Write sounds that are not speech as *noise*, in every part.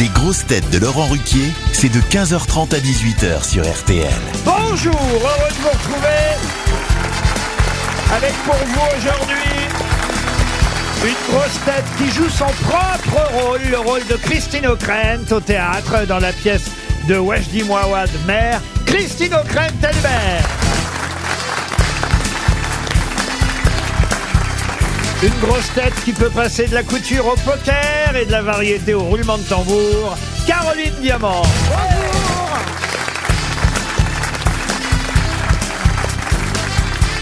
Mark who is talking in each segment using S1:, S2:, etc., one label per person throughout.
S1: Les grosses têtes de Laurent Ruquier, c'est de 15h30 à 18h sur RTL.
S2: Bonjour, heureux de vous retrouver avec pour vous aujourd'hui une grosse tête qui joue son propre rôle, le rôle de Christine O'Krent au théâtre dans la pièce de Wajdi Mouawad Mère, Christine O'Krent elle-mère. Une grosse tête qui peut passer de la couture au poker et de la variété au roulement de tambour, Caroline Diamant.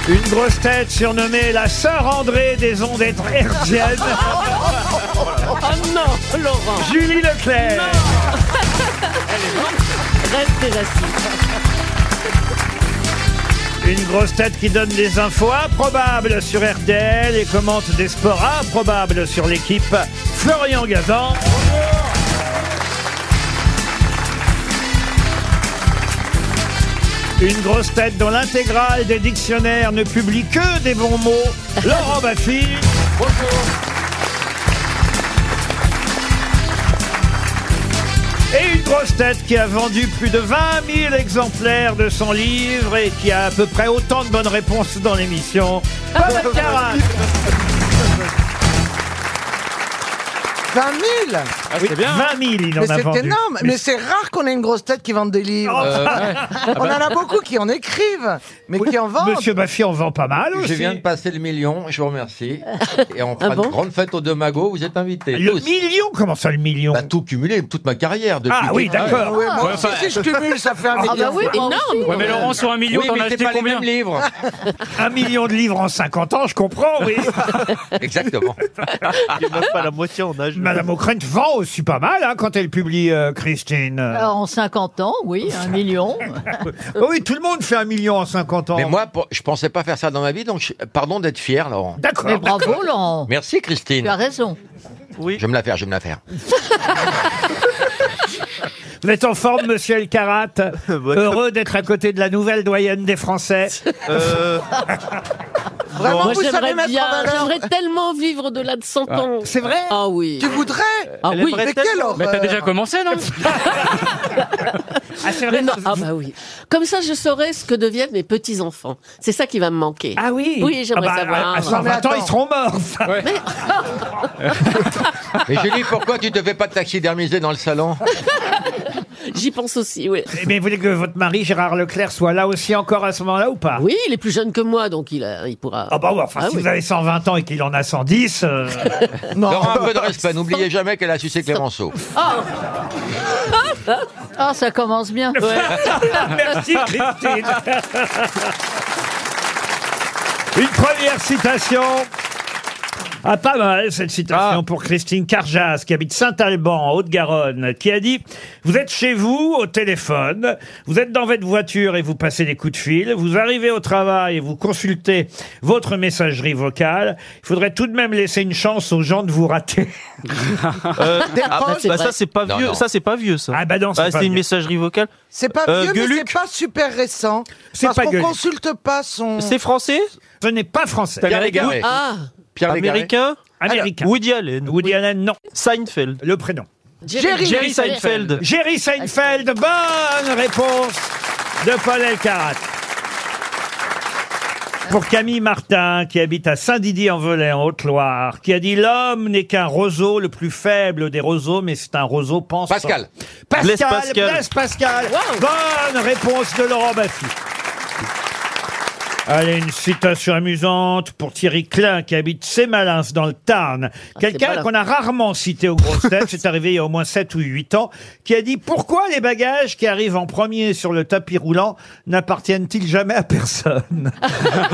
S2: Une grosse tête surnommée la sœur André des ondes hertziennes.
S3: Oh non, Laurent
S2: Julie Leclerc.
S3: Reste assis.
S2: Une grosse tête qui donne des infos improbables sur RTL et commente des sports improbables sur l'équipe. Florian Gazan. Une grosse tête dont l'intégrale des dictionnaires ne publie que des bons mots. Laurent Baffy. Et une grosse tête qui a vendu plus de 20 000 exemplaires de son livre et qui a à peu près autant de bonnes réponses dans l'émission. Paul Alcarat.
S4: 20 000
S5: Ah,
S2: Oui,
S5: hein.
S2: 20 000, il en
S4: Mais
S2: a
S4: c'est
S2: vendu.
S4: énorme Mais c'est rare qu'on ait une grosse tête qui vende des livres. Euh, On en a beaucoup qui en écrivent, mais qui en vendent.
S2: Monsieur Baffy en vend pas mal aussi.
S5: Je viens de passer le million, je
S6: *laughs*
S5: vous remercie. Et
S6: Ah
S5: on fera
S3: bon
S5: une grande fête au Domago, vous êtes invités.
S2: Le
S5: tous.
S2: million Comment ça, le million
S5: Bah, tout cumulé, toute ma carrière depuis.
S2: Ah oui, d'accord.
S4: Ouais, moi aussi, si je
S2: *laughs*
S4: cumule, ça fait un
S5: Ah bah
S4: million.
S3: énorme
S7: Ouais, mais Laurent, sur un million,
S5: Oui,
S7: t'en as
S5: mais c'est
S7: acheté
S5: pas les
S7: combien
S5: mêmes livres.
S2: *laughs* Un million de livres en 50 ans, je comprends, oui.
S5: Exactement.
S2: Madame O'Krent vend aussi pas mal hein, quand elle publie euh, Christine.
S6: en 50 ans, oui,
S2: *laughs*
S6: un million.
S2: Oh oui, tout le monde fait un million en 50 ans.
S5: Mais moi, pour- je pensais pas faire ça dans ma vie, donc je- pardon d'être fier, Laurent.
S2: D'accord.
S6: Mais bravo, Laurent. Tu
S5: Merci,
S6: as
S5: Christine.
S6: raison.
S5: Je vais me la faire, je vais me la faire.
S2: Vous êtes en forme, monsieur El Karat. Heureux d'être à côté de la nouvelle doyenne des Français.
S4: Vraiment,
S3: Moi,
S4: vous savez
S3: j'aimerais
S4: mettre en
S3: bien,
S4: valeur.
S3: j'aimerais tellement vivre au-delà de 100 ans.
S4: C'est vrai
S3: Ah oui.
S4: Tu voudrais
S3: Ah oui.
S4: Mais quelle horreur
S7: Mais t'as déjà commencé, non
S2: Ah, c'est
S3: Mais
S2: vrai
S3: non, ah bah oui. Comme ça, je saurais ce que deviennent mes petits-enfants. C'est ça qui va me manquer.
S2: Ah oui
S3: Oui, j'aimerais
S2: Ah bah,
S3: savoir.
S2: À
S4: Non, mais
S2: 120 ans,
S4: attends.
S2: ils seront morts.
S5: Mais Julie, pourquoi tu te fais pas taxidermiser dans le salon
S3: J'y pense aussi, oui.
S2: mais Eh vous voulez que votre mari, Gérard Leclerc, soit là aussi encore à ce moment-là ou pas
S3: Oui, il est plus jeune que moi, donc il, a- il pourra...
S2: Ah bah ouais, enfin,
S3: Ah
S2: *laughs* si
S3: oui.
S2: vous avez 120 ans et qu'il en a 110... euh,
S5: Laurent, un
S6: *laughs*
S5: peu de respect. N'oubliez jamais qu'elle a sucé Clémenceau.
S6: Ah, ça commence bien.
S2: *laughs* Merci Christine. Une première citation. Ah, pas mal cette citation
S5: Ah.
S2: pour Christine Carjas, qui habite Saint-Alban, en Haute-Garonne, qui a dit « Vous êtes chez vous, au téléphone, vous êtes dans votre voiture et vous passez des coups de fil, vous arrivez au travail et vous consultez votre messagerie vocale, il faudrait tout de même laisser une chance aux gens de
S8: *laughs*
S2: vous rater.
S4: Euh,
S8: Ah, bah,
S3: c'est
S8: bah,
S3: vrai.
S8: ça c'est pas
S5: Non,
S8: vieux,
S5: non.
S8: ça c'est pas vieux » ça.
S2: Ah bah non, c'est
S8: Ah,
S2: pas
S8: c'est une
S2: bien.
S8: messagerie vocale.
S4: C'est pas
S8: Euh,
S4: vieux, mais
S8: Gueuluc
S4: c'est pas super récent.
S2: C'est
S4: Parce
S2: pas
S4: qu'on
S2: Gueuluc.
S4: consulte pas son...
S8: C'est français
S2: Ce n'est pas français.
S5: Pierre Légaré.
S3: Ah,
S5: Pierre Légaré.
S8: Américain
S2: Américain.
S8: Woody Allen.
S2: Woody Allen, non.
S8: Seinfeld.
S2: Le prénom.
S4: Jerry
S8: Jerry Seinfeld.
S2: Jerry Seinfeld, bonne réponse de Paul Elkarat. Pour Camille Martin, qui habite à Saint-Didier-en-Velay, en Haute-Loire, qui a dit « L'homme n'est qu'un roseau, le plus faible des roseaux, mais c'est un roseau pensant. »
S5: Pascal.
S2: Pascal,
S8: Blaise Pascal.
S2: Blaise Pascal. Bonne réponse de Laurent Baffy. Allez, une citation amusante pour Thierry Klein qui habite Sémalins dans le Tarn. Quelqu'un
S3: malin.
S2: qu'on a rarement cité aux grosses têtes, c'est arrivé il y a au moins 7 ou 8 ans, qui a dit Pourquoi les bagages qui arrivent en premier sur le tapis roulant n'appartiennent-ils jamais à personne
S5: *laughs*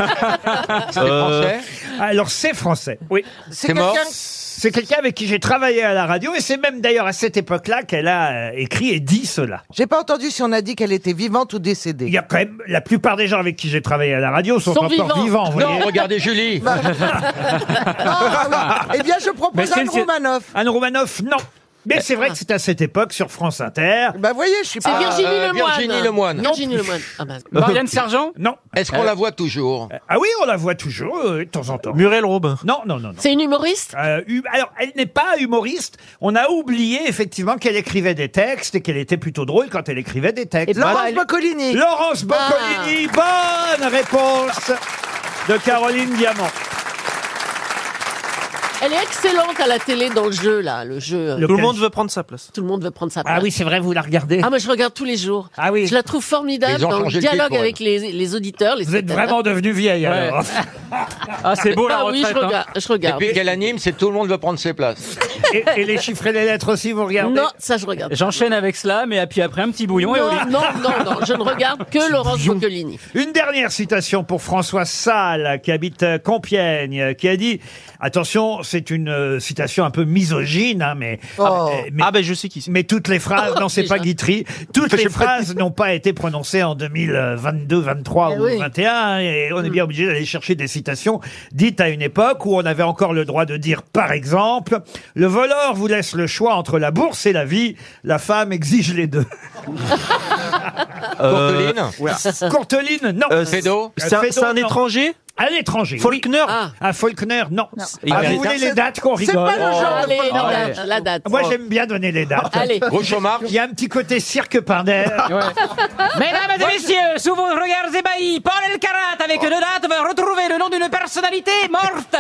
S5: C'est français.
S2: Alors c'est français. Oui.
S4: C'est
S5: C'est mort.
S4: quelqu'un...
S2: C'est quelqu'un avec qui j'ai travaillé à la radio et c'est même d'ailleurs à cette époque-là qu'elle a euh, écrit et dit cela.
S4: J'ai pas entendu si on a dit qu'elle était vivante ou décédée.
S2: Il y a quand même la plupart des gens avec qui j'ai travaillé à la radio sont,
S3: Sont
S2: encore vivants.
S3: vivants.
S2: vous
S5: Non,
S2: voyez. *laughs*
S5: regardez Julie. *laughs*
S3: Bah,
S4: Ah, oui. Eh bien, je propose
S7: c'est
S4: Anne
S7: le- c'est-
S4: Romanoff.
S2: Anne Romanoff, non. Mais c'est vrai que c'est à cette époque sur France Inter.
S4: Bah voyez, je suis
S3: Euh, ah. C'est
S4: pas.
S3: Virginie
S5: euh,
S3: Lemoine.
S5: Virginie Lemoine. Non
S3: Virginie Lemoine. Ah, bah, Euh,
S7: Marianne Sergent
S2: Non.
S5: Est-ce qu'on la voit toujours
S2: Ah oui, on la voit toujours euh, de temps en temps.
S8: Muriel Robin.
S2: Non, non, non, non.
S3: C'est une humoriste
S2: Euh, hum- alors, elle n'est pas humoriste. On a oublié effectivement qu'elle écrivait des textes et qu'elle était plutôt drôle quand elle écrivait des textes.
S6: ben,
S4: Laurence
S6: elle-
S4: Boccolini.
S2: Laurence Boccolini, bonne réponse de Caroline Diamant.
S3: Elle est excellente à la télé dans le jeu, là, le jeu. euh,
S2: Le-
S8: Tout le
S2: Lequel-
S8: monde veut prendre sa place.
S3: Tout le monde veut prendre sa place.
S2: Ah oui, c'est vrai, vous la regardez.
S3: Ah, moi, je regarde tous les jours.
S2: Ah oui.
S3: Je la trouve formidable
S5: Ils ont
S3: dans le
S5: changé le titre
S3: dialogue
S5: pour
S3: avec les, les auditeurs. Les
S2: Vous êtes vraiment devenue
S3: *laughs*
S2: vieille alors.
S7: Ah, c'est beau la
S3: Ah oui,
S7: retraite.
S3: je
S7: hein.
S3: regarde. Je
S5: Et
S3: regarde.
S5: puis qu'elle anime, c'est tout le monde veut prendre ses places.
S2: et, et les chiffres et les lettres aussi, vous regardez
S3: Non, ça, je regarde.
S7: J'enchaîne avec cela, mais puis après un petit bouillon et au lit.
S3: Non, non, non, non,
S9: *laughs*
S3: je ne regarde que
S2: *laughs*
S3: Laurence Boccolini.
S2: Une dernière citation pour François Salle, qui habite euh, Compiègne, euh, qui a dit Attention, c'est une euh, citation un peu misogyne, hein, mais,
S4: Oh.
S2: euh, mais,
S8: Ah ben je sais qui c'est.
S2: mais toutes les phrases, non, c'est pas
S3: Oh, Déjà.
S2: Guitry, toutes les phrases n'ont pas été prononcées en 2022, 23
S3: Eh
S2: ou
S3: oui.
S2: 21, et on est bien obligé d'aller chercher des citations dites à une époque où on avait encore le droit de dire, par exemple, Le voleur vous laisse le choix entre la bourse et la vie, la femme exige les deux.
S8: Euh, *laughs*
S5: Courteline
S2: Courteline, non.
S8: euh, c'est
S5: Fédo
S8: c'est un, c'est un
S2: Non.
S8: étranger
S2: À l'étranger. oui.
S8: Faulkner
S3: Ah,
S2: À Faulkner, non.
S8: Il
S2: Ah,
S8: mérite
S2: vous voulez
S4: un-
S2: les dates qu'on
S4: C'est
S2: rigole Ah,
S4: pas le genre
S3: allez,
S4: de.
S3: la
S7: ouais.
S3: date. La date.
S2: Moi, j'aime bien donner les dates.
S3: Allez.
S5: Gros chômage
S2: Il y a un petit côté cirque par d'air.
S7: *laughs* Mesdames et messieurs, sous vos regards ébahis, Paul Elkarat,
S2: Oh.
S7: avec deux dates, va retrouver le nom d'une personnalité morte.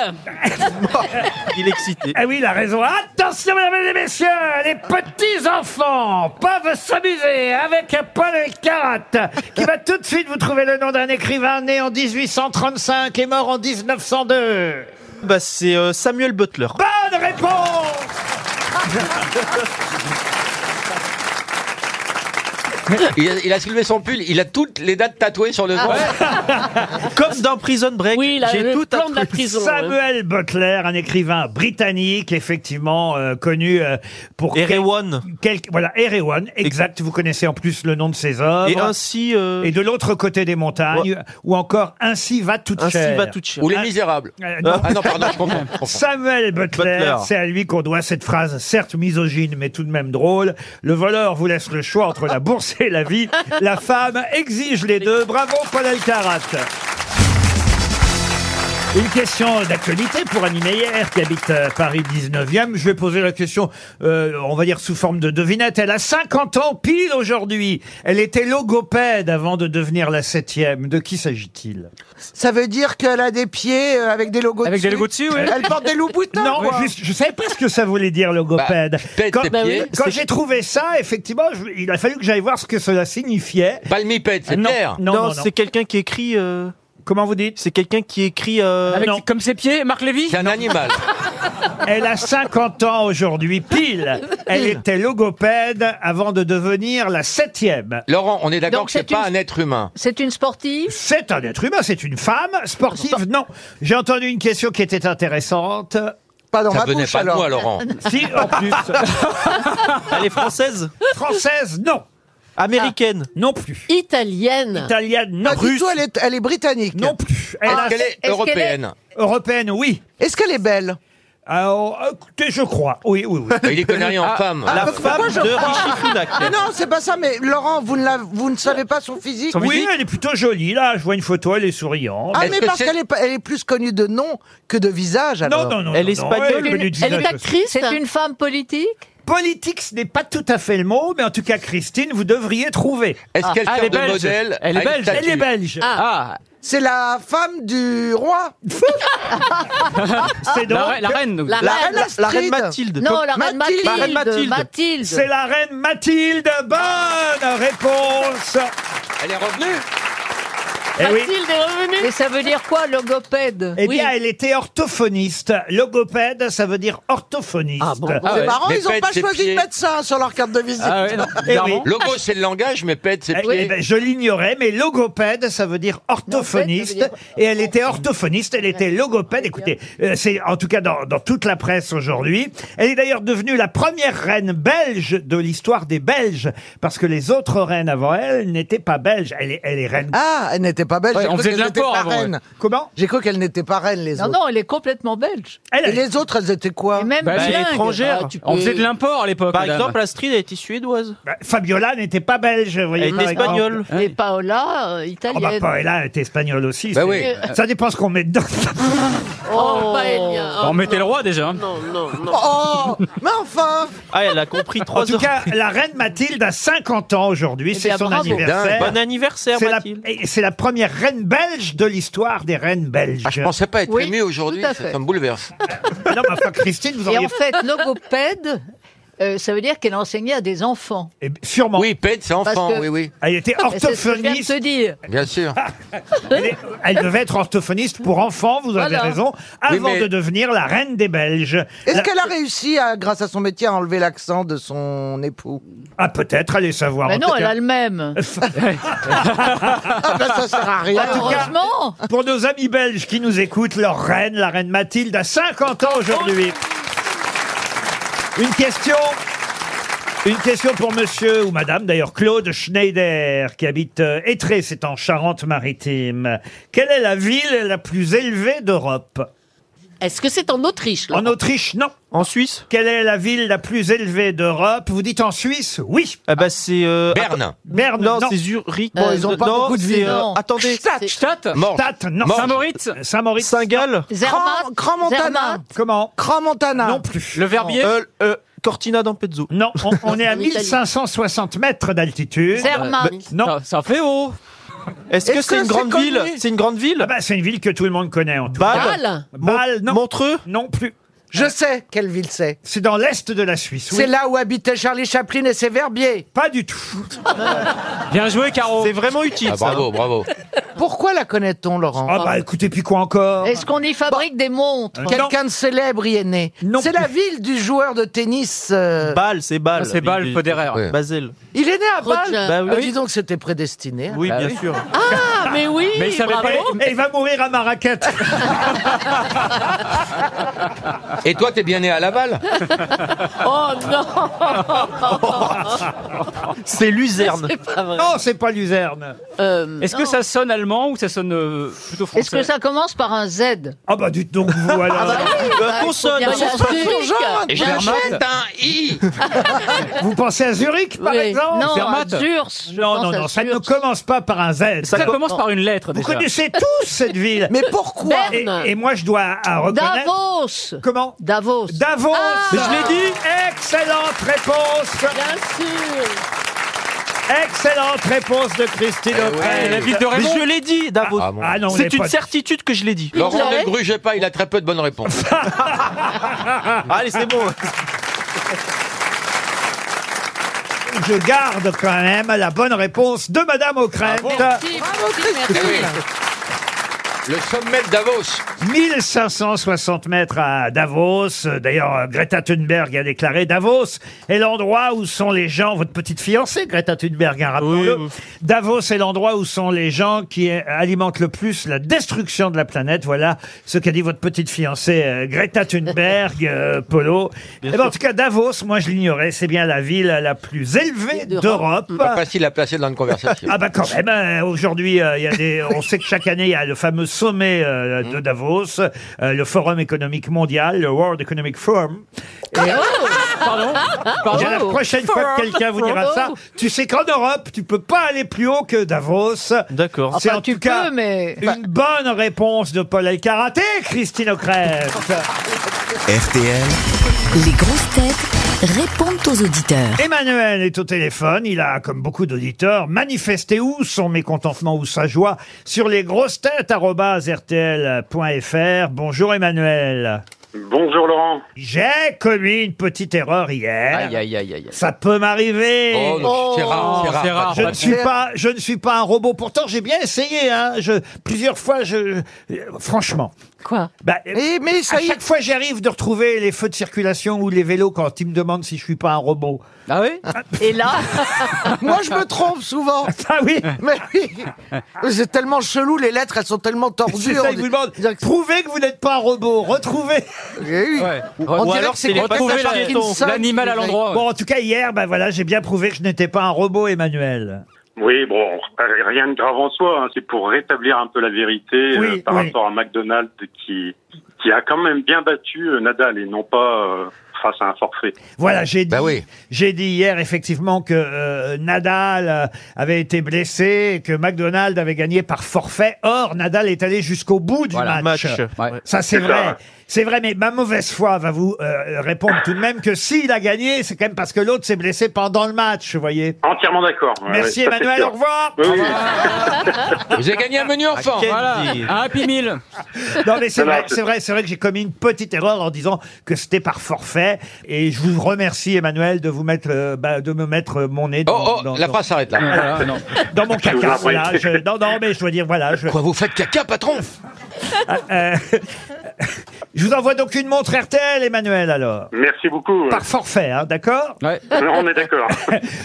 S8: Il est excité.
S2: Ah oui, il a raison. Attention, mesdames et messieurs, Ah, les petits-enfants peuvent s'amuser avec Paul Elkarat, qui va tout de suite vous trouver le nom d'un écrivain né en 1835 et mort en 1902.
S8: *laughs* Bah c'est euh, Samuel Butler.
S2: Bonne réponse
S5: il a, il a soulevé son pull, il a toutes les dates tatouées sur le dos.
S8: *laughs* Comme dans Prison Break.
S3: Ah Oui, là,
S8: j'ai
S3: le
S8: tout
S3: plan de la
S8: appris.
S3: prison. hein. ouais.
S2: Samuel Butler, un écrivain britannique, effectivement euh, connu euh, pour...
S8: Erewan.
S2: Quel- voilà, Erewan, exact. Vous connaissez en plus le nom de ses œuvres.
S8: Et ainsi. euh,
S2: Et de l'autre côté des montagnes, ou encore Ainsi va toute
S8: ainsi
S2: chair.
S8: va toute chair.
S5: Ou les misérables.
S2: Euh, non.
S5: Ah non, pardon, je comprends.
S2: *laughs*
S5: je comprends.
S2: Samuel Butler,
S8: Butler.
S2: c'est à lui qu'on doit cette phrase, certes misogyne, mais tout de même drôle. Le voleur vous laisse le choix entre la bourse et la vie. La femme exige les deux. Bravo, Paul Elkarat. Une question d'actualité pour Annie Meyer qui habite euh, Paris 19e. Je vais poser la question, euh, on va dire sous forme de devinette. Elle a 50 ans pile aujourd'hui. Elle était logopède avant de devenir la 7e. De qui s'agit-il
S4: Ça veut dire qu'elle a des pieds euh, avec des logos
S7: Avec des
S4: dessus.
S7: logos dessus, oui.
S4: Elle porte des loups boutins.
S2: Non,
S4: quoi.
S2: juste, je savais pas ce que ça voulait dire logopède.
S5: Bah, pète
S2: quand
S5: tes
S2: quand
S5: pieds.
S2: j'ai trouvé ça, effectivement, je- il a fallu que j'aille voir ce que cela signifiait.
S5: Palmipède, c'est
S2: Ah, non,
S5: Pierre.
S2: non, non, non.
S8: c'est quelqu'un qui écrit. euh,
S2: Comment vous dites
S8: C'est quelqu'un qui écrit. euh,
S7: Avec,
S2: non.
S7: Comme ses pieds, Marc Lévy
S5: C'est un animal.
S2: Elle a 50 ans aujourd'hui, pile. Elle était logopède avant de devenir la septième.
S5: Laurent, on est d'accord
S6: Donc,
S5: que c'est
S6: c'est
S5: pas
S6: une-
S5: un être humain.
S6: C'est une sportive
S2: C'est un être humain, c'est une femme sportive. Non, j'ai entendu une question qui était intéressante.
S4: Pas *laughs* dans
S5: Ça
S4: ma
S5: venait
S4: bouche
S5: pas de
S4: alors.
S2: *laughs*
S5: moi, Laurent.
S8: *laughs*
S2: Si, en plus,
S8: Elle est française.
S2: française, non, Ah,
S8: Américaine.
S2: non plus.
S3: Italienne.
S2: Italienne, non
S4: Pas du
S2: plus.
S4: tout, elle est, elle est britannique. Ah.
S2: Non plus. Elle
S5: Est-ce
S2: a-
S5: qu'elle est
S6: qu'elle est-
S5: européenne
S2: européenne, oui.
S4: Est-ce qu'elle est belle
S2: Alors, écoutez, je crois. Oui, oui, Ah. oui.
S5: *laughs* Il est connu en femme.
S8: La
S4: Ah, donc pourquoi
S8: femme
S4: je
S8: de
S4: crois
S8: Richie Funak.
S2: Ah,
S4: Mais non, c'est pas ça, mais Laurent, vous ne, la- vous ne savez pas son physique
S8: Son
S2: Oui,
S8: physique
S2: elle est plutôt jolie. Là, je vois une photo, elle est souriante.
S4: Ah,
S5: Est-ce
S4: mais
S5: que
S4: parce
S5: c'est-
S4: qu'elle est, pas- elle est plus connue de nom que de visage alors.
S2: non, non, non.
S8: Elle
S2: non,
S8: est
S2: non,
S8: espagnole,
S2: elle est connue du
S3: Elle est
S2: visage.
S3: actrice.
S6: C'est une femme politique
S2: Politique, ce n'est pas tout à fait le mot, mais en tout cas, Christine, vous devriez trouver.
S5: Est-ce qu'elle
S7: Ah,
S5: sert
S7: elle est
S5: de
S7: belge.
S5: modèle
S7: Elle est
S5: à une
S7: belge.
S5: statue
S2: Elle est belge.
S3: Ah.
S7: Ah,
S4: C'est la femme du roi.
S2: *laughs* C'est donc-
S7: la, re- la reine. donc.
S6: La-
S4: La
S6: Ah,
S4: reine
S8: La,
S4: Astrid.
S8: reine Mathilde.
S6: Non, la reine
S4: Mathilde.
S6: Mathilde.
S8: La reine Mathilde.
S6: Mathilde.
S2: C'est la reine Mathilde. Bonne réponse.
S5: Elle est revenue
S2: Eh oui.
S3: Mathilde est revenue.
S6: Mais ça veut dire quoi, logopède
S2: Eh bien, elle était orthophoniste. Logopède, ça veut dire orthophoniste.
S3: Ah bon,
S7: Ah
S4: c'est
S7: ouais.
S4: marrant,
S5: Mais
S4: ils ont
S5: pète
S4: pas
S5: ses
S4: choisi
S5: pieds.
S4: de mettre ça sur leur carte de visite. Ah
S7: Ah ouais, non.
S2: Eh
S7: Bizarrement.
S2: oui.
S5: Logo, c'est le langage, mais pète, c'est
S2: Eh, eh
S5: pieds.
S2: ben, je l'ignorais, mais logopède, ça veut dire orthophoniste.
S6: ça veut dire-
S2: Et elle était orthophoniste, elle était logopède. Écoutez, euh, c'est en tout cas dans, dans toute la presse aujourd'hui. Elle est d'ailleurs devenue la première reine belge de l'histoire des Belges, parce que les autres reines avant elle n'étaient pas belges. Elle est, elle est reine.
S4: Ah, elle n'était pas belge.
S9: Ouais,
S4: j'ai
S9: on
S4: cru
S9: faisait de
S4: qu'elles étaient
S9: l'import
S4: pas
S9: avant, ouais.
S4: reines.
S2: Comment
S4: J'ai cru qu'elles n'étaient pas reines, les
S6: Non,
S4: autres.
S6: non, elle est complètement belge.
S2: Elle,
S4: Et
S2: elle-
S4: les autres, elles étaient quoi
S6: Et même
S9: Bah, elle est
S6: bilingue.
S8: étrangère.
S6: Ah, tu
S9: On
S6: peux-
S9: faisait de l'import à l'époque.
S8: Par
S9: madame.
S8: exemple, Astrid, elle était suédoise.
S2: bah, Fabiola n'était pas belge, vous voyez.
S8: Elle
S2: par
S8: était
S2: exemple. Hein
S8: espagnole.
S6: Et Paola, euh,
S2: Oh, bah,
S6: italienne.
S2: Paella était espagnole aussi.
S5: Bah
S2: c'est-
S5: oui.
S2: Ça dépend ce qu'on met dedans.
S3: Oh, Paella.
S9: Bah, On
S3: Oh,
S9: mettait le roi déjà. hein.
S3: Non, non, non.
S4: Oh Mais enfin
S8: Ah, elle a compris
S2: en
S8: trois
S2: tout
S8: heures. Eh
S2: cas, la reine Mathilde a 50 ans aujourd'hui. C'est
S6: bien,
S2: son
S6: bravo.
S2: anniversaire.
S8: Bon anniversaire,
S2: C'est la,
S8: Mathilde.
S2: et c'est la première reine belge de l'histoire des reines belges.
S5: Ah, je pensais pas être
S6: Oui,
S5: ému aujourd'hui,
S6: tout à fait.
S5: ça me bouleverse.
S2: Non, mais enfin, Christine, vous
S6: Et
S2: auriez
S6: en fait, logopède, euh, ça veut dire qu'elle enseignait à des enfants.
S2: eh, sûrement.
S5: Oui, Pete, c'est enfant,
S6: que-
S5: oui, oui,
S2: Elle était
S6: Et C'est ce que je viens de
S2: orthophoniste. Ah.
S6: te dire.
S5: bien sûr.
S2: Elle, est- elle devait être orthophoniste pour enfants, vous avez
S6: Voilà.
S2: raison, avant
S5: mais-
S2: de devenir la reine des Belges.
S4: Est-ce
S2: La-
S4: qu'elle a réussi, à, grâce à son métier, à enlever l'accent de son époux
S2: Ah, peut-être, allez savoir.
S6: Mais
S2: En
S6: non,
S2: tout
S6: elle
S2: cas-
S6: a le même.
S2: *laughs*
S4: Ah ben, ça sert à rien.
S6: Heureusement.
S2: Pour nos amis belges qui nous écoutent, leur reine, la reine Mathilde, a 50 ans aujourd'hui. Une question. Une question pour monsieur ou madame, d'ailleurs, Claude Schneider, qui habite euh, Étré, c'est en Charente-Maritime. Quelle est la ville la plus élevée d'Europe
S3: Est-ce que c'est en Autriche, là
S2: En Autriche, non.
S8: En Suisse
S2: Quelle est la ville la plus élevée d'europe Vous dites en Suisse Oui.
S8: Ah bah c'est... euh,
S5: Berne,
S2: Berne,
S8: Non,
S2: non.
S8: c'est Zurich.
S6: Bon, ils
S4: ont pas
S8: non,
S4: beaucoup de
S8: c'est,
S4: villes.
S8: euh,
S6: Non.
S8: attendez,
S9: Stadt,
S5: Morges,
S2: Stade, non.
S9: Saint-Moritz,
S2: Saint-Maurice.
S8: Saint-Gall,
S6: Zermatt.
S4: Grand Montana.
S6: Zermatt.
S2: Comment
S4: Grand Montana.
S2: Non plus.
S9: le Verbier.
S8: euh, euh, Cortina d'Ampezzo.
S2: Non, on, on est à
S3: En Italie.
S2: 1560 mètres d'altitude. Euh,
S6: Zermatt.
S2: Non.
S9: Ça, ça fait haut.
S8: Est-ce que
S4: Est-ce
S8: c'est
S4: que
S8: une
S4: c'est
S8: grande
S4: connu
S8: ville C'est une grande ville
S2: Ah bah, c'est une ville que tout le monde connaît en tout cas.
S8: Bâle,
S3: Bâle
S2: Bâle, non.
S8: Montreux
S2: Non plus.
S4: Je sais quelle ville c'est.
S2: C'est dans l'est de la Suisse. oui.
S4: C'est là où habitait Charlie Chaplin et ses verbiers.
S2: Pas du tout.
S9: Bien joué, Caro.
S8: C'est vraiment utile,
S5: Ah,
S8: ça. hein.
S5: bravo, bravo.
S4: Pourquoi la connaît-on, Laurent Bah, euh,
S2: Ah bah écoutez, puis quoi encore
S6: Est-ce qu'on y fabrique des montres
S2: non.
S4: Quelqu'un de célèbre y est né.
S2: Non
S4: C'est
S2: plus.
S4: la ville du joueur de tennis. euh,
S8: Bâle, Ah, c'est Bâle.
S9: C'est pas le Federer.
S5: Ouais.
S8: Basel.
S4: Il est né à Bâle.
S3: Roger.
S8: Bah oui.
S4: Mais Dis donc, c'était prédestiné. hein.
S8: Oui,
S9: Bah
S8: bien
S9: oui.
S8: sûr.
S3: Ah, mais oui
S9: Mais il savait
S3: bravo.
S9: pas les-
S2: Et il va mourir à Marrakech.
S5: Et toi, t'es bien né à Laval
S3: *laughs* Oh non,
S8: C'est Luzerne.
S3: c'est pas vrai.
S2: non, c'est pas Luzerne.
S3: Euh,
S9: Est-ce que ça sonne allemand ou ça sonne euh, plutôt français
S6: Est-ce que ça commence par un Z
S2: Ah bah dites donc vous alors.
S10: bah,
S8: Euh, consonne.
S3: bien y
S8: consonne. hein,
S3: aller. Zurich.
S5: J'achète un I
S2: vous pensez à Zurich par
S3: Oui.
S2: exemple
S6: Non,
S9: Zermatt.
S6: à Zurs. je
S2: non,
S6: pense
S2: non,
S6: à
S2: non, ça ne
S6: Zurs.
S2: commence pas par un Z.
S9: Ça commence par une lettre
S2: vous
S9: déjà.
S2: connaissez tous cette ville.
S4: Mais pourquoi
S2: Et,
S3: Berne.
S2: et moi je dois à reconnaître.
S6: Davos.
S2: Comment
S6: Davos.
S2: Davos.
S8: Mais je l'ai dit.
S2: Excellente réponse.
S3: Bien sûr
S2: Excellente réponse de Christine
S8: Ah,
S9: Eh,
S2: O'Crane.
S9: la ville de
S8: Mais
S9: Raymond.
S8: je l'ai dit, Davos.
S5: Ah bon.
S2: Ah non, on n'est
S8: c'est une
S2: pas-
S8: certitude que je l'ai dit.
S5: Laurent
S3: l'avez
S5: ne grugez pas, il a très peu de
S2: *laughs*
S5: bonnes réponses.
S8: Allez, c'est bon.
S2: Je garde quand même la bonne réponse de Madame
S5: Ah
S2: O'Crane.
S10: Ah
S3: Merci, merci,
S5: Eh oui.
S3: merci.
S5: Le sommet de Davos.
S2: 1560 mètres à Davos. Euh, D'ailleurs, euh, Greta Thunberg a déclaré Davos est l'endroit où sont les gens. Votre petite fiancée, Greta Thunberg, un rappelons-le.
S8: Oui, oui.
S2: Davos est l'endroit où sont les gens qui euh, alimentent le plus la destruction de la planète. Voilà ce qu'a dit votre petite fiancée, euh, Greta Thunberg, euh, Polo. Eh ben, en tout cas, Davos, moi je l'ignorais, c'est bien la ville la plus élevée d'Europe.
S5: Pas facile à placer dans
S2: *laughs*
S5: une conversation.
S2: Ah bah quand même, euh, aujourd'hui, euh, il y
S6: *laughs*
S2: a des, on sait que chaque année, il y a le fameux sommet euh,
S6: Hum.
S2: de Davos, euh, le Forum économique mondial, le World Economic Forum.
S6: Ah
S9: Pardon. Pardon.
S2: Déjà, oh la prochaine fois que quelqu'un vous dira ça, tu sais qu'en Europe, tu peux pas aller plus haut que Davos.
S8: D'accord.
S2: C'est en
S6: tu
S2: tout cas
S6: peux, mais-
S2: une bonne réponse de Paul Elkarat et Christine O'Krent.
S1: RTL,
S11: Les grosses têtes répondent aux auditeurs.
S2: Emmanuel est au téléphone. Il a, comme beaucoup d'auditeurs, manifesté où son mécontentement ou sa joie sur les grosses têtes rtl.fr. Bonjour Emmanuel.
S12: Bonjour Laurent.
S2: J'ai commis une petite erreur hier.
S9: Aïe, aïe, aïe, aïe.
S2: Ça peut m'arriver.
S5: Oh, non, c'est rare, c'est
S9: Oh,
S5: rare.
S9: c'est rare.
S2: Je ne suis pas, je ne suis pas un robot. Pourtant, j'ai bien essayé. Hein. Je, plusieurs fois, je, euh, franchement.
S6: Quoi
S2: Bah,
S4: Eh, mais ça
S2: à
S4: y
S2: chaque fois, j'arrive de retrouver les feux de circulation ou les vélos quand ils me demandent si je suis pas un robot.
S9: Ah oui
S6: Et là,
S4: est, *laughs* moi je me trompe souvent.
S2: Ah oui.
S4: Mais oui, c'est tellement chelou, les lettres elles sont tellement
S2: C'est
S4: tordues.
S2: ça,
S4: on
S2: ils
S4: dit-
S2: vous demandent.
S4: dire que-
S2: Prouvez que vous n'êtes pas un robot. Retrouvez.
S4: Eh oui.
S9: Ouais.
S4: On
S8: Ou
S4: dirait
S8: alors,
S4: que
S8: c'est
S4: c'est
S8: les
S4: Christophe
S8: passages
S9: la-
S4: Parkinson
S9: L'animal à
S4: qui les a-
S9: l'endroit. ouais.
S2: Bon, en tout cas, hier, ben voilà, j'ai bien prouvé que je n'étais pas un robot, Emmanuel.
S13: Oui, bon, euh, rien de grave en soi. hein. C'est pour rétablir un peu la vérité euh,
S2: Oui,
S13: par
S2: oui.
S13: rapport à McDonald's qui qui a quand même bien battu euh, Nadal et non pas euh, face à un forfait.
S2: Voilà, j'ai dit, j'ai dit hier effectivement que euh, Nadal euh, avait été blessé et que McDonald avait gagné par forfait. Or, Nadal est allé jusqu'au bout du
S8: Voilà,
S2: match.
S8: match, ouais.
S2: Ça, c'est
S8: C'est
S2: vrai.
S8: ça.
S2: C'est vrai, mais ma mauvaise foi va vous euh, répondre tout de même que s'il a gagné, c'est quand même parce que l'autre s'est blessé pendant le match, vous voyez.
S13: Entièrement d'accord. Ouais,
S2: Merci
S13: ouais, ça, c'est
S2: Emmanuel,
S13: sûr.
S2: au revoir.
S13: Oui, oui.
S5: Vous avez gagné un menu enfant.
S2: quel
S5: Voilà. Ah,
S2: deal.
S5: Un Happy Meal.
S2: *laughs* Non mais c'est
S5: Non, non,
S2: vrai,
S5: c'est-
S2: c'est vrai, c'est vrai que j'ai commis une petite erreur en disant que c'était par forfait et je vous remercie Emmanuel de vous mettre, euh, bah, de me mettre euh, mon nez dans,
S5: Oh, oh,
S2: dans-
S5: la
S2: dans-
S5: phrase s'arrête là.
S2: *laughs* Voilà, non. dans mon
S5: Je vous
S2: caca.
S5: en prie.
S2: voilà, je- non non mais je dois dire voilà. Je... Quoi
S5: vous faites caca patron
S2: *laughs* Je vous envoie donc une montre RTL Emmanuel alors.
S13: Merci
S5: Mmh.
S13: beaucoup.
S2: Par forfait, hein, d'accord
S13: Non, on est d'accord.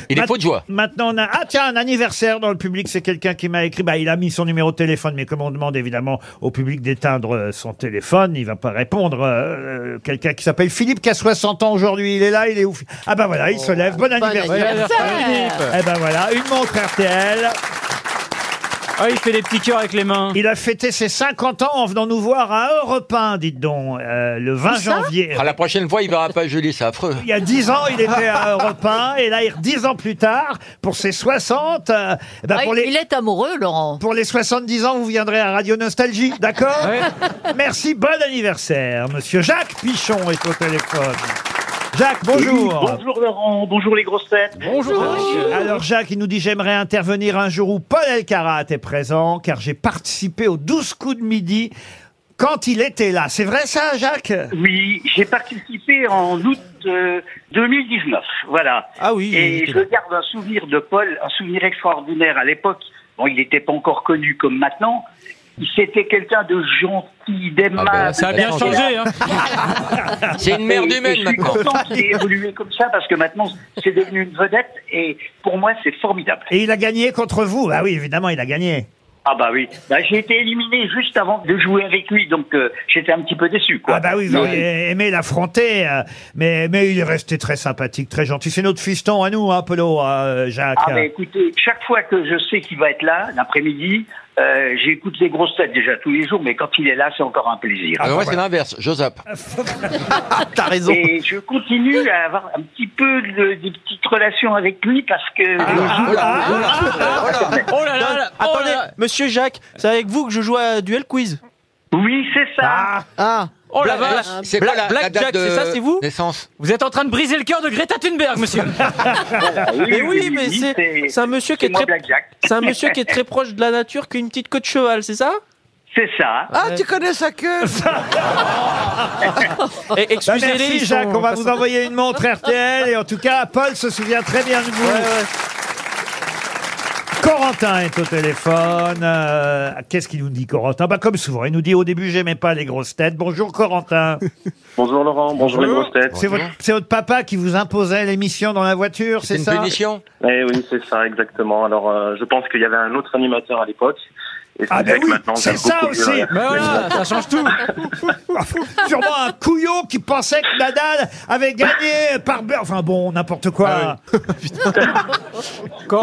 S2: Il est faux de joie. Maintenant, on a. Ah, tiens, un anniversaire dans le public. C'est quelqu'un qui m'a écrit. Bah, il a mis son numéro de téléphone, mais comme on demande évidemment au public d'éteindre euh, son téléphone, il va pas répondre. euh, euh, quelqu'un qui s'appelle Philippe, qui a 60 ans aujourd'hui. Il est là, il est ouf. Ah, bah voilà, il se lève. Bon, anniversaire.
S9: anniversaire.
S2: Eh ben voilà, une montre RTL. Ah, il fait des petits cœurs avec les mains. Il a fêté ses 50 ans en venant nous voir à Europe 1, dites donc, euh, le 20 janvier.
S5: Ah, la prochaine fois, il verra pas Julie, c'est affreux.
S2: Il y a 10 ans, il était à Europe 1, et là, il- 10 ans plus tard, pour ses 60, euh, ben,
S14: Ah,
S2: pour les...
S14: Il est amoureux, Laurent.
S2: Pour les 70 ans, vous viendrez à Radio Nostalgie, d'accord *laughs* Merci, bon anniversaire. Monsieur Jacques Pichon est au téléphone. Jacques, bonjour. Euh,
S4: Bonjour Laurent, bonjour les grosses têtes.
S2: Alors Jacques, il nous dit j'aimerais intervenir un jour où Paul Elkarat est présent, car j'ai participé aux 12 coups de midi quand il était là. C'est vrai ça, Jacques
S4: Oui, j'ai participé en août euh, 2019, voilà.
S2: Ah oui,
S4: Et
S2: j'étais
S4: je
S2: là.
S4: garde un souvenir de Paul, un souvenir extraordinaire à l'époque. Bon, il n'était pas encore connu comme maintenant. C'était quelqu'un de gentil, d'aimable.
S9: Ah ben,
S10: bah,
S9: ça a bien changé, hein. *laughs*
S10: hein.
S9: C'est une merde
S4: Et- et
S9: humaine, maintenant.
S4: Je suis *laughs* content qu'il ait évolué comme ça parce que maintenant c'est devenu une vedette et pour moi c'est formidable.
S2: Et il a gagné contre vous. Ah oui, évidemment, il a gagné.
S4: Ah bah oui, Bah, j'ai été éliminé juste avant de jouer avec lui, donc euh, j'étais un petit peu déçu. Quoi.
S2: Ah bah oui, vous auriez aimé l'affronter, euh, mais, mais il est resté très sympathique, très gentil. C'est notre fiston à nous, hein, Polo, hein, Jacques.
S4: Ah bah écoutez, chaque fois que je sais qu'il va être là, l'après-midi, euh, j'écoute les grosses têtes déjà tous les jours, mais quand il est là, c'est encore un plaisir.
S9: Ah, ben,
S5: Alors, Ah, moi, c'est l'inverse. Joseph.
S2: Ah,
S5: T'as raison.
S4: Et je continue à avoir un petit peu de, des petites relations avec lui parce que...
S8: Ah, Oh là là, Attendez, monsieur Jacques, c'est avec vous que je joue à Duel Quiz
S4: Oui, c'est ça
S8: Ah
S9: Oh la vache
S8: C'est quoi la,
S9: Black Jack, c'est ça, c'est vous
S5: Naissance.
S9: Vous êtes en train de briser le cœur de Greta Thunberg, monsieur. Ah
S8: mais oui, mais c'est c'est un monsieur qui est
S4: moi,
S8: très
S4: Black Jack.
S8: c'est un monsieur qui est très proche de la nature qu'une petite queue de cheval, c'est ça
S4: C'est ça.
S10: Ah, tu connais sa *laughs* queue
S8: Et
S2: Bah,
S8: excusez-les, ils
S2: merci
S8: sont
S2: Jacques, on va
S8: pas
S2: vous
S8: sympas.
S2: envoyer une montre RTL et en tout cas, Paul se souvient très bien de vous. Corentin est au téléphone. Euh, Qu'est-ce qu'il nous dit, Corentin bah, Comme souvent, il nous dit au début, j'aimais pas les grosses têtes. Bonjour, Corentin.
S13: Bonjour Laurent, bonjour, les grosses têtes.
S2: C'est votre, c'est votre papa qui vous imposait l'émission dans la voiture, c'est ça
S13: Eh oui, c'est ça, exactement. Alors, euh, je pense qu'il y avait un autre animateur à l'époque. Et
S2: Ah
S13: c'est
S2: ben
S13: vrai que
S2: oui,
S13: maintenant,
S2: c'est
S13: j'aime
S2: ça
S13: beaucoup euh,
S2: aussi.
S13: mieux.
S2: Mais voilà, ça change tout. *laughs* Sûrement un couillon qui pensait que Nadal avait gagné par... beurre. Enfin bon, n'importe quoi.
S8: Ah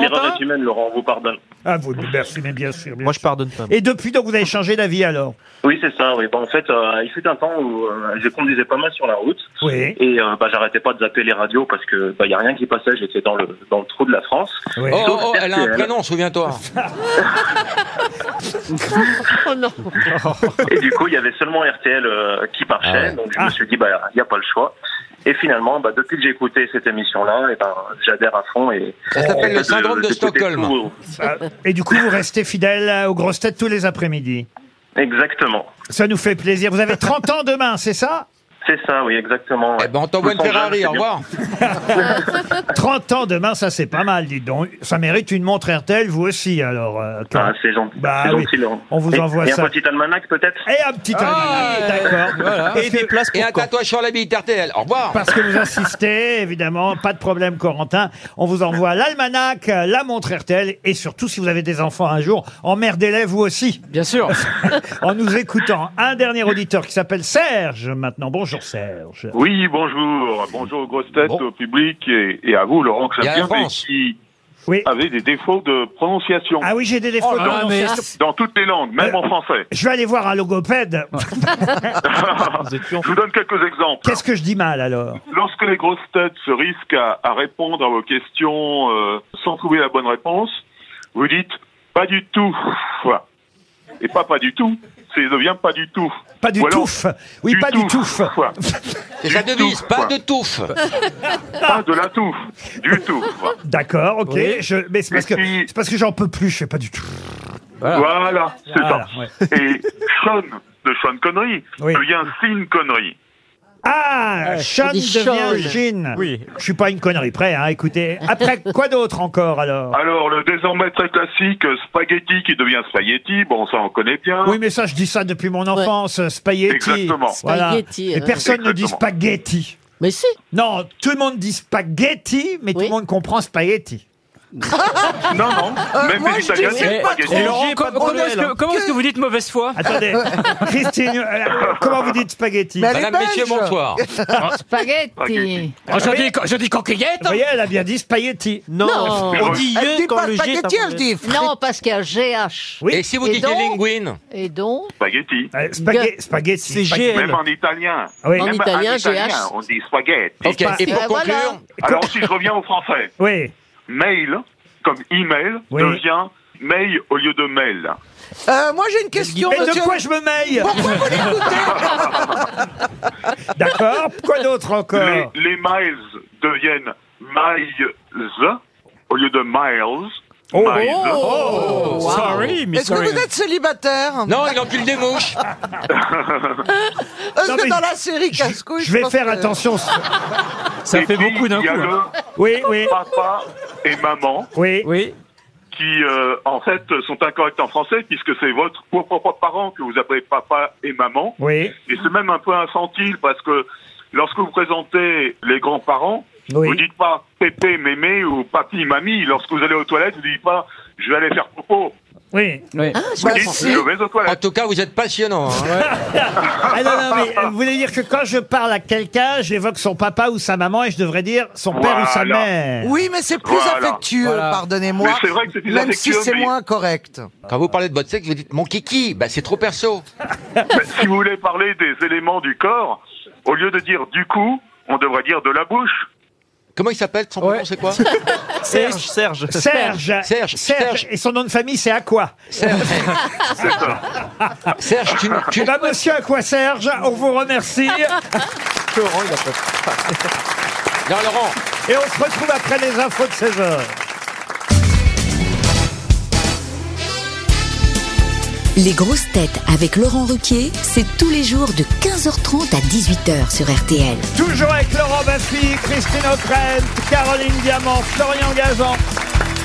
S13: L'erreur est humaine, Laurent, on vous pardonne.
S2: Ah, vous, merci, mais bien sûr.
S8: Moi, je pardonne pas.
S2: Et depuis, donc, vous avez changé d'avis alors
S13: Oui, c'est ça. Oui. Bah, en fait, euh, il fut un temps où euh, je conduisais pas mal sur la route.
S2: Oui.
S13: Et euh, bah, j'arrêtais pas de zapper les radios parce que bah, y a rien qui passait. J'étais dans le, dans le trou de la France.
S5: Oh,
S13: Sauf
S5: oh, oh, elle a un
S13: RTL.
S5: prénom, souviens-toi.
S15: *laughs* Oh non.
S13: Et du coup, il y avait seulement RTL euh, qui marchait.
S5: Ah ouais.
S13: Donc, je me suis dit, bah, il n'y a pas le choix. Et finalement, bah, depuis que j'ai écouté cette émission-là, et ben, j'adhère à fond. Et,
S2: Oh,
S5: Ça s'appelle
S13: et
S5: le syndrome de
S13: d'écouter
S5: Stockholm.
S13: tout.
S2: Ah, Et du coup, vous restez fidèle aux grosses têtes tous les après-midi.
S13: Exactement.
S2: Ça nous fait plaisir. Vous avez 30 ans demain, c'est ça
S13: C'est ça, oui, exactement. Eh ben, on
S5: t'envoie une Ferrari, au revoir.
S2: 30 ans demain, ça c'est pas mal, dis donc. Ça mérite une montre RTL, vous aussi, alors. euh, quand-
S13: Ah, c'est gentil.
S2: Bah
S13: c'est
S2: oui.
S13: gentil, Laurent.
S2: On vous
S13: Et-
S2: envoie
S13: et
S2: ça.
S13: un petit almanach, peut-être
S2: Et un petit almanach,
S5: *laughs*
S2: d'accord. Parce que-
S5: Ah, euh, Et un tatouage sur la bille d'RTL. Au revoir.
S2: Parce que vous insistez, évidemment, pas de problème, Corentin. On vous envoie l'almanach, la montre RTL, et surtout, si vous avez des enfants un jour, emmerdez-les vous aussi. Bien sûr. *laughs* en nous écoutant. Un dernier auditeur qui s'appelle Serge, maintenant. Bonjour Serge.
S12: Oui, bonjour. Bonjour aux grosses têtes, au public et, et à vous, Laurent
S2: Et à la
S12: Chabert,
S2: France.
S12: qui, avez des défauts de prononciation. Oh
S2: Ah oui, j'ai des défauts de
S12: dans,
S2: prononciation. Euh,
S12: Dans toutes les langues, même en
S2: *laughs*
S12: français.
S2: Je vais aller voir un logopède.
S12: Je vous donne quelques exemples.
S2: Qu'est-ce que je dis mal alors
S12: Lorsque les grosses têtes se risquent à, à répondre à vos questions euh, sans trouver la bonne réponse, vous dites pas du tout. *laughs* Et pas pas du tout, ça devient pas du tout.
S2: Pas du
S12: Ou alors,
S2: touffe. Oui, pas du touffe.
S12: C'est sa devise,
S2: pas de *laughs*
S12: touffe. Pas de la touffe, du tout.
S2: D'accord, ok.
S12: Oui.
S2: Je, mais c'est parce que, c'est parce que j'en peux plus, je fais pas du tout.
S12: Voilà, c'est
S2: Voilà,
S12: ça. Et Sean, de Sean Connery, devient Sean Connery.
S2: Ah,
S12: Ouais,
S2: Sean
S12: on dit Sean.
S2: devient Jean. Oui. Je suis pas une connerie près, hein, écoutez. *laughs* Après, quoi d'autre encore alors
S12: Alors, le désormais très classique euh, spaghetti qui devient spaghetti, bon, ça on connaît bien.
S2: Oui, mais ça, je dis ça depuis mon enfance, euh, spaghetti.
S12: Ah. Exactement.
S2: Voilà.
S12: Spaghetti,
S2: Et
S12: ouais.
S2: personne ne dit
S12: Exactement.
S2: spaghetti.
S3: Mais si.
S2: Non, tout le monde dit spaghetti, mais tout le monde comprend spaghetti.
S12: non, non,
S9: Euh,
S12: même
S2: Euh, moi,
S12: les
S2: je dis
S12: Italiens,
S2: c'est
S12: c'est
S2: pas
S12: spaghetti.
S2: trop. Laurent,
S9: Com-
S2: Pas de
S9: Comment est-ce
S2: Noël,
S9: que,
S2: hein.
S9: comment est-ce que vous dites mauvaise foi
S2: Attendez, Christine, euh, comment vous dites spaghetti
S9: Mais elle est Madame, belge. messieurs, bonsoir.
S6: Spaghetti.
S2: je Oh, dis coquillette. hein. Vous voyez, elle a bien dit spaghetti.
S6: Non, parce qu'il y a GH.
S2: Oui. Et si vous dites
S6: donc-
S2: linguine
S6: Et donc
S12: Spaghetti.
S2: spaghetti. Eh, Spaghetti. spaghetti.
S12: Même en italien.
S2: Oui. En
S12: Même
S2: italien, GH.
S12: On dit spaghetti.
S2: Ok, et pour Ah, voilà. conclure-
S12: Alors, si je reviens au français.
S2: Oui.
S12: Mail, comme email,
S2: Oui.
S12: devient mail au lieu de mail.
S4: Euh, moi j'ai une question.
S2: Mais de
S4: monsieur.
S2: quoi je me mêle
S4: Pourquoi vous l'écoutez
S2: D'accord. Quoi d'autre
S12: Les,
S2: encore
S12: les miles deviennent miles au lieu de miles.
S2: Oh.
S12: Miles.
S2: Oh.
S4: Wow. Est-ce que vous êtes célibataire
S12: encule des *laughs* mouches.
S4: Est-ce
S2: Non,
S4: que
S2: mais
S4: dans la série Casse-Couille.
S2: Je vais
S4: pense
S2: faire
S4: que- *laughs*
S2: attention.
S12: Ça fait beaucoup d'un coup.
S2: Oui, oui.
S12: Papa et maman.
S2: Oui.
S12: Oui. Qui, euh, en fait, sont incorrects en français puisque c'est votre propre parent que vous appelez papa et maman.
S2: Oui.
S12: Et c'est même un peu infantile parce que lorsque vous présentez les grands-parents,
S2: Oui.
S12: vous dites pas pépé, mémé ou papi, mamie. Lorsque vous allez aux toilettes, vous dites pas je vais aller faire popo.
S15: Ah,
S2: Oui.
S12: Vous
S2: Bah,
S12: dites Ah, je vais aux toilettes.
S5: En tout cas, vous êtes passionnant.
S2: *laughs*
S5: hein.
S2: Ah non, non, mais euh, vous voulez dire que quand je parle à quelqu'un, j'évoque son papa ou sa maman et je devrais dire son père ou sa
S12: Voilà.
S2: mère.
S4: Oui, mais c'est plus affectueux, pardonnez-moi.
S5: Mais c'est vrai que c'est plus
S4: Même si
S5: affectueux,
S4: c'est
S5: mais-
S4: moins correct.
S5: Quand vous parlez de votre sexe, vous dites mon kiki, bah, c'est trop perso.
S12: Ben, si vous voulez parler des éléments du corps, au lieu de dire du cou, on devrait dire de la bouche.
S5: Comment il s'appelle Son prénom, c'est
S2: *laughs*
S5: quoi
S8: Serge, Serge.
S2: Serge.
S5: Serge, Serge.
S2: Et son nom de famille, c'est à quoi
S5: Serge.
S2: *laughs*
S5: Serge, tu, tu-
S2: Bah, monsieur à quoi Serge On vous remercie.
S5: *laughs* Non, Laurent.
S2: Et on se retrouve après les infos de 16 heures.
S11: Les grosses têtes avec Laurent Ruquier, c'est tous les jours de 15h30 à 18h sur RTL.
S2: Toujours avec Laurent Baffy, Christine O'Krent, Caroline Diamant, Florian Gazan,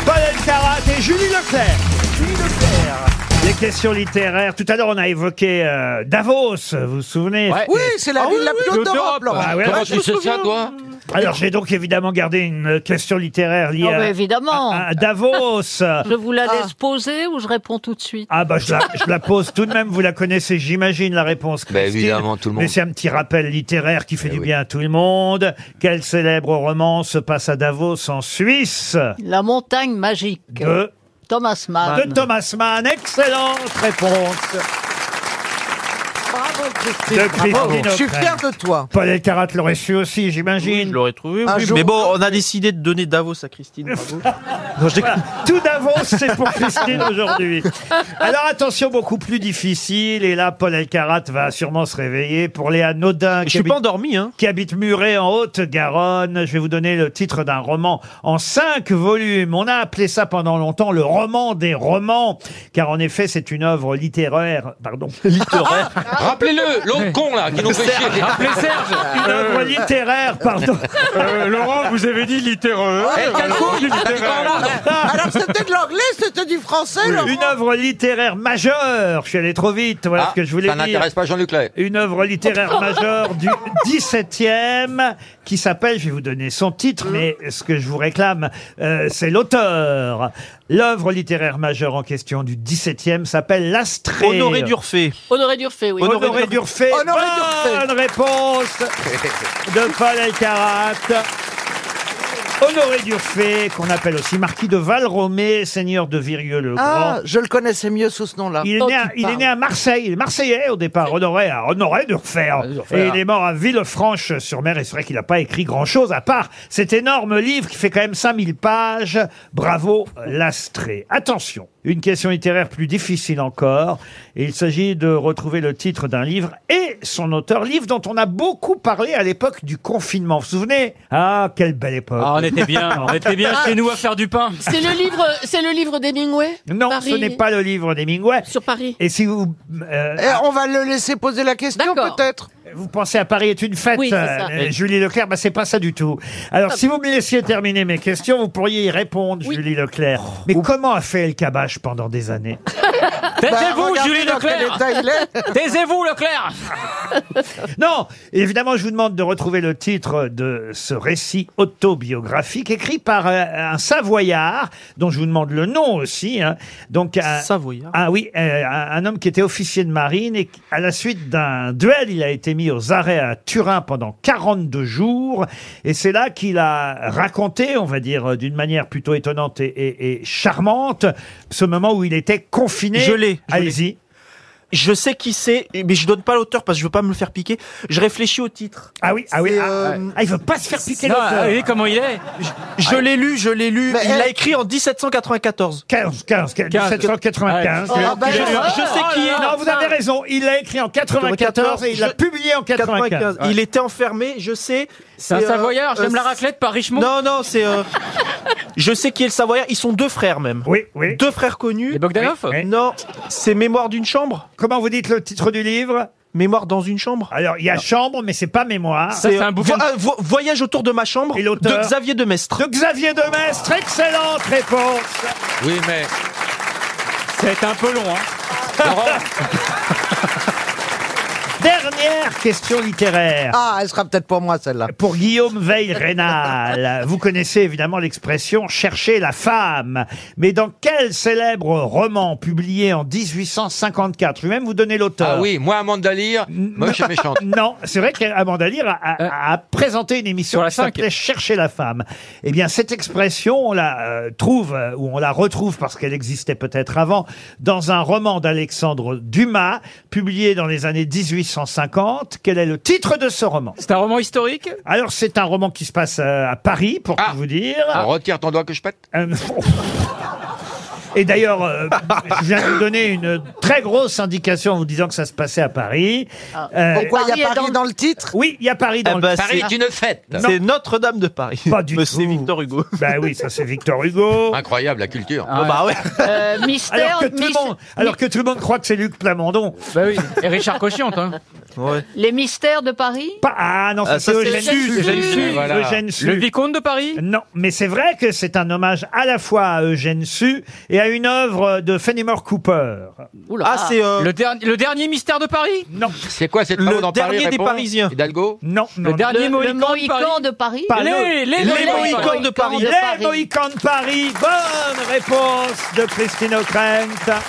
S2: Paul Elkarat et Julie Leclerc. Julie Leclerc. Les questions littéraires. Tout à l'heure, on a évoqué euh, Davos, vous vous souvenez
S4: Oui, c'est la ville la plus haute d'Europe, Laurent.
S2: Ah ouais,
S4: Ah,
S2: alors,
S4: je me souviens.
S2: Alors, j'ai donc évidemment gardé une question littéraire liée
S6: Non,
S2: à-
S6: mais Ah évidemment.
S2: à, à Davos.
S6: Je vous la laisse poser ou je réponds tout de suite
S2: Ah bah je la, je la pose tout de même, vous la connaissez, j'imagine la réponse. Christine.
S5: évidemment, Ben tout le monde. Ben
S2: Mais c'est un petit rappel littéraire qui fait du bien à tout le monde. Quel célèbre roman se passe à Davos en Suisse
S6: La montagne magique.
S2: De-
S6: Thomas Mann.
S2: De Thomas Mann, excellente réponse.
S4: Bravo, Christine.
S2: De
S4: Bravo.
S2: Christine
S4: Je suis
S2: O'Krent.
S4: fier de toi.
S2: Paul Elkarat l'aurait su aussi, j'imagine.
S8: Je l'aurais trouvé,
S2: Un
S8: oui.
S2: jour-
S8: Mais bon, on a décidé de donner Davos à Christine.
S2: *laughs*
S8: bravo. Non, je déconne.
S2: Tout d'avance, c'est pour Christine aujourd'hui. Alors attention, beaucoup plus difficile. Et là, Paul Elkarat va sûrement se réveiller pour Léa Nodin. Je
S8: suis pas endormi, hein.
S2: Qui habite Muret en Haute-Garonne. Je vais vous donner le titre d'un roman en cinq volumes. On a appelé ça pendant longtemps le roman des romans, car en effet, c'est une œuvre littéraire. Pardon. Littéraire.
S5: Rappelez-le, l'autre con là, qui nous fait chier.
S2: Une œuvre littéraire, pardon.
S4: Euh,
S2: Euh,
S16: Laurent, vous avez dit littéreux.
S9: Eh,
S10: Ah, bah,
S4: Alors c'était de l'anglais, c'était du français, Laurent.
S2: Une œuvre littéraire majeure. Je suis allé trop vite. Voilà
S5: Ah,
S2: ce que je voulais
S5: ça
S2: dire.
S5: n'intéresse pas Jean-Luc Lay.
S2: Une œuvre littéraire majeure
S5: *laughs*
S2: du 17e qui s'appelle, je vais vous donner son
S5: Mmh.
S2: titre, mais ce que je vous réclame, euh, c'est l'auteur. L'œuvre littéraire majeure en question du 17e s'appelle L'Astrée.
S8: Honoré d'Urfé.
S3: Honoré d'Urfé, oui.
S2: Honoré, Ah. Durfé. *laughs* Bonne réponse de Paul Elkarat. Honoré Durfé, qu'on appelle aussi marquis de Valromé, seigneur de Virieux-le-Grand.
S4: Ah, je le connaissais mieux sous ce nom-là.
S2: Il est, né à, il est né à Marseille, il est marseillais au départ, euh, honoré, à honoré de refaire. Et il est mort à Villefranche-sur-Mer, et c'est vrai qu'il n'a pas écrit grand-chose, à part cet énorme livre qui fait quand même 5000 pages, Bravo Lastré. Attention, une question littéraire plus difficile encore, et il s'agit de retrouver le titre d'un livre et son auteur, livre dont on a beaucoup parlé à l'époque du confinement. Vous vous souvenez Ah, quelle belle époque
S9: Ah, on était bien, on
S2: *laughs*
S9: était bien chez nous à faire du pain.
S3: C'est le livre, c'est le livre d'Hemingway
S2: Non,
S3: Paris.
S2: ce n'est pas le livre d'Hemingway. Sur
S3: Paris.
S2: Et si vous... euh,
S4: Eh, on va le laisser poser la question peut-être.
S2: Vous pensez à Paris est une fête,
S4: Oui, c'est ça. *laughs*
S2: euh, Julie Leclerc, bah, c'est pas ça du tout. Alors, si vous me laissiez terminer mes questions, vous pourriez y répondre, Julie Leclerc. Mais comment a fait El Kabash pendant des années
S7: Taisez-vous,
S4: regardez
S7: Julie
S4: dans quel
S7: Leclerc
S4: état
S2: *laughs*
S4: il
S7: Taisez-vous, Leclerc
S2: Non, évidemment, je vous demande de retrouver le titre de ce récit autobiographique écrit par euh, un Savoyard, dont je vous demande le nom aussi. hein. Donc, un, Savoyard. Ah oui, euh, un, un homme qui était officier de marine et qui, à la suite d'un duel, il a été mis aux arrêts à Turin pendant 42 jours. Et c'est là qu'il a raconté, on va dire, euh, d'une manière plutôt étonnante et, et- et charmante, ce moment où il était confiné.
S8: Je l'ai, je l'ai.
S2: Allez-y.
S8: Je sais qui c'est, mais je donne pas l'auteur parce que je veux pas me le faire piquer. Je réfléchis au titre.
S2: Ah oui, ah oui,
S8: C'est,
S2: ah,
S8: euh,
S2: ah, il veut pas se faire piquer
S8: Non,
S2: l'auteur.
S8: ah oui, comment il est Je, je l'ai lu, je l'ai lu.
S2: Mais
S8: il
S2: elle-
S8: l'a écrit en 1794.
S2: 15, 15, 1795.
S8: Ah, bah, je, je sais qui est.
S2: Non, vous avez raison. Il l'a écrit en 94 et il l'a
S8: Je-
S2: publié en 95.
S8: Il était enfermé, je sais.
S9: C'est un Savoyard, j'aime la raclette
S8: par Richemont. euh, Non, non, c'est.
S9: *laughs*
S8: euh, je sais qui est le Savoyard. Ils sont deux frères même.
S2: Oui, oui.
S8: Deux frères connus. Les
S9: Bogdanov Oui, oui.
S8: Non, c'est Mémoire d'une chambre.
S2: Comment vous dites le titre du livre
S8: Mémoire dans une chambre.
S2: Alors, il y a chambre, mais c'est pas mémoire.
S8: Ça, c'est un bouquin. Voyage autour de ma chambre.
S2: Et l'auteur
S8: de Xavier Demestre.
S2: De Xavier Demestre, excellente réponse.
S9: Oui, mais. C'est un peu long, hein.
S2: Dernière question littéraire.
S4: Ah, elle sera peut-être pour moi celle-là.
S2: Pour Guillaume Veil Rénal, vous connaissez évidemment l'expression chercher la femme. Mais dans quel célèbre roman publié en 1854 Je vais même vous donner l'auteur.
S5: Ah oui, moi, Amanda Lear, moche
S2: *laughs*
S5: et méchante.
S2: Non, c'est vrai qu'Amanda Lear a, a-
S9: Euh.
S2: a présenté une émission qui s'appelait Chercher la femme. Eh bien, cette expression, on la euh, trouve, euh, ou on la retrouve parce qu'elle existait peut-être avant, dans un roman d'Alexandre Dumas, publié dans les années 1850. Quel est le titre de ce roman
S9: C'est un roman historique Ah.
S2: Alors, c'est un roman qui se passe euh, à Paris, pour tout vous dire.
S5: On retire ton doigt que je pète
S2: Euh, *laughs* Et d'ailleurs, euh, je viens de vous donner une très grosse indication en vous disant que ça se passait à Paris. Euh,
S4: Ah. Pourquoi il y a Paris dans le titre
S2: Oui, il y a Paris dans
S8: Eh
S2: le
S8: ben,
S2: titre.
S8: c'est- Paris est une
S5: fête.
S8: C'est Notre-Dame de Paris.
S2: Pas du
S8: Mais
S2: tout.
S8: C'est Victor Hugo.
S2: Bah oui, ça c'est Victor Hugo.
S5: Incroyable, la culture.
S8: Ah bah ouais.
S6: Euh, mystère,
S2: Alors que, tout le
S6: mys-
S2: monde, alors que tout le monde croit que c'est Luc Plamondon.
S9: Bah oui, et Richard Cochian, hein.
S6: les mystères de Paris
S2: Pas- ah non,
S9: Ah,
S2: c'est
S9: ça,
S2: Eugène
S9: c'est Su,
S2: Sue.
S9: Eugène Su,
S2: Eugène
S9: voilà.
S2: Sue.
S9: Le vicomte de Paris
S2: Non, mais c'est vrai que c'est un hommage à la fois à Eugène Sue et à une œuvre de Fenimore Cooper.
S8: Ah, c'est. euh,
S9: le, dernier- le dernier mystère de Paris
S2: Non,
S5: C'est quoi cette
S8: Le
S5: parole dans Paris
S8: dernier des
S5: répond
S8: Parisiens.
S5: Hidalgo
S2: non, non.
S9: Le
S6: le,
S9: dernier
S6: le
S9: Mohican de
S6: Mohican
S9: Paris
S6: de Paris
S2: Pas
S9: Les, les, les,
S8: Les Mohicans de Paris.
S6: de
S2: Les
S6: Paris.
S2: Mohicans de Paris. Bonne réponse de Christine O'Krent.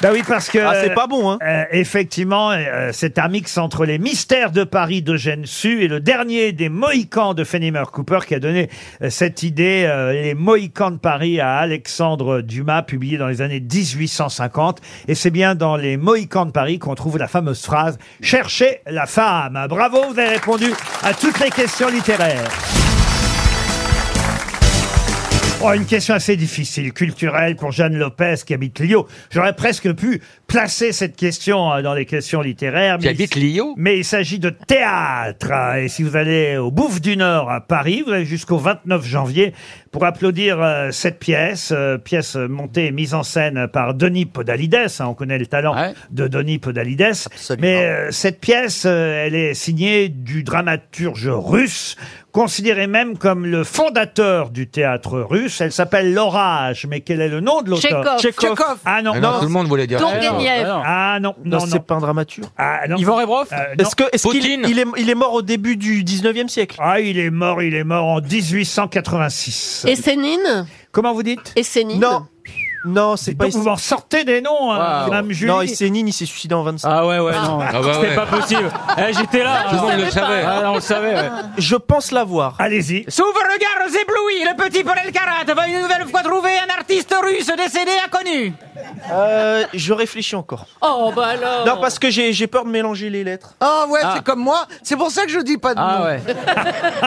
S2: Ben oui, parce que...
S8: Ah, c'est pas bon, hein.
S2: Euh, effectivement, euh, c'est un mix entre les mystères de Paris de Su et le dernier des Mohicans de Fenimore Cooper qui a donné euh, cette idée, euh, les Mohicans de Paris à Alexandre Dumas, publié dans les années 1850. Et c'est bien dans les Mohicans de Paris qu'on trouve la fameuse phrase « Cherchez la femme ». Bravo, vous avez répondu à toutes les questions littéraires. Oh, une question assez difficile, culturelle, pour Jeanne Lopez qui habite Lyon. J'aurais presque pu placer cette question euh, dans les questions littéraires.
S5: Qui
S2: mais-
S5: habite Lyon
S2: mais il s'agit de théâtre. hein. Et si vous allez au Bouffe du Nord à Paris, vous avez jusqu'au 29 janvier pour applaudir euh, cette pièce, euh, pièce montée et mise en scène par Denis Podalides. hein. on connaît le talent
S9: Ouais.
S2: de Denis Podalides. Mais euh, cette pièce, euh, elle est signée du dramaturge russe, considéré même comme le fondateur du théâtre russe. Elle s'appelle L'Orage. Mais quel est le nom de l'auteur
S6: Tchekhov.
S8: Tchekhov.
S2: Ah non,
S5: Ah non,
S2: non.
S5: tout le monde voulait dire.
S6: Donc-
S5: ça.
S6: Turgenev.
S9: Ah non, ah
S2: Ah non, non,
S8: Non, c'est
S2: non.
S8: pas un dramaturge.
S2: Ah, non.
S9: non. Yvan Rebrov
S2: Euh, non.
S8: Est-ce que est-ce qu'il
S5: Poutine.
S8: il est, il est mort au début du 19e siècle
S2: Ah, il est mort, il est mort en 1886.
S3: Essénine
S2: Comment vous dites
S3: Essénine
S8: Non. Non, c'est pas.
S2: vous en sortez des noms, hein,
S8: Waouh.
S2: Madame Julie.
S8: Non, Essénine, il s'est suicidé en 25.
S9: Ah ouais, ouais, non.
S8: Ah bah
S9: C'était
S8: ouais.
S9: pas possible. Eh, J'étais là.
S8: Tout le monde le savait.
S9: Ah, non, on le savait, ouais.
S8: Je pense l'avoir.
S2: Allez-y.
S7: Sous vos regards éblouis, le petit Paul Karat va une nouvelle fois trouver un artiste russe décédé inconnu.
S8: Euh, je réfléchis encore.
S7: Oh, bah alors.
S8: Non, parce que j'ai j'ai peur de mélanger les lettres.
S4: Ah ouais,
S8: Ah.
S4: c'est comme moi. C'est pour ça que je dis pas de
S8: Ah
S4: nom.
S8: ouais. *laughs*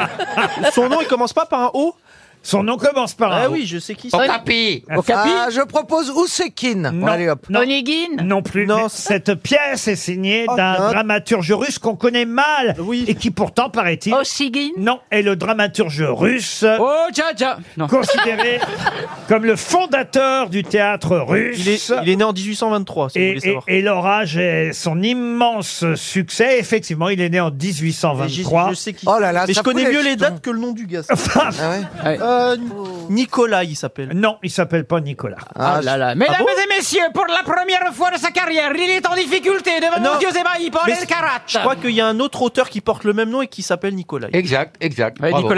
S8: Son nom, il commence pas par un O
S2: Son nom commence par un
S8: Ah
S2: O.
S8: oui, je sais qui
S5: Okapi.
S4: Ah, je propose Oussekine.
S2: Non,
S4: Allez hop.
S2: non, non plus. mais Cette pièce est signée
S4: Oh,
S2: d'un dramaturge russe qu'on connaît mal et qui pourtant, paraît-il... Oshigin Non, est le dramaturge russe
S7: Oh, tja, tja.
S2: considéré
S10: *laughs*
S2: comme le fondateur du théâtre russe.
S8: Il est, il est né en 1823, si vous
S2: Et,
S8: voulez
S2: et,
S8: savoir.
S2: et l'orage est son immense succès. Effectivement, il est né en 1823.
S8: Je sais qui. Oh
S4: là là,
S8: Mais
S4: ça
S8: je connais
S4: fout les
S8: mieux les
S4: jetons.
S8: dates que le nom du gars.
S4: Ah
S2: *laughs* Ouais.
S8: Euh, Nicolas, il s'appelle.
S2: Non, il s'appelle pas Nicolas.
S8: Ah, là là.
S7: Mesdames et messieurs, pour la première fois de sa carrière, il est en difficulté devant nos yeux ébahis, Paul
S8: Ah mais
S7: Elkarat.
S8: Je crois qu'il y a un autre auteur qui porte le même nom et qui s'appelle Nicolas. Euh,
S5: Exact, exact. Bravo.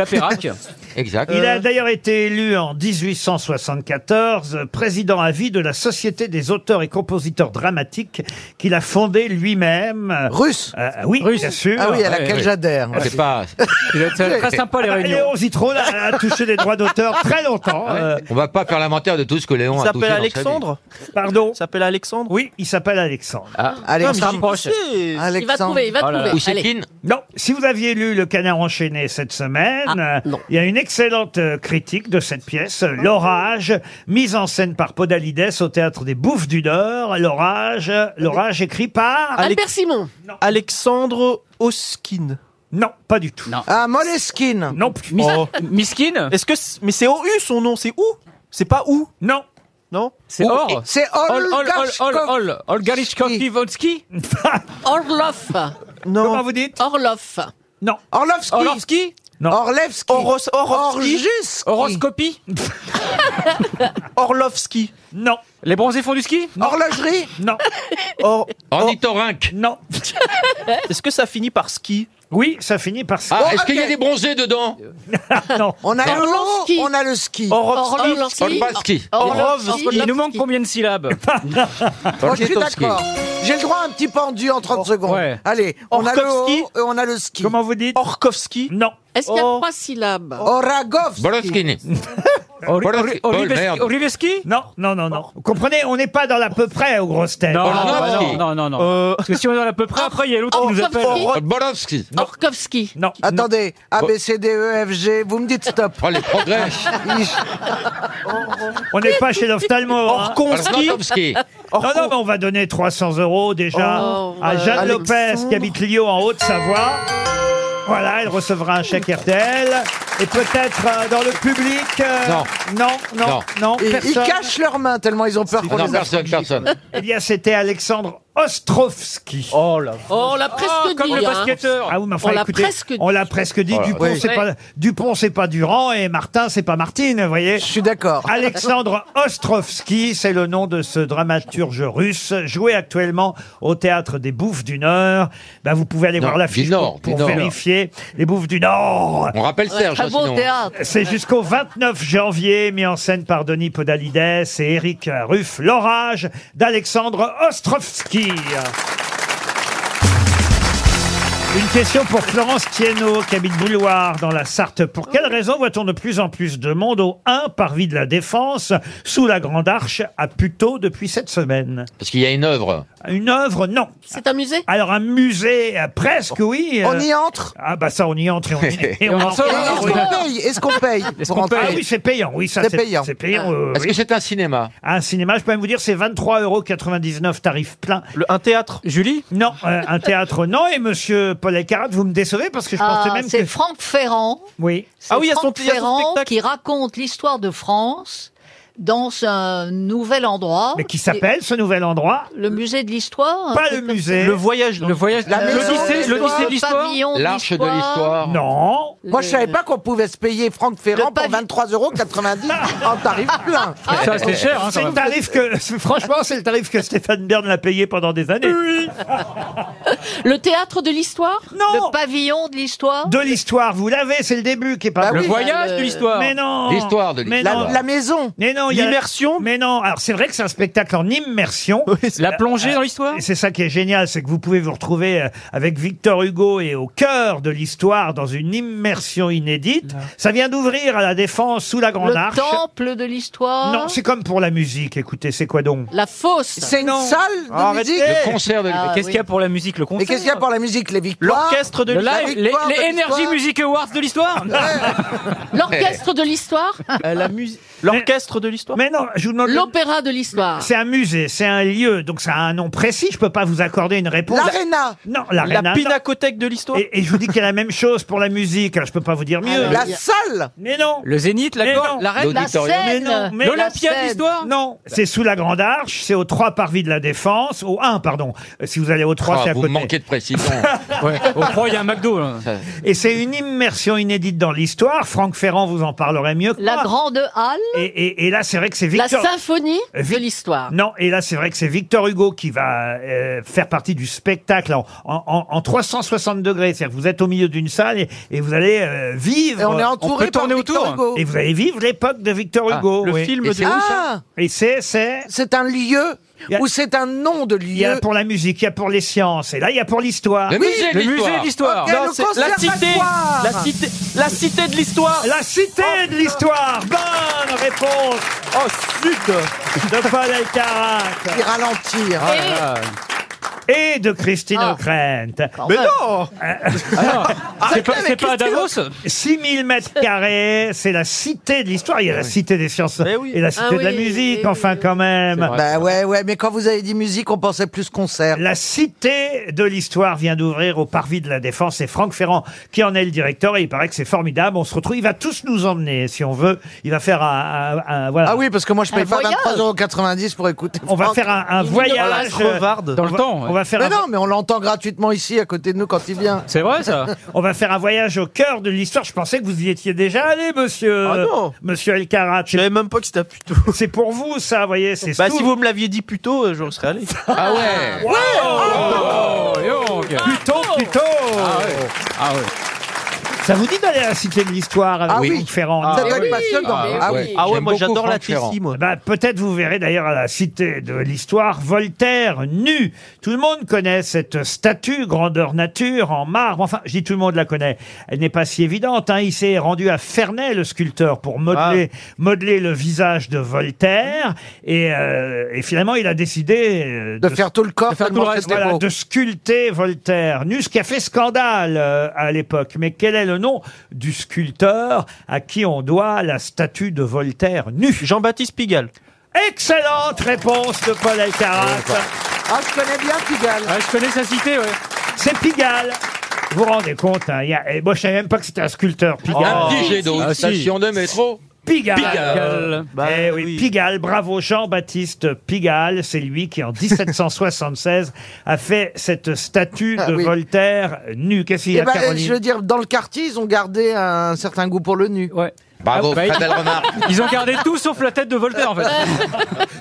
S8: *laughs*
S5: exact.
S2: Il a d'ailleurs été élu en 1874 euh, président à vie de la Société des auteurs et compositeurs dramatiques qu'il a fondée lui-même. Euh,
S4: Russe
S2: Oui, bien sûr.
S4: Ah oui, à laquelle j'adhère. ouais. *laughs*
S5: C'est pas.
S2: *laughs* Léon Zitrone a a touché les droits d'auteur très longtemps.
S9: Ah
S2: euh,
S5: On va pas faire l'inventaire de tout ce que Léon
S8: Il
S5: a touché.
S8: s'appelle
S5: dans sa vie.
S8: Alexandre
S2: Pardon
S8: Il s'appelle Alexandre
S2: Oui, il s'appelle Alexandre.
S3: Ah,
S8: Allez,
S5: on se rapproche.
S3: Il va trouver, il va trouver. Allez.
S2: Non, si vous aviez lu Le Canard enchaîné cette semaine,
S3: Ah,
S2: euh, il y a une excellente euh, critique de cette pièce, euh, L'orage, mise en scène par Podalides au théâtre des Bouffes du Nord. L'orage, euh, l'orage écrit par
S3: Albert Simon.
S8: Alexandre Oskin.
S2: Non, pas du tout.
S4: Ah, Moleskine.
S2: Non plus. Oh.
S7: Miskin
S8: Est-ce que c'est- mais c'est OU son nom, c'est où C'est pas où
S2: Non.
S8: Non
S7: C'est Or.
S4: Oh, C'est
S7: Ol, Ol,
S3: *laughs*
S7: Ivonsky
S3: Orloff.
S8: Non.
S2: Comment vous dites
S3: Orloff.
S2: Non.
S4: Orlovski.
S7: Orlovski
S2: Non.
S4: Orlevski.
S8: Oros- Orosky.
S4: Orjuski.
S7: Horoscopie
S4: *laughs*
S8: Orlovski.
S2: Non.
S7: Les bronzés font du ski
S4: Horlogerie. Oh,
S2: Non.
S8: Or-
S5: Ornithorynque.
S4: *laughs*
S2: Non.
S8: Est-ce que ça finit par ski
S2: Oui, ça finit par ça.
S5: Ah, est-ce qu'il y a des
S4: *laughs*
S5: bronzés dedans
S2: non.
S4: On a le haut,
S3: Orlovski.
S4: on a le ski.
S3: Orlovski.
S5: Orlovski.
S3: Orlovski.
S7: Il nous manque combien de
S2: *laughs*
S7: syllabes
S4: Moi, je suis
S5: Ornithorynque.
S4: d'accord. J'ai le droit à un petit pendu en 30 secondes.
S7: ouais.
S4: Allez, on a le haut
S8: Orkovski.
S4: et on a le ski.
S2: Oh, Comment vous dites
S8: Orkovski.
S2: Non.
S3: Est-ce qu'il y a
S8: Oh.
S3: trois syllabes
S4: Oragovski.
S5: Borowskini. Borowski- Oh, merde.
S7: Oriveski
S2: Non, non, non, non. Vous comprenez, on n'est pas dans l'à peu près aux grosses têtes.
S7: non,
S2: Oh,
S5: Orlovski.
S7: non, bah non, non, non, non.
S8: Euh,
S7: Parce que si on est à peu près, après, il y a l'autre qui nous appelle.
S3: Orlovski.
S5: Borowski.
S3: Orkovski.
S2: Non.
S4: Attendez, A, B, C, D, E, F, G, vous me dites stop.
S5: Oh, les progrès.
S2: On n'est pas chez l'ophtalmo. hein.
S8: Orkonski.
S5: Orlovski.
S2: Non, non, mais on va donner 300 euros déjà
S3: Oh,
S2: à Jeanne
S4: Alexandre.
S2: Lopez qui habite Lyon en Haute-Savoie. Voilà, elle recevra un chèque RTL. Et peut-être euh, dans le public. euh,
S5: Non.
S2: Non, non, non,
S5: Non.
S4: Et Ils
S2: personne.
S4: cachent leurs mains tellement ils ont peur
S5: Ah
S4: qu'on
S5: non,
S4: les a.
S5: personne, personne.
S2: Eh bien, c'était Alexandre Ostrovski.
S8: Oh là.
S3: Oh, on l'a presque
S7: Oh,
S3: dit.
S7: comme le
S3: hein.
S7: basketteur.
S2: Ah oui, mais enfin,
S3: On l'a
S2: écoutez,
S3: presque dit.
S2: on l'a presque dit.
S5: Voilà.
S2: Dupont,
S5: Oui.
S2: c'est
S3: Ouais.
S2: pas Dupont, c'est pas Durand et Martin, c'est pas Martine, vous voyez.
S4: Je suis d'accord.
S5: *laughs*
S2: Alexandre Ostrovski, c'est le nom de ce dramaturge russe, joué actuellement au théâtre des Bouffes du Nord. Ben, vous pouvez aller
S5: Non,
S2: voir la fiche
S5: du Nord,
S2: pour,
S5: du
S2: pour
S5: Nord.
S2: vérifier. Les Bouffes du Nord.
S5: On rappelle Serge,
S6: Très
S5: hein,
S6: beau
S5: sinon.
S6: théâtre.
S2: C'est jusqu'au 29 janvier, mis en scène par Denis Podalides et Eric Ruff, L'orage d'Alexandre Ostrovski. Une question pour Florence Thiénot, qui habite Bouloir, dans la Sarthe. Pour quelle raison voit-on de plus en plus de monde au 1 parvis de la Défense, sous la Grande Arche, à Puteaux, depuis cette semaine
S5: Parce qu'il y a une œuvre.
S2: Une œuvre, non.
S3: C'est un musée
S2: Alors un musée, euh, presque, oui. euh,
S4: On y entre
S2: Ah bah ça, on y entre et on, *laughs* y- et on en
S4: Et
S2: sort,
S4: Est-ce
S2: oui.
S4: qu'on paye Est-ce qu'on
S2: *laughs*
S4: paye pour
S2: Ah
S4: entrer
S2: oui, c'est payant, oui, ça
S4: C'est
S2: c'est
S4: payant. Ah.
S2: C'est payant. euh,
S5: Est-ce
S2: oui.
S5: que c'est un cinéma
S2: Un cinéma, je peux même vous dire, c'est 23,99€ tarif plein.
S8: Le- un théâtre.
S7: Julie
S2: Non, euh, un théâtre, non. Et monsieur Paul Elkarat, vous me décevez parce que je
S6: Ah,
S2: pensais même
S6: c'est
S2: que.
S6: Franck Ferrand.
S2: Oui.
S6: C'est
S8: Ah oui, il y a son-
S6: Franck
S8: il y a son
S6: Ferrand
S8: spectacle.
S6: qui raconte l'histoire de France dans un nouvel endroit.
S2: Mais qui s'appelle ce nouvel endroit
S6: Le musée de l'histoire. un
S2: Pas
S6: truc
S2: le
S6: comme
S2: musée.
S8: Le voyage.
S7: Le voyage,
S4: La maison
S6: ça.
S4: de
S7: l'Odyssée,
S4: l'histoire,
S7: l'Odyssée de
S6: Le
S7: l'histoire
S6: pavillon
S5: L'arche de l'histoire.
S2: Non.
S4: Moi, je savais pas qu'on pouvait se payer Franck Ferrand
S2: Le
S4: pour 23,90 euros
S2: *laughs*
S4: en tarif plein.
S8: Ah,
S2: Ah,
S8: hein,
S2: C'est hein, le tarif que, *laughs* franchement, c'est le tarif que Stéphane Bern l'a payé pendant des années.
S3: Le théâtre de l'histoire
S2: Non
S6: Le pavillon de
S4: Oh,
S6: l'histoire
S2: De l'histoire, vous l'avez, c'est le début qui est pas
S6: Bah
S2: bon.
S6: oui. Le voyage de l'histoire.
S2: Mais non.
S5: L'histoire de
S2: Mais
S5: l'histoire.
S2: non.
S5: La- la
S4: maison.
S2: Mais non. L'immersion. Mais non. Alors c'est vrai que c'est un spectacle en immersion.
S9: la plongée dans
S2: l'histoire. C'est ça qui est génial, c'est que vous pouvez vous retrouver euh, avec Victor Hugo et au cœur de l'histoire dans une immersion inédite. Ça vient d'ouvrir à la Défense sous la Grande
S6: Le
S2: Arche.
S6: temple de l'histoire
S2: Non, c'est comme pour la musique. Écoutez, c'est quoi donc
S6: La fosse
S4: C'est une salle de
S2: Arrêtez.
S4: musique
S2: Le concert de- Ah,
S9: Qu'est-ce qu'il y a pour la musique Le
S4: Mais
S9: concert
S4: qu'est-ce qu'il y a pour la musique Les victoires
S9: L'orchestre de
S4: La
S9: l'histoire. Les,
S4: victoire de
S9: les Energy
S4: l'histoire
S9: Music Awards de l'histoire
S2: Ah,
S3: L'orchestre de
S2: *laughs*
S3: l'histoire
S2: Euh,
S4: Ah.
S2: L'orchestre de l'histoire Mais non, je vous demande.
S3: L'opéra de l'histoire
S2: C'est un musée, c'est un lieu, donc ça a un nom précis. Je peux pas vous accorder une réponse.
S4: L'Arena
S2: Non, l'aréna.
S9: La
S2: non.
S9: pinacothèque de l'histoire
S2: Et, et je vous dis qu'il y a la même chose pour la musique. hein, Je peux pas vous dire mieux.
S4: La salle
S2: Mais non.
S9: Le Zénith, la
S2: Mais
S9: Gorge,
S2: non.
S9: la Reine,
S2: L'auditorium. Mais non, mais-
S9: l'Olympia
S2: la
S9: de l'histoire
S2: Non. C'est sous la Grande Arche, c'est aux trois parvis de la Défense, au 1, pardon. Euh, Si vous allez au 3,
S5: Ah,
S2: c'est à
S5: vous
S2: côté. *laughs*
S5: manquez de précision.
S9: ouais. Au pro, il y a un McDo. là.
S2: Et c'est une immersion inédite dans l'histoire. Franck Ferrand vous en parlerait mieux que
S6: La
S2: moi.
S6: grande halle
S2: Et, et- et là, c'est vrai que c'est
S3: La
S2: Victor.
S3: symphonie
S2: Vic-
S3: de l'histoire
S2: Non, et là, c'est vrai que c'est Victor Hugo qui va euh, faire partie du spectacle en, en- en- en 360 degrés. C'est-à-dire que vous êtes au milieu d'une salle et, et vous allez euh, vivre.
S4: Et on est entouré On peut par tourner Victor autour. Hugo.
S2: Et vous allez vivre l'époque de Victor
S9: Ah,
S2: Hugo.
S9: le
S2: oui.
S9: film
S2: Et
S9: de
S2: c'est
S9: où,
S2: où, ça
S4: Ah
S2: Et c'est, c'est.
S4: C'est un lieu
S2: Il y a-
S4: ou c'est un nom de
S2: Il y a
S4: lieu
S2: pour la musique, il y a pour les sciences, et là, il y a pour l'histoire.
S5: Le musée de
S9: Le musée de l'histoire.
S4: Ok,
S9: Non,
S4: le
S9: c'est la cité.
S4: conservatoire.
S9: La cité. La cité de l'histoire.
S2: La cité
S4: Oh,
S2: de l'histoire Bonne réponse
S9: Oh, zut Ah
S2: de Paul Elkarat
S4: Il ralentir.
S2: et de Christine O'Krent.
S9: Mais Ah. non C'est pas, c'est pas à Davos
S2: 6000 mètres carrés, c'est la cité de l'histoire. Il y a la cité des sciences
S9: Eh oui.
S2: et la cité
S3: Ah
S2: de la
S3: oui,
S2: musique,
S3: oui,
S2: enfin quand même.
S4: Bah ouais, ouais, mais quand vous avez dit musique, on pensait plus concert.
S2: La cité de l'histoire vient d'ouvrir au parvis de la Défense. C'est Franck Ferrand qui en est le directeur et il paraît que c'est formidable. On se retrouve. Il va tous nous emmener si on veut. Il va faire un, un- un- voilà.
S4: Ah oui, parce que moi je paye
S6: Un
S4: pas
S6: voyage.
S4: 23,90€ pour écouter.
S2: On va
S4: Franck.
S2: faire un, un
S6: Il dit
S2: voyage.
S9: dans la crevarde.
S2: euh,
S9: Dans
S2: on
S9: le
S2: va-
S9: temps, ouais.
S2: On va faire
S4: Mais
S2: un,
S4: non, mais on l'entend gratuitement ici, à côté de nous, quand il vient.
S9: C'est vrai ça
S2: *laughs* on va faire un voyage au cœur de l'histoire. Je pensais que vous y étiez déjà allé, monsieur.
S8: Ah non.
S2: Monsieur Elkarat.
S8: Je savais même pas que c'était à Puto.
S2: C'est pour vous, ça, vous voyez. C'est
S8: Bah,
S2: tout-
S8: si vous me l'aviez dit plus tôt, euh, je serais
S2: *laughs*
S8: allé.
S5: Ah ouais
S9: Oh, yo, ok.
S2: Plutôt,
S5: Ah.
S2: plutôt.
S9: Ah ouais.
S2: Ça vous dit d'aller à la Cité de l'Histoire avec
S4: Ah oui.
S2: Franck Ferrand
S4: Ça
S2: non
S4: doit être
S3: oui.
S4: passionnant.
S5: Ah
S4: Ah
S5: ouais.
S4: oui.
S8: Ah ouais,
S5: J'aime
S8: moi
S5: beaucoup
S8: j'adore la
S5: Franck Ferrand.
S8: Tessie, moi.
S2: Bah, peut-être vous verrez d'ailleurs à la Cité de l'Histoire Voltaire nu. Tout le monde connaît cette statue grandeur nature en marbre. Enfin, je dis tout le monde la connaît. Elle n'est pas si évidente. hein. Il s'est rendu à Ferney, le sculpteur, pour modeler,
S5: Ah.
S2: modeler le visage de Voltaire. Et, euh, et finalement, il a décidé euh,
S4: De faire tout le corps,
S9: faire tout
S4: tellement
S9: le reste,
S4: c'était
S2: voilà,
S4: beau.
S2: de sculpter Voltaire nu, ce qui a fait scandale euh, à l'époque. Mais quel est le nom du sculpteur à qui on doit la statue de Voltaire nu
S8: Jean-Baptiste Pigalle.
S2: Excellente réponse de Paul Alcarat.
S4: Ah, je connais bien Pigalle.
S9: Ouais, Ah, je connais sa cité, ouais.
S2: C'est Pigalle. Vous vous rendez compte, hein, il y a- et moi je savais même pas que c'était un sculpteur, Pigalle.
S5: Un petit jet d'eau,
S9: Ah,
S5: une
S9: si.
S5: station de métro.
S2: Oh. Pigalle.
S9: Pigalle.
S8: Bah,
S2: Eh oui,
S8: oui.
S2: Pigalle, bravo Jean-Baptiste Pigalle, c'est lui qui en 1776 a fait cette statue
S4: Ah
S2: de
S4: oui.
S2: Voltaire nu. Qu'est-ce qu'il y
S4: Eh
S2: a,
S4: ben,
S2: Caroline
S4: je veux dire, dans le quartier, ils ont gardé un certain goût pour le nu.
S9: Ouais.
S5: Bravo,
S9: Ah, bah,
S5: très belle remarque.
S2: *laughs*
S9: Ils ont gardé tout sauf la tête de
S5: *laughs*
S9: Voltaire en fait.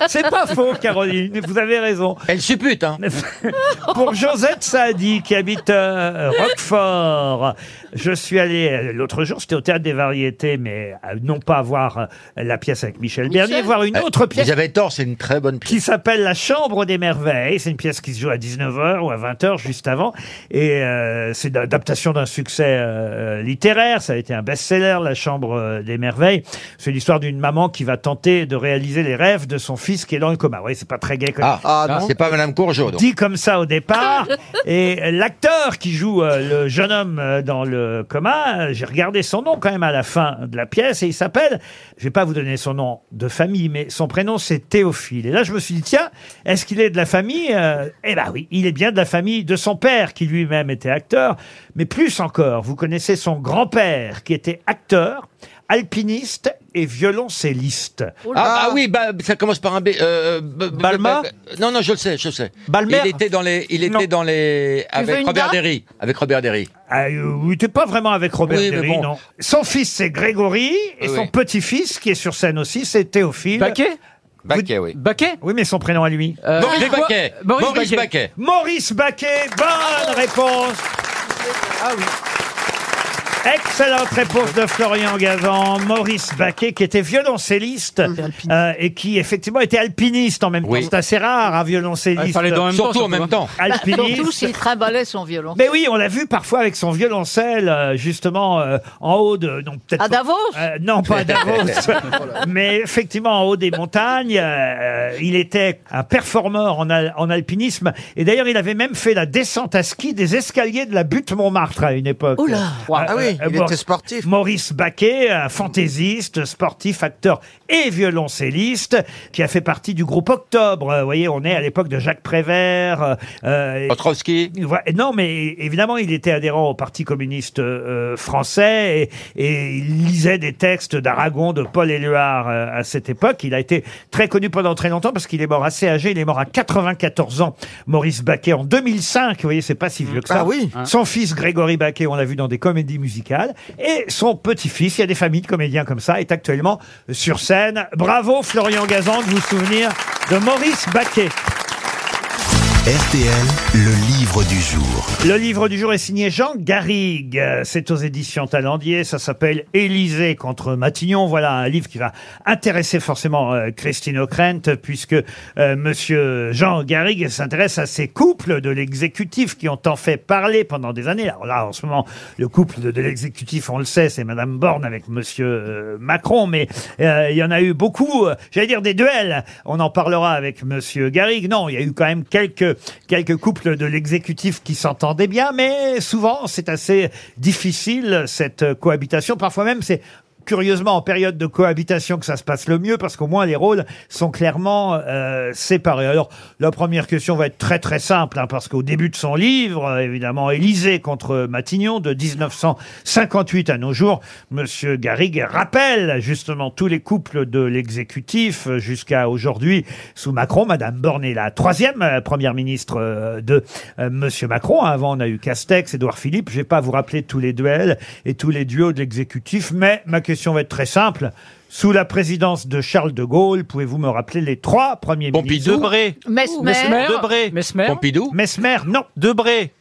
S2: C'est pas faux, Caroline. Vous avez raison.
S5: Elle suppute, hein.
S2: *laughs* Pour Josette Saadi, qui habite euh, Roquefort, je suis allé euh, l'autre jour, c'était au Théâtre des Variétés, mais euh, non pas voir euh, la pièce avec Michel,
S3: Michel
S2: Bernier, voir une
S5: Euh,
S2: autre pièce
S5: Vous avez tort, c'est une très bonne pièce.
S2: qui s'appelle La Chambre des Merveilles. C'est une pièce qui se joue à 19h ou à 20h juste avant. Et euh, c'est l'adaptation d'un succès euh, littéraire. Ça a été un best-seller, La Chambre euh, des Merveilles. C'est l'histoire d'une maman qui va tenter de réaliser les rêves de son fils qui est dans le coma. Oui, c'est pas très gai comme
S5: Ah,
S4: Ah, non.
S5: c'est pas Madame Courgeot, donc.
S2: dit comme ça au départ. Et l'acteur qui joue euh, le jeune homme euh, dans le coma, euh, j'ai regardé son nom quand même à la fin de la pièce et il s'appelle, je vais pas vous donner son nom de famille, mais son prénom c'est Théophile. Et là je me suis dit, tiens, est-ce qu'il est de la famille Euh, Eh ben oui, il est bien de la famille de son père qui lui-même était acteur. Mais plus encore, vous connaissez son grand-père qui était acteur alpiniste et violoncelliste.
S5: Ah, ah oui, bah, ça commence par un B. euh, b- b-
S2: Balma
S5: b- b- Non, non, je le sais, je le sais.
S2: Balmer
S5: Il était dans les, il était dans les,
S2: veux
S5: avec
S2: une
S5: Robert
S2: date
S5: Derry, avec Robert Derry.
S2: Ah, euh, oui, t'es pas vraiment avec Robert
S5: Oui, mais
S2: Derry,
S5: bon.
S2: non. Son fils, c'est Grégory, et
S5: Oui,
S2: son
S5: oui.
S2: petit-fils, qui est sur scène aussi, c'est Théophile.
S5: Baquet
S2: Baquet,
S5: oui.
S2: Baquet Oui, mais son prénom à lui.
S9: Euh,
S5: Maurice Grégoire- Baquet. Maurice Maurice Baquet. Baquet.
S2: Maurice Baquet, bonne réponse Ah oui Excellente réponse de Florian Gazan, Maurice Baquet, qui était violoncelliste
S9: Ah,
S2: euh, et qui effectivement était alpiniste en même temps. C'est assez rare, un violoncelliste.
S9: Ouais, Ah, il fallait dans le même Surtout temps, en surtout, même hein. temps.
S2: Alpiniste.
S6: Surtout s'il trimballait son violon.
S2: Mais oui, on l'a vu parfois avec son violoncelle, euh, justement, euh, en haut de... Non, peut-être
S6: À
S2: pas-
S6: Davos
S2: Euh, Non, pas à
S4: *laughs*
S2: Davos. mais effectivement, en haut des montagnes, euh, il était un performeur en, al- en alpinisme. Et d'ailleurs, il avait même fait la descente à ski des escaliers de la butte Montmartre à une époque. Euh,
S4: Oula Ah oui, il était
S2: sportif. Maurice Baquet, un fantaisiste, sportif, acteur et violoncelliste, qui a fait partie du groupe Octobre. Euh, Vous voyez, on est à l'époque de Jacques Prévert. euh, euh,
S5: Petrovski.
S2: Ouais, Non, mais évidemment, il était adhérent au Parti communiste euh, français et, et il lisait des textes d'Aragon, de Paul Éluard euh, à cette époque. Il a été très connu pendant très longtemps parce qu'il est mort assez âgé. Il est mort à 94 ans, Maurice Baquet, en 2005. Vous voyez, c'est pas si vieux que ça.
S4: Ah oui.
S2: Son fils, Grégory Baquet, on l'a vu dans des comédies musicales. Et son petit-fils, il y a des familles de comédiens comme ça, est actuellement sur scène. Bravo, Florian Gazan, de vous souvenir de Maurice Baquet.
S1: RTL, le livre du jour.
S2: Le livre du jour est signé Jean Garrigue. Euh, C'est aux éditions Talendier. Ça s'appelle Élysée contre Matignon. Voilà un livre qui va intéresser forcément euh, Christine O'Krent puisque euh, monsieur Jean Garrigue s'intéresse à ces couples de l'exécutif qui ont tant fait parler pendant des années. Alors là, en ce moment, le couple de, de l'exécutif, on le sait, c'est madame Borne avec monsieur euh, Macron, mais euh, il y en a eu beaucoup, euh, j'allais dire des duels. On en parlera avec monsieur Garrigue. Non, il y a eu quand même quelques quelques couples de l'exécutif qui s'entendaient bien, mais souvent c'est assez difficile cette euh, cohabitation. Parfois même c'est Curieusement, en période de cohabitation, que ça se passe le mieux, parce qu'au moins les rôles sont clairement euh, séparés. Alors, la première question va être très très simple, hein, parce qu'au début de son livre, euh, évidemment, Élysée contre Matignon, de 1958 à nos jours, Monsieur Garrigue rappelle justement tous les couples de l'exécutif euh, jusqu'à aujourd'hui sous Macron. Madame Borne est la troisième euh, première ministre euh, de euh, Monsieur Macron. Avant, on a eu Castex, Édouard Philippe. Je vais pas vous rappeler tous les duels et tous les duos de l'exécutif, mais ma question va être très simple. Sous la présidence de Charles de Gaulle, pouvez-vous me rappeler les trois premiers ministres
S8: Debré.
S6: Mesmer.
S8: Debré.
S7: Mesmer.
S5: Pompidou.
S2: Mesmer, non.
S8: Debré.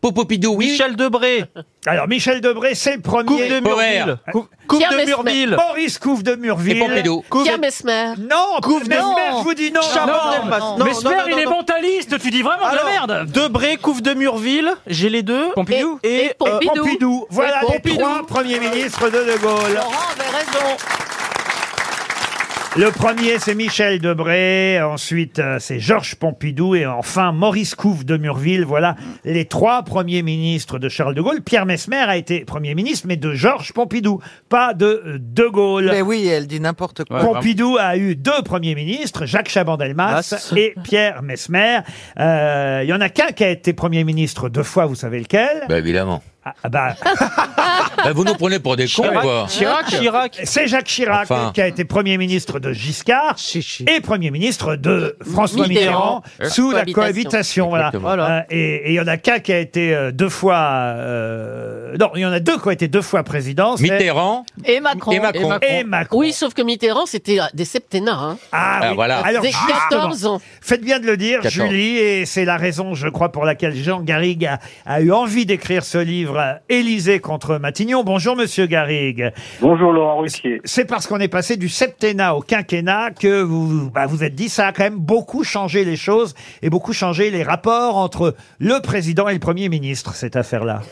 S5: Popopidou, oui.
S8: Michel Debré.
S2: Alors, Michel Debré, c'est le premier.
S8: Coupe de Murville.
S2: Power.
S8: Coupe, Coupe
S3: Pierre
S8: de
S3: Mesmer.
S8: Murville.
S2: Maurice Couve de Murville.
S8: Et Pompidou. Couve-
S3: Pierre Mesmer.
S2: Non,
S8: Couve de-
S2: Mesmer, je vous dis non.
S8: Chaban Delmas. Non,
S9: Mais
S8: non,
S9: Smer,
S8: non,
S9: il
S8: non,
S9: est
S8: non.
S3: hein.
S9: mentaliste, tu dis vraiment de la
S8: Alors,
S9: merde
S8: Debré, Couve de Murville, j'ai les deux.
S9: Pompidou.
S8: Et, et, euh,
S2: Pompidou. Voilà
S8: Et
S2: les
S8: Pompidou.
S2: trois premiers ministres de De Gaulle.
S6: Laurent avait raison.
S2: Le premier, c'est Michel Debré. Ensuite, euh, c'est Georges Pompidou. Et enfin, Maurice Couve de Murville. Voilà les trois premiers ministres de Charles de Gaulle. Pierre Mesmer a été premier ministre, mais de Georges Pompidou, pas de euh, De Gaulle.
S4: Mais oui, elle dit n'importe quoi.
S2: Pompidou a eu deux premiers ministres, Jacques Chaban-Delmas
S4: Mas.
S2: et Pierre Mesmer. Euh, Il y en a qu'un qui a été premier ministre deux fois, vous savez lequel
S5: Bah évidemment.
S2: Ah, ah bah,
S5: *laughs* Bah, vous nous prenez pour des cons, quoi.
S8: Chirac.
S2: C'est Jacques Chirac
S5: Enfin.
S2: qui a été Premier ministre de Giscard et Premier ministre de François Mitterrand,
S3: Mitterrand.
S2: sous la
S3: Cohabitation.
S2: cohabitation. Voilà.
S5: Exactement.
S2: Euh, et et il y en a qu'un qui a été euh, deux fois... euh, non, il y en a deux qui ont été deux fois président. c'est-
S5: Mitterrand.
S6: Et Macron.
S5: Et Macron.
S2: Et Macron.
S3: Oui, sauf que Mitterrand, c'était des septennats. Hein.
S2: Ah,
S5: Ah,
S2: oui.
S5: voilà.
S2: Alors,
S3: Des
S2: justement,
S3: 14 ans.
S2: Faites bien de le dire,
S5: 14.
S2: Julie, et c'est la raison, je crois, pour laquelle Jean Garrigue a, a eu envie d'écrire ce livre, euh, Élysée contre Matignon. Bonjour, monsieur Garrigue.
S17: Bonjour Laurent Ruquier.
S2: C'est parce qu'on est passé du septennat au quinquennat que vous bah, vous êtes dit ça a quand même beaucoup changé les choses et beaucoup changé les rapports entre le président et le premier ministre cette affaire-là.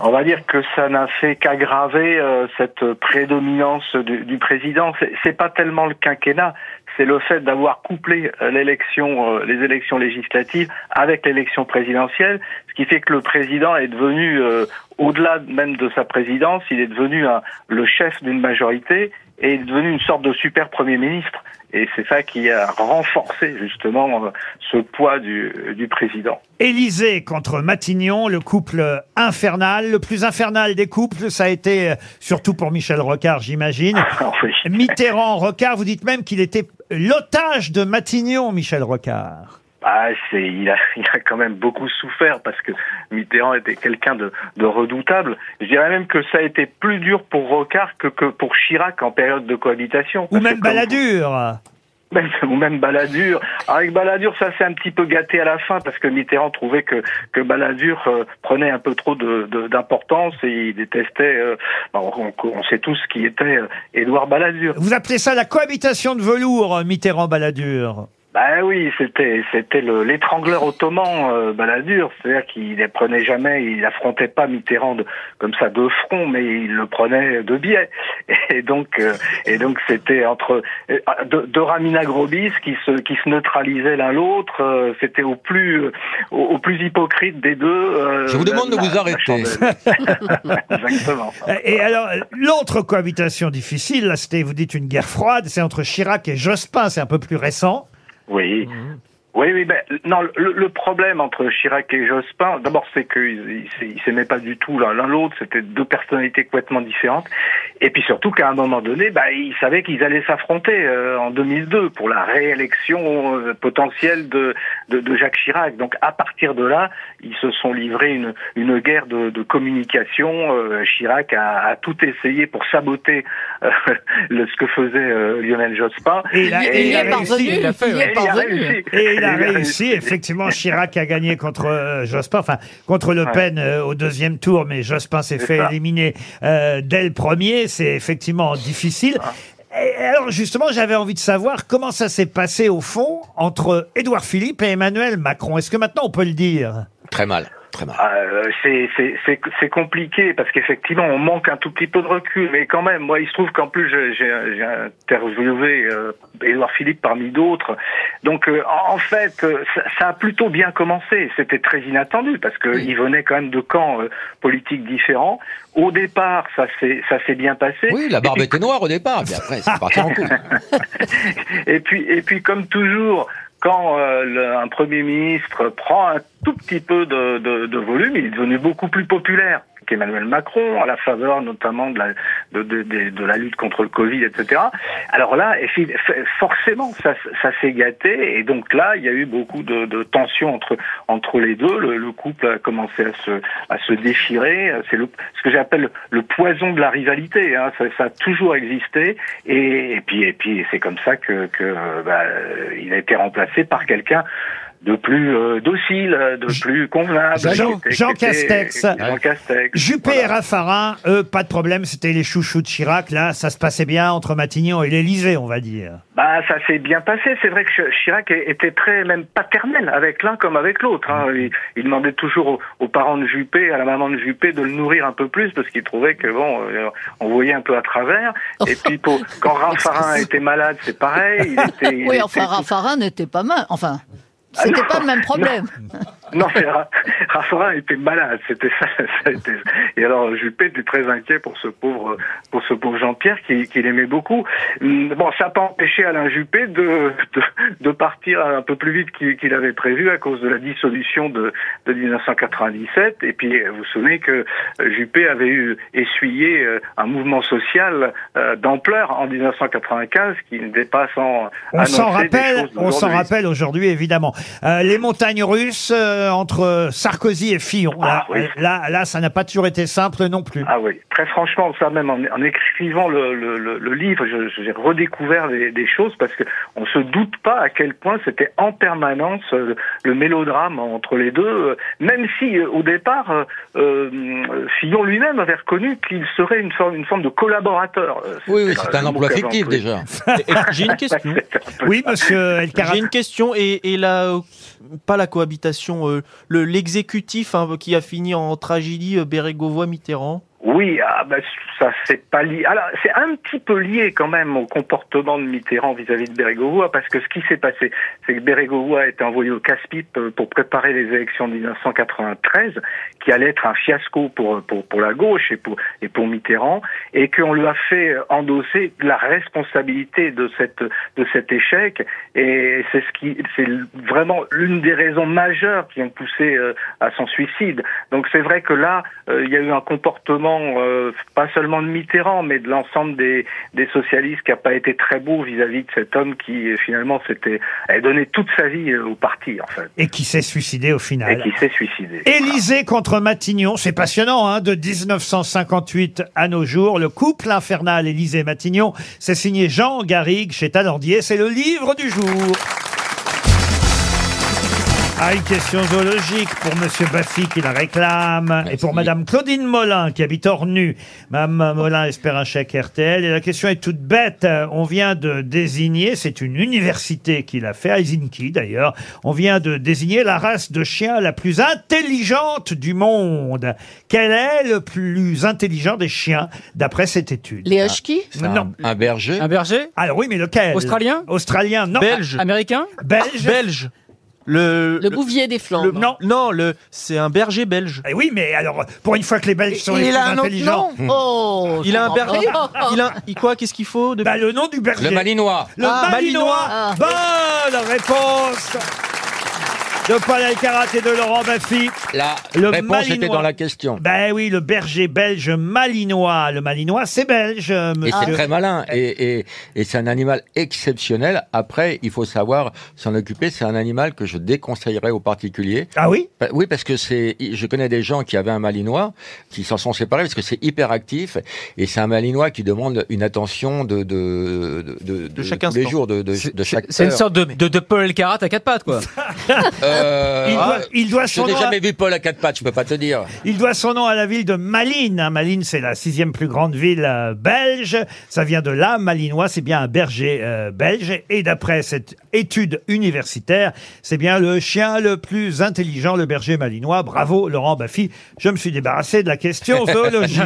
S17: On va dire que ça n'a fait qu'aggraver euh, cette prédominance du, du président. C'est- C'est pas tellement le quinquennat, c'est le fait d'avoir couplé euh, l'élection, euh, les élections législatives avec l'élection présidentielle, ce qui fait que le président est devenu, euh, au-delà même de sa présidence, il est devenu un- le chef d'une majorité. et est devenu une sorte de super Premier ministre. Et c'est ça qui a renforcé justement euh, ce poids du, du président.
S2: Élysée contre Matignon, le couple infernal, le plus infernal des couples, ça a été euh, surtout pour Michel Rocard, j'imagine. *laughs* Mitterrand, Rocard, vous dites même qu'il était l'otage de Matignon, Michel Rocard.
S17: Ah, c'est, il a, *laughs* il a quand même beaucoup souffert parce que Mitterrand était quelqu'un de, de redoutable. Je dirais même que ça a été plus dur pour Rocard que, que pour Chirac en période de cohabitation.
S2: Ou
S17: Parce
S2: même
S17: que comme-
S2: Balladur.
S17: Ben, ou *laughs* même Balladur. Avec Balladur, ça s'est un petit peu gâté à la fin parce que Mitterrand trouvait que que Balladur euh, prenait un peu trop de de- d'importance et il détestait. euh, ben, on, on sait tous qui était euh, Édouard Balladur.
S2: Vous appelez ça la cohabitation de velours, euh, Mitterrand-Balladur.
S17: Ben oui, c'était c'était le- l'étrangleur ottoman euh, Balladur, c'est-à-dire qu'il ne prenait jamais, il affrontait pas Mitterrand de- comme ça de front, mais il le prenait de biais. *laughs* Et donc euh, et donc c'était entre euh, de, de Ramina Grobis qui se qui se neutralisaient l'un l'autre, euh, c'était au plus euh, au, au plus hypocrite des deux. euh,
S5: Je vous
S17: la-
S5: demande de
S17: la-
S5: vous
S17: la
S5: arrêter.
S17: chandelle. *laughs* Exactement.
S2: Euh, Et alors, l'autre cohabitation difficile, là, c'était, vous dites, une guerre froide, c'est entre Chirac et Jospin, c'est un peu plus récent.
S17: Oui. Oui, oui, ben, non, le, le problème entre Chirac et Jospin, d'abord, c'est qu'ils ils, s- ils s'aimaient pas du tout l'un l'un l'autre, c'était deux personnalités complètement différentes. Et puis surtout qu'à un moment donné, bah, ils savaient qu'ils allaient s'affronter euh, en 2002 pour la réélection euh, potentielle de, de, de Jacques Chirac. Donc à partir de là, ils se sont livrés une, une guerre de, de communication. Euh, Chirac a, a tout essayé pour saboter euh, *laughs* le, ce que faisait euh, Lionel Jospin.
S2: Et il a- et il a réussi, il l'a fait, ouais.
S17: Et il a réussi.
S2: Et il a réussi, effectivement, Chirac a gagné contre euh, Jospin, enfin, contre Le Pen euh, au deuxième tour, mais Jospin s'est
S9: C'est
S2: fait
S9: ça.
S2: éliminer euh, dès le premier, c'est effectivement difficile. Et alors, justement, j'avais envie de savoir comment ça s'est passé, au fond, entre Édouard Philippe et Emmanuel Macron. Est-ce que maintenant on peut le dire
S5: Très mal, très mal.
S17: Euh, c'est- c'est- c'est c'est compliqué parce qu'effectivement on manque un tout petit peu de recul mais quand même moi il se trouve qu'en plus j'ai- j'ai j'ai interviewé euh, Édouard Philippe parmi d'autres donc euh, en en fait euh, ça, ça a plutôt bien commencé c'était très inattendu parce que il venait quand même de camps euh, politiques différents au départ ça s'est ça s'est bien passé
S5: Oui, la barbe était noire au départ, puis après,
S17: *laughs*
S5: c'est parti en couille. *laughs*
S17: et puis, et puis comme toujours, quand euh, le- un Premier ministre prend un tout petit peu de, de- de volume, il est devenu beaucoup plus populaire qu'Emmanuel Macron, à la faveur notamment de la, de, de- de- de la lutte contre le Covid, etc. Alors là, et fi- f- forcément, ça, s- ça s'est gâté, et donc là, il y a eu beaucoup de, de tensions entre, entre les deux. Le, le couple a commencé à se, à se déchirer. C'est le, ce que j'appelle le poison de la rivalité. hein. Ça, ça a toujours existé, et, et puis, et puis, c'est comme ça que, que euh, bah, euh, il a été remplacé par quelqu'un de plus euh, docile, de plus convenable.
S2: Jean-
S17: qui était-
S2: Jean
S17: qui était-
S2: Castex.
S17: Jean Castex.
S2: Juppé et Raffarin, eux, pas de problème, c'était les chouchous de Chirac. Là, ça se passait bien entre Matignon et l'Élysée, on va dire.
S17: Bah, ça s'est bien passé. C'est vrai que Ch- Chirac é- était très même paternel avec l'un comme avec l'autre. hein.
S6: Mm.
S17: Il, il demandait toujours aux, aux parents de Juppé, à la maman de Juppé, de le nourrir un peu plus parce qu'il trouvait que bon, euh, on voyait un peu à travers.
S6: *laughs*
S17: Et puis pour- quand Raffarin était malade, c'est pareil. Il était, il
S6: Oui,
S17: était-
S6: enfin, Raffarin n'était pas mal. Enfin, c'était pas le même problème.
S17: Ah, Non, mais Ra- Raffarin était malade, c'était ça. ça était- Et alors Juppé était très inquiet pour ce pauvre, pour ce pauvre Jean-Pierre qu'il qu'il aimait beaucoup. Hum, Bon, ça n'a pas empêché Alain Juppé de, de, de partir un peu plus vite qu'il qu'il avait prévu à cause de la dissolution de, de 1997. Et puis vous vous souvenez que euh, Juppé avait eu essuyé euh, un mouvement social euh, d'ampleur en 1995 qui n'était pas sans
S2: On s'en
S17: annoncer des
S2: rappelle,
S17: choses
S2: on s'en
S17: d'aujourd'hui.
S2: rappelle aujourd'hui évidemment. Euh, les montagnes russes euh, entre Sarkozy et Fillon.
S17: Ah
S2: Là, euh,
S17: oui.
S2: là, là, ça n'a pas toujours été simple non plus.
S17: Ah oui, très franchement, ça même en, en écrivant le, le- le- le livre, je- je- j'ai redécouvert des, des choses parce que on se doute pas à quel point c'était en permanence euh, le mélodrame entre les deux, euh, même si euh, au départ euh, euh, Fillon lui-même avait reconnu qu'il serait une forme, une forme de collaborateur. Euh,
S5: Oui, oui,
S17: un-
S5: c'est un
S17: le
S5: emploi
S17: mot
S5: fictif
S17: qu'avait *laughs*
S5: déjà.
S8: Et- et J'ai une question.
S2: Oui, monsieur
S8: J'ai une question et, et la, pas la cohabitation, euh, le- l'exécutif hein, qui a fini en tragédie euh, Bérégovoy-Mitterrand.
S17: Oui, ah bah, ça c'est pas lié. Alors c'est un petit peu lié quand même au comportement de Mitterrand vis-à-vis de Bérégovoy, parce que ce qui s'est passé, c'est que Bérégovoy a été envoyé au casse-pipe euh, pour préparer les élections de 1993, qui allaient être un fiasco pour pour pour la gauche et pour et pour Mitterrand, et qu'on lui a fait euh, endosser la responsabilité de cette de cet échec, et c'est ce qui c'est vraiment l'une des raisons majeures qui ont poussé euh, à son suicide. Donc c'est vrai que là euh, il y a eu un comportement euh, pas seulement de Mitterrand, mais de l'ensemble des, des socialistes qui n'a pas été très beau vis-à-vis de cet homme qui euh, finalement s'était avait donné toute sa vie euh, au parti en fait
S2: Et qui s'est suicidé au
S17: et
S2: final.
S17: qui s'est suicidé.
S2: Élysée contre Matignon, c'est passionnant, hein, de 1958 à nos jours, le couple infernal Élysée-Matignon, c'est signé Jean Garrigue chez Talandier, c'est le livre du jour. Ah, une question zoologique pour Monsieur Baffy qui la réclame et pour Madame Claudine Molin qui habite Ornu. Madame Molin espère un chèque RTL et la question est toute bête. Euh, On vient de désigner, c'est une université qui l'a fait, à Helsinki d'ailleurs. On vient de désigner la race de chien la plus intelligente du monde. Quel est le plus intelligent des chiens d'après cette étude
S3: Les huskies
S2: Ah. Non. Un berger Un berger Alors Ah, oui, mais lequel
S9: Australien
S2: Australien, non.
S8: Belge.
S9: Américain
S2: Belge.
S8: Belge. Le,
S3: Le bouvier des
S8: le-
S3: Flandres.
S8: non, non, le c'est un berger belge.
S2: Eh oui, mais alors pour une fois que les Belges sont les plus intelligents. Hmm.
S3: Oh,
S8: Il a un
S3: je comprends
S8: berger.
S3: pas.
S8: Il a un- il- quoi Qu'est-ce qu'il faut de...
S2: Bah, le nom du berger.
S5: Le malinois.
S2: Le
S8: Ah,
S2: Malinois. Bonne réponse de Paul Alcarat et de Laurent Baffy.
S5: La
S2: Le
S5: réponse était
S2: Malinois.
S5: dans la question.
S2: Ben oui, le berger belge Malinois. Le Malinois, c'est belge, euh,
S5: Et c'est
S2: monsieur.
S5: très malin. Et, et, et c'est un animal exceptionnel. Après, il faut savoir s'en occuper. C'est un animal que je déconseillerais aux particuliers.
S2: Ah oui
S5: Pa- Oui, parce que c'est, je connais des gens qui avaient un malinois, qui s'en sont séparés parce que c'est hyper actif et c'est un malinois qui demande une attention de, de, de, de, de
S8: chaque
S5: tous les
S8: instant.
S5: jours, de, de, de chaque
S9: C'est une
S5: heure.
S9: sorte de, de, de Paul Elkarat à quatre pattes, quoi.
S5: Euh,
S2: Il doit-
S5: ah,
S2: il doit
S5: je
S2: son
S5: n'ai
S2: nom à-
S5: jamais vu Paul à quatre pattes, je peux pas te dire.
S2: Il doit son nom à la ville de Malines. hein. Malines, c'est la sixième plus grande ville euh, belge. Ça vient de là. Malinois, c'est bien un berger euh, belge. Et d'après cette étude universitaire, c'est bien le chien le plus intelligent, le berger malinois. Bravo, Laurent Baffy. Je me suis débarrassé de la
S5: *laughs*
S2: question zoologique.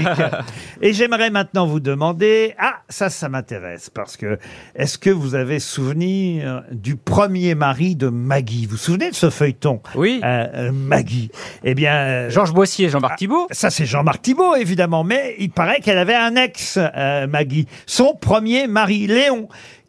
S2: Et j'aimerais maintenant vous demander, ah, ça, ça m'intéresse, parce que est-ce que vous avez souvenir du premier mari de Maggie Vous vous souvenez de ce feuilleton
S9: Oui.
S2: Euh, euh, Maggie. Eh bien, euh,
S9: Georges Boissier, Jean-Marc Thibault.
S2: ça, c'est Jean-Marc Thibault, évidemment, mais il paraît qu'elle avait un ex, euh, Maggie. Son premier mari, Léon,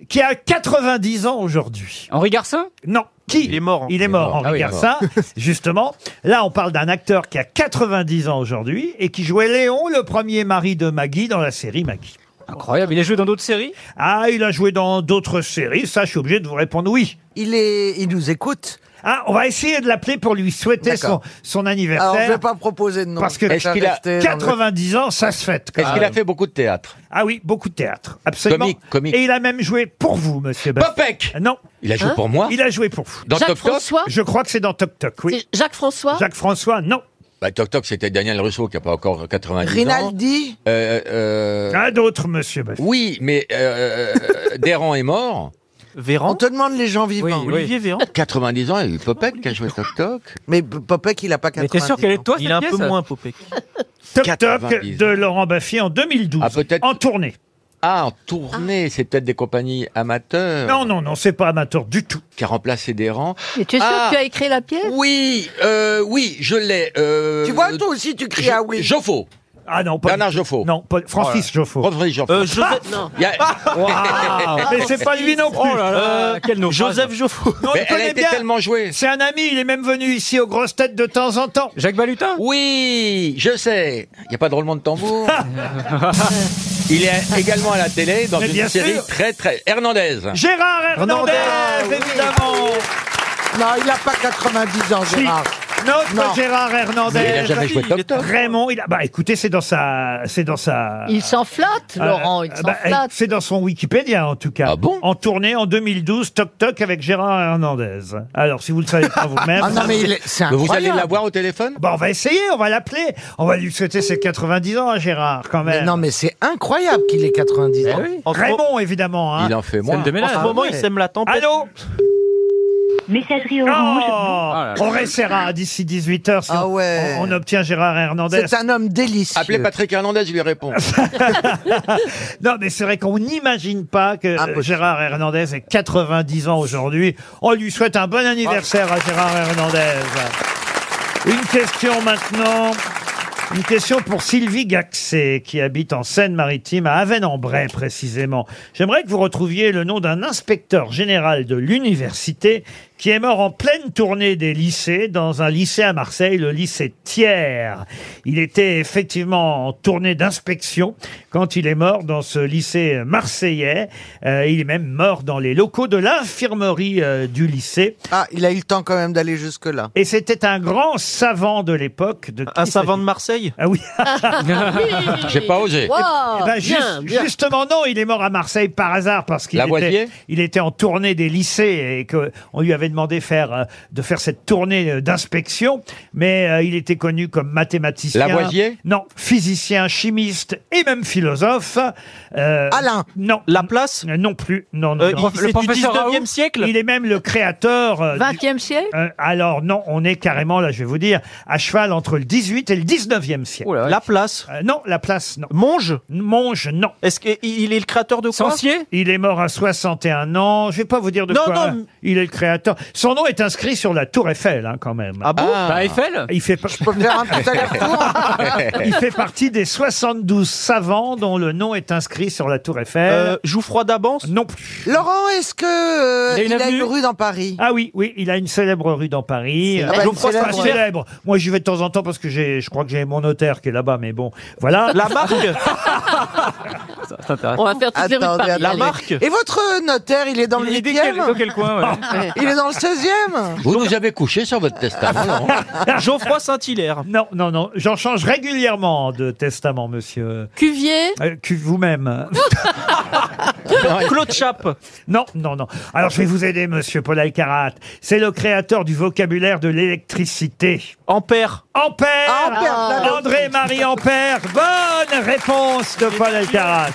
S2: qui a 90 ans aujourd'hui.
S9: Henri Garcin
S2: Non. Qui
S8: Il est mort. hein.
S2: il est mort,
S5: mort.
S2: Henri
S5: Ah oui,
S2: Garcin, justement. Là, on parle d'un acteur qui a 90 ans aujourd'hui et qui jouait Léon, le premier mari de Maggie, dans la série Maggie.
S9: Incroyable. Il a joué dans d'autres séries
S2: Ah, il a joué dans d'autres séries, ça, je suis obligé de vous répondre oui.
S4: Il, est, il nous écoute.
S2: Ah, on va essayer de l'appeler pour lui souhaiter son,
S4: D'accord.
S2: son
S4: Alors, je
S2: anniversaire.
S4: vais pas proposer de nom.
S2: Parce que
S4: Je vais
S5: qu'il a
S4: rester dans le-
S2: 90 ans, ça se fête. quand
S5: Est-ce qu'il a
S2: même.
S5: fait beaucoup de théâtre
S2: Ah oui, beaucoup de théâtre, absolument.
S5: Comique, comique.
S2: Et il a même joué pour vous, monsieur Baff-
S5: Popek
S2: Non,
S5: Il a joué
S3: Hein
S5: pour moi
S2: il a joué pour vous.
S5: dans Toc
S3: Jacques
S5: Toc
S3: François
S2: Je crois que c'est dans Toc Toc, oui.
S3: C'est Jacques François
S2: Jacques François, non.
S5: Bah, Toc Toc, c'était Daniel Russo qui a pas encore 90 ans.
S4: Rinaldi
S5: Euh, euh,
S2: Un d'autre, monsieur Baff-
S5: Oui, mais euh,
S2: *laughs*
S5: euh, Deran est mort.
S4: On
S8: Véran.
S4: te demande les gens vivants.
S9: Oui.
S8: Olivier Véran.
S5: 90 ans, il y a eu Popek qui a joué Toc Toc.
S4: Mais P- Popek, il a pas 90
S9: Mais t'es sûr qu'elle est de toi,
S8: Il
S9: cette
S8: a un
S9: pièce
S8: peu moins Popek.
S2: Toc Toc
S5: 90.
S2: de Laurent Baffy en 2012.
S5: Ah, peut-être-
S2: En tournée.
S5: Ah, en tournée, c'est peut-être des compagnies amateurs.
S2: Non, non, non, c'est pas amateur du tout.
S5: Qui a remplacé Deran.
S6: Et tu es sûr
S5: Ah.
S6: que tu as écrit la pièce
S5: Oui, euh, oui, je l'ai. euh,
S4: Tu vois, toi aussi, tu cries
S5: Jo-
S4: ah oui.
S5: Joffo.
S2: Ah non, pas.
S5: Bernard
S2: du tout.
S5: Joffo.
S2: Non, pas- Francis Joffo. Ah
S5: Rodrigue Joffo.
S8: Euh, Joseph.
S3: Non.
S5: Il
S2: *laughs*
S5: y a-
S2: Mais c'est pas lui non plus. Euh,
S9: Oh là là, quel nom
S8: Joseph Joffo.
S2: Non, on le
S5: Mais elle a
S2: connaît
S5: été
S2: bien.
S5: tellement jouée.
S2: C'est un ami, il est même venu ici aux grosses têtes de temps en temps.
S9: Jacques Balutin
S5: Oui, je sais. Il n'y a pas de roulement
S4: *laughs*
S5: de tambour. Il est également à la télé dans
S2: Mais bien
S5: une série
S2: sûr.
S5: très très Hernandez.
S2: Gérard Hernandez,
S4: Hernandez, oui.
S2: évidemment.
S4: Non, il a pas 90 ans,
S2: Si.
S4: Gérard.
S2: Notre
S4: Non.
S2: Gérard
S5: Mais il
S2: Hernandez.
S5: a jamais joué Toc Toc.
S2: Raymond, il a... bah écoutez, c'est dans sa, c'est dans sa.
S6: *laughs* Il s'en flatte,
S2: Euh,
S6: Laurent, il s'en
S2: bah,
S6: flatte.
S2: C'est dans son Wikipédia en tout cas.
S5: Ah bon
S2: En tournée en 2012, Toc Toc avec Gérard Hernandez. Alors si vous le savez pas vous-même.
S4: Ah non, mais il est- c'est
S5: Mais vous allez
S4: incroyable.
S5: la voir au téléphone
S2: Bah, on va essayer, on va l'appeler, on va lui souhaiter ses 90 ans à Gérard quand
S4: Mais
S2: même.
S4: non, mais c'est incroyable qu'il ait 90 ans.
S8: Eh En ce moment-
S2: Raymond évidemment. hein.
S5: Il en fait moins.
S9: Scène de
S8: en
S9: ménage.
S8: ce moment, il sème la tempête.
S2: Allô
S18: Messagerie orange.
S2: Oh,
S18: Ah
S2: On restera d'ici 18h si
S4: Ah
S2: on-
S18: ouais.
S2: on, on obtient Gérard Hernandez.
S5: C'est
S2: un homme délicieux.
S5: Appelez Patrick Hernandez, je lui réponds.
S2: *laughs* non, mais c'est vrai qu'on n'imagine pas que euh, Gérard Hernandez ait 90 ans aujourd'hui. On lui souhaite un bon anniversaire à Gérard Hernandez. Une question maintenant. Une question pour Sylvie Gaxé, qui habite en Seine-Maritime, à Avesnes-en-Bray précisément. J'aimerais que vous retrouviez le nom d'un inspecteur général de l'université qui est mort en pleine tournée des lycées dans un lycée à Marseille, le lycée Thiers. Il était effectivement en tournée d'inspection quand il est mort dans ce lycée marseillais. Euh, il est même mort dans les locaux de l'infirmerie euh, du lycée.
S4: Ah, il a eu le temps quand même d'aller jusque-là.
S2: Et c'était un grand savant de l'époque. De un savant de Marseille Ah oui. *laughs*
S5: J'ai pas osé. Wow,
S2: Eh ben,
S5: bien,
S2: juste-
S5: bien.
S2: Justement, non, il est mort à Marseille par hasard parce qu'il
S5: Lavoisier
S2: était, il était en tournée des lycées et qu'on lui avait demandé faire, euh, de faire cette tournée euh, d'inspection. Mais euh, il était connu comme mathématicien.
S5: Lavoisier
S2: Non, physicien, chimiste et même philosophe. Alain Non. La place Non plus. Non, non,
S8: Euh,
S2: non.
S8: il- c'est du 19e siècle
S2: Il est même le créateur. euh, du-
S6: 20e siècle
S2: euh, alors non, on est carrément là, je vais vous dire, à cheval entre le 18 et le 19e siècle. Oh la place Non, la place non. Monge Monge non. Est-ce qu'il est le créateur de quoi Il est mort à 61 ans, je vais pas vous dire de
S8: Non,
S2: quoi.
S8: non.
S2: Il est le créateur. Son nom est inscrit sur la tour Eiffel hein, quand même. Ah
S8: bon Ah. Bah, Eiffel
S2: Il fait pas- *laughs* Il fait partie des 72 savants dont le nom est inscrit sur la tour Eiffel.
S8: Euh,
S2: Jouffroy d'Abance Non plus.
S4: Laurent, est-ce que euh, il a une rue dans Paris
S2: Ah oui, oui, il a une célèbre rue dans Paris.
S4: Ah bah,
S2: Je
S4: une
S2: crois que c'est
S4: célèbre,
S2: pas
S4: ouais.
S2: célèbre. Moi, j'y vais de temps en temps parce que j'ai, je crois que j'ai mon notaire qui est là-bas, mais bon,
S4: *laughs*
S2: voilà.
S8: La
S2: *laughs*
S8: marque
S2: On va faire toutes les rues de Paris,
S4: la
S2: allez.
S4: marque. Et votre notaire, il est dans le 8e
S8: ouais.
S4: *laughs* Il est dans le 16e
S5: Vous nous avez couché sur votre
S2: *laughs*
S5: testament, Laurent.
S2: Geoffroy Saint-Hilaire. Non, non, non. J'en change régulièrement de testament, monsieur.
S3: Cuvier
S2: Euh, que vous-même. Claude Chape. Non, non, non. Alors, je vais vous aider, monsieur Paul Alcarat. C'est le créateur du vocabulaire de l'électricité. Ampère. Ampère.
S4: Ah, Ampère.
S2: André-Marie Ampère. Bonne réponse de Paul Alcarat.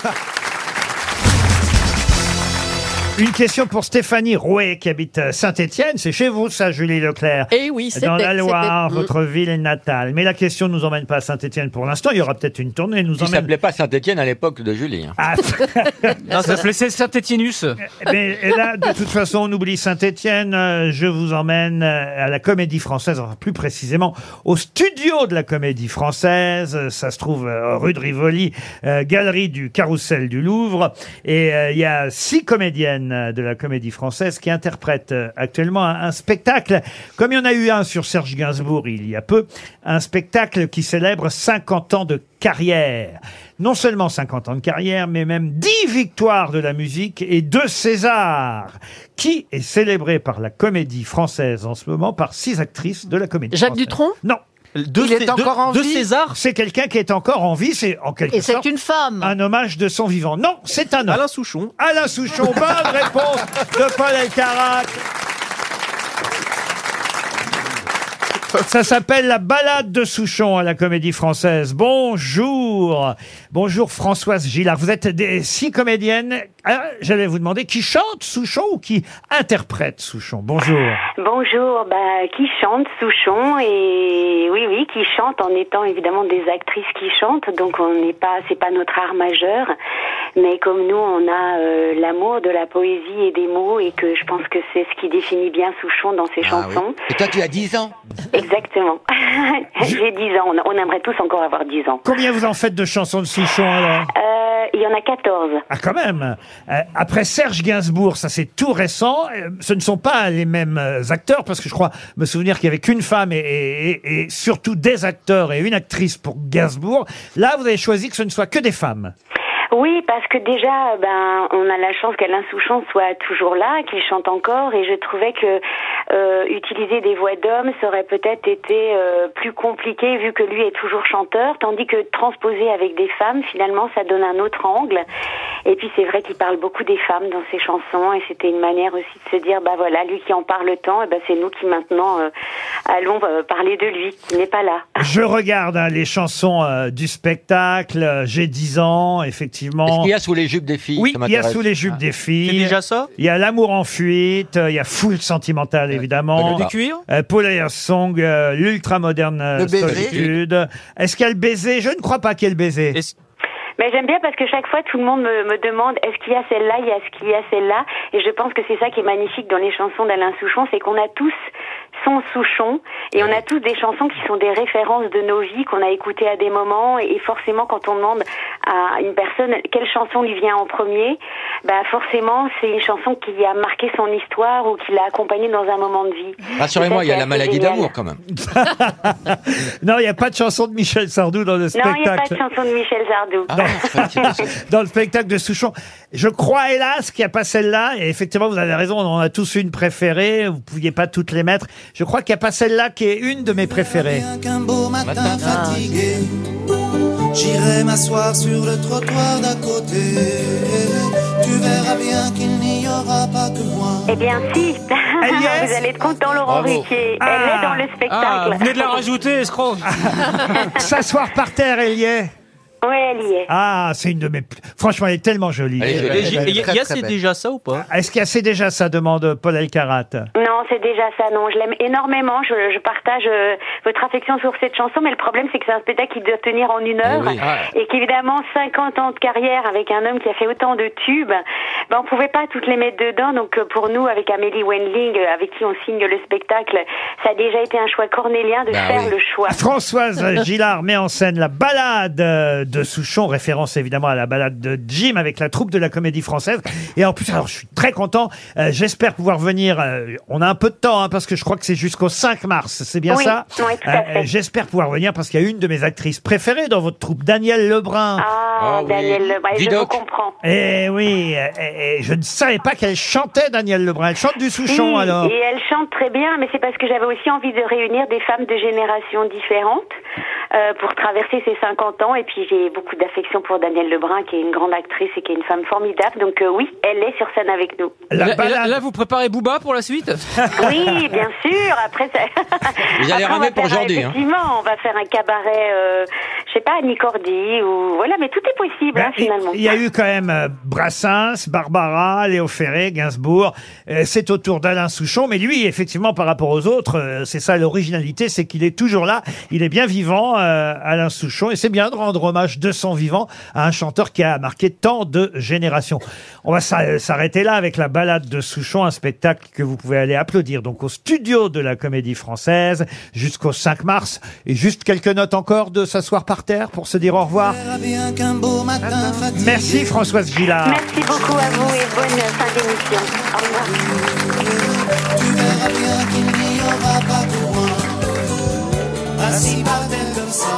S2: Une question pour Stéphanie Rouet qui habite Saint-Étienne. C'est chez vous, ça, Julie Leclerc.
S3: Eh oui, c'était-
S2: Dans la
S3: c'était-
S2: Loire,
S3: mm.
S2: votre ville natale. Mais la question ne nous emmène pas à Saint-Étienne pour l'instant. Il y aura peut-être une tournée. Nous
S5: Il
S2: emmène
S5: s'appelait pas Saint-Étienne à l'époque de Julie. hein.
S2: Ah.
S9: *laughs* Non, ça s'appelait Saint-Étienus.
S2: Mais là, de toute façon, on oublie Saint-Étienne. Euh, Je vous emmène euh, à la Comédie Française, enfin, plus précisément au studio de la Comédie Française. Euh, Ça se trouve euh, rue de Rivoli, euh, galerie du Carrousel du Louvre. Et euh, il y a six comédiennes euh, de la Comédie Française qui interprètent euh, actuellement un, un spectacle, comme il y en a eu un sur Serge Gainsbourg il y a peu, un spectacle qui célèbre 50 ans de carrière. Non seulement 50 ans de carrière, mais même 10 victoires de la musique et 2 Césars, qui est célébré par la comédie française en ce moment par six actrices de la comédie
S6: Jacques
S2: française.
S6: Dutronc
S2: Non.
S8: Deux Il est Cé- encore deux- en deux vie Césars
S2: C'est quelqu'un qui est encore en vie, c'est en quelque
S6: Et c'est
S2: sorte
S6: une femme.
S2: un hommage de son vivant. Non, c'est un homme. Alain Souchon. Alain Souchon, bonne
S8: *laughs*
S2: réponse de Paul Elkarat. Ça s'appelle La balade de Souchon à la Comédie Française. Bonjour. Bonjour Françoise Gillard. Vous êtes des six comédiennes. Ah, J'allais vous demander qui chante Souchon ou qui interprète Souchon. Bonjour.
S19: Bonjour, bah, qui chante Souchon et oui oui qui chante en étant évidemment des actrices qui chantent donc on n'est pas c'est pas notre art majeur mais comme nous on a euh, l'amour de la poésie et des mots et que je pense que c'est ce qui définit bien Souchon dans ses
S5: Ah oui.
S19: chansons.
S5: Et toi, tu as 10 ans
S19: Exactement. *laughs* J'ai 10 ans, on, on aimerait tous encore avoir 10 ans.
S2: Combien vous en faites de chansons de Souchon alors
S19: Euh, Il y en a 14.
S2: Ah quand même. Euh, après Serge Gainsbourg, ça c'est tout récent. Euh, Ce ne sont pas les mêmes euh, acteurs parce que je crois me souvenir qu'il y avait qu'une femme et, et- et surtout des acteurs et une actrice pour Gainsbourg. Là, vous avez choisi que ce ne soit que des femmes.
S19: Oui, parce que déjà, euh, ben, on a la chance qu'Alain Souchon soit toujours là, qu'il chante encore, et je trouvais que euh, utiliser des voix d'hommes, ça aurait peut-être été euh, plus compliqué vu que lui est toujours chanteur, tandis que transposer avec des femmes, finalement, ça donne un autre angle. Et puis c'est vrai qu'il parle beaucoup des femmes dans ses chansons, et c'était une manière aussi de se dire, bah voilà, lui qui en parle tant, et ben c'est nous qui maintenant euh, allons euh, parler de lui, qui n'est pas là.
S2: Je regarde hein, les chansons euh, du spectacle. Euh, J'ai 10 ans, effectivement.
S5: Il y a sous les jupes des filles.
S2: Oui,
S5: ça
S2: il y a
S5: m'intéresse. Ah.
S2: sous les jupes des filles.
S8: Ah. déjà ça
S2: Il y a l'amour en fuite, euh, il y a foule sentimentale,
S5: Bah,
S2: évidemment.
S9: De cuir
S2: Euh, Paul Song, l'ultra-moderne euh,
S9: Le baiser.
S2: solitude. Est-ce qu'elle baisait Je ne crois pas qu'elle baisait.
S19: Mais j'aime bien parce que chaque fois, tout le monde me, me demande est-ce qu'il y a celle-là, il y a ce qu'il y a celle-là. Et je pense que c'est ça qui est magnifique dans les chansons d'Alain Souchon, c'est qu'on a tous son Souchon et on a tous des chansons qui sont des références de nos vies qu'on a écoutées à des moments. Et forcément, quand on demande à une personne quelle chanson lui vient en premier, bah forcément, c'est une chanson qui a marqué son histoire ou qui l'a accompagnée dans un moment de vie.
S2: Ah,
S5: Rassurez-moi,
S19: Et ça,
S5: il y a
S19: c'est
S5: la
S19: assez
S5: maladie
S19: génial.
S5: d'amour quand même.
S2: *laughs* Non, il n'y a pas de chanson de Michel Sardou dans le
S19: Non, il n'y a pas de
S2: spectacle. Ah.
S19: chanson de Michel Sardou. *laughs*
S5: Ah,
S2: *laughs* dans le spectacle de Souchon. Je crois, hélas, qu'il n'y a pas celle-là. Et effectivement, vous avez raison, on en a tous une préférée. Vous ne pouviez pas toutes les mettre. Je crois qu'il n'y a pas celle-là qui est une de mes préférées.
S18: qu'un beau matin
S5: Ah.
S18: fatigué, j'irai m'asseoir sur le trottoir d'à côté. Tu verras bien qu'il n'y aura pas que moi. Eh,
S19: Eh bien, si
S2: Ah,
S19: *laughs* Vous allez être content, Laurent
S18: Bravo.
S19: Ruquier. Elle est dans le
S9: Ah,
S19: spectacle.
S9: vous venez de la rajouter, escroc.
S2: *laughs* S'asseoir par terre, elle y est.
S19: Oui, elle y est.
S2: Ah, c'est une de mes. Franchement, elle est tellement jolie.
S8: Yass, déjà ça ou pas
S2: Est-ce qu'il y a c'est déjà ça demande Paul Elkarat.
S19: Non, c'est déjà ça. Non, je l'aime énormément. Je, je partage euh, votre affection sur cette chanson, mais le problème, c'est que c'est un spectacle qui doit tenir en une
S2: Eh
S19: heure.
S20: oui,
S2: Ah.
S20: ouais.
S19: Et qu'évidemment, 50 ans de carrière avec un homme qui a fait autant de tubes, ben, on pouvait pas toutes les mettre dedans. Donc, euh, pour nous, avec Amélie Wendling, euh, avec qui on signe le spectacle, ça a déjà été un choix cornélien de
S2: Bah
S19: faire
S2: oui.
S19: le choix. *laughs*
S2: Françoise Gillard met en scène la balade euh, de Souchon, référence évidemment à la balade de Jim avec la troupe de la comédie française. Et en plus, alors je suis très content, euh, j'espère pouvoir venir, euh, on a un peu de temps hein, parce que je crois que c'est jusqu'au 5 mars, c'est bien
S19: Oui,
S2: ça Euh,
S19: oui, tout à fait.
S2: J'espère pouvoir venir parce qu'il y a une de mes actrices préférées dans votre troupe, Danielle Lebrun.
S19: Ah, Daniel Lebrun, je vous comprends.
S2: Eh oui, eh, eh, eh, je ne savais pas qu'elle chantait Danielle Lebrun. Elle chante du Souchon
S19: Oui,
S2: alors.
S19: Et elle chante très bien, mais c'est parce que j'avais aussi envie de réunir des femmes de générations différentes euh, pour traverser ces 50 ans. Et puis j'ai beaucoup d'affection pour Danielle Lebrun, qui est une grande actrice et qui est une femme formidable. Donc euh, oui, elle est sur scène avec nous.
S9: Et là, et là, là, vous préparez Booba pour la suite
S19: *laughs* Oui, bien sûr. Après, ça...
S9: Vous allez
S19: Après, on
S9: ramer
S19: va
S9: pour
S19: faire,
S9: Jordi, hein.
S19: Effectivement, on va faire un cabaret, euh, je sais pas, à Nicordi ou voilà, mais tout est possible hein,
S2: Ben, il-
S19: finalement.
S2: Il y a eu quand même euh, Brassens, Barbara, Léo Ferré, Gainsbourg. Euh, C'est au tour d'Alain Souchon, mais lui, effectivement, par rapport aux autres, euh, c'est ça l'originalité, c'est qu'il est toujours là. Il est bien vivant, euh, Alain Souchon, et c'est bien de rendre hommage de son vivant à un chanteur qui a marqué tant de générations. On va s'a- s'arrêter là avec la balade de Souchon, un spectacle que vous pouvez aller applaudir donc au studio de la Comédie Française jusqu'au 5 mars. Et juste quelques notes encore de s'asseoir par terre pour se dire au revoir.
S18: Tu verras bien qu'un beau matin fatigué.
S2: Merci Françoise Gillard.
S19: Merci beaucoup à vous et bonne fin d'émission. Au revoir.
S18: Tu verras bien qu'il n'y aura pas que moi. Assis par terre comme ça.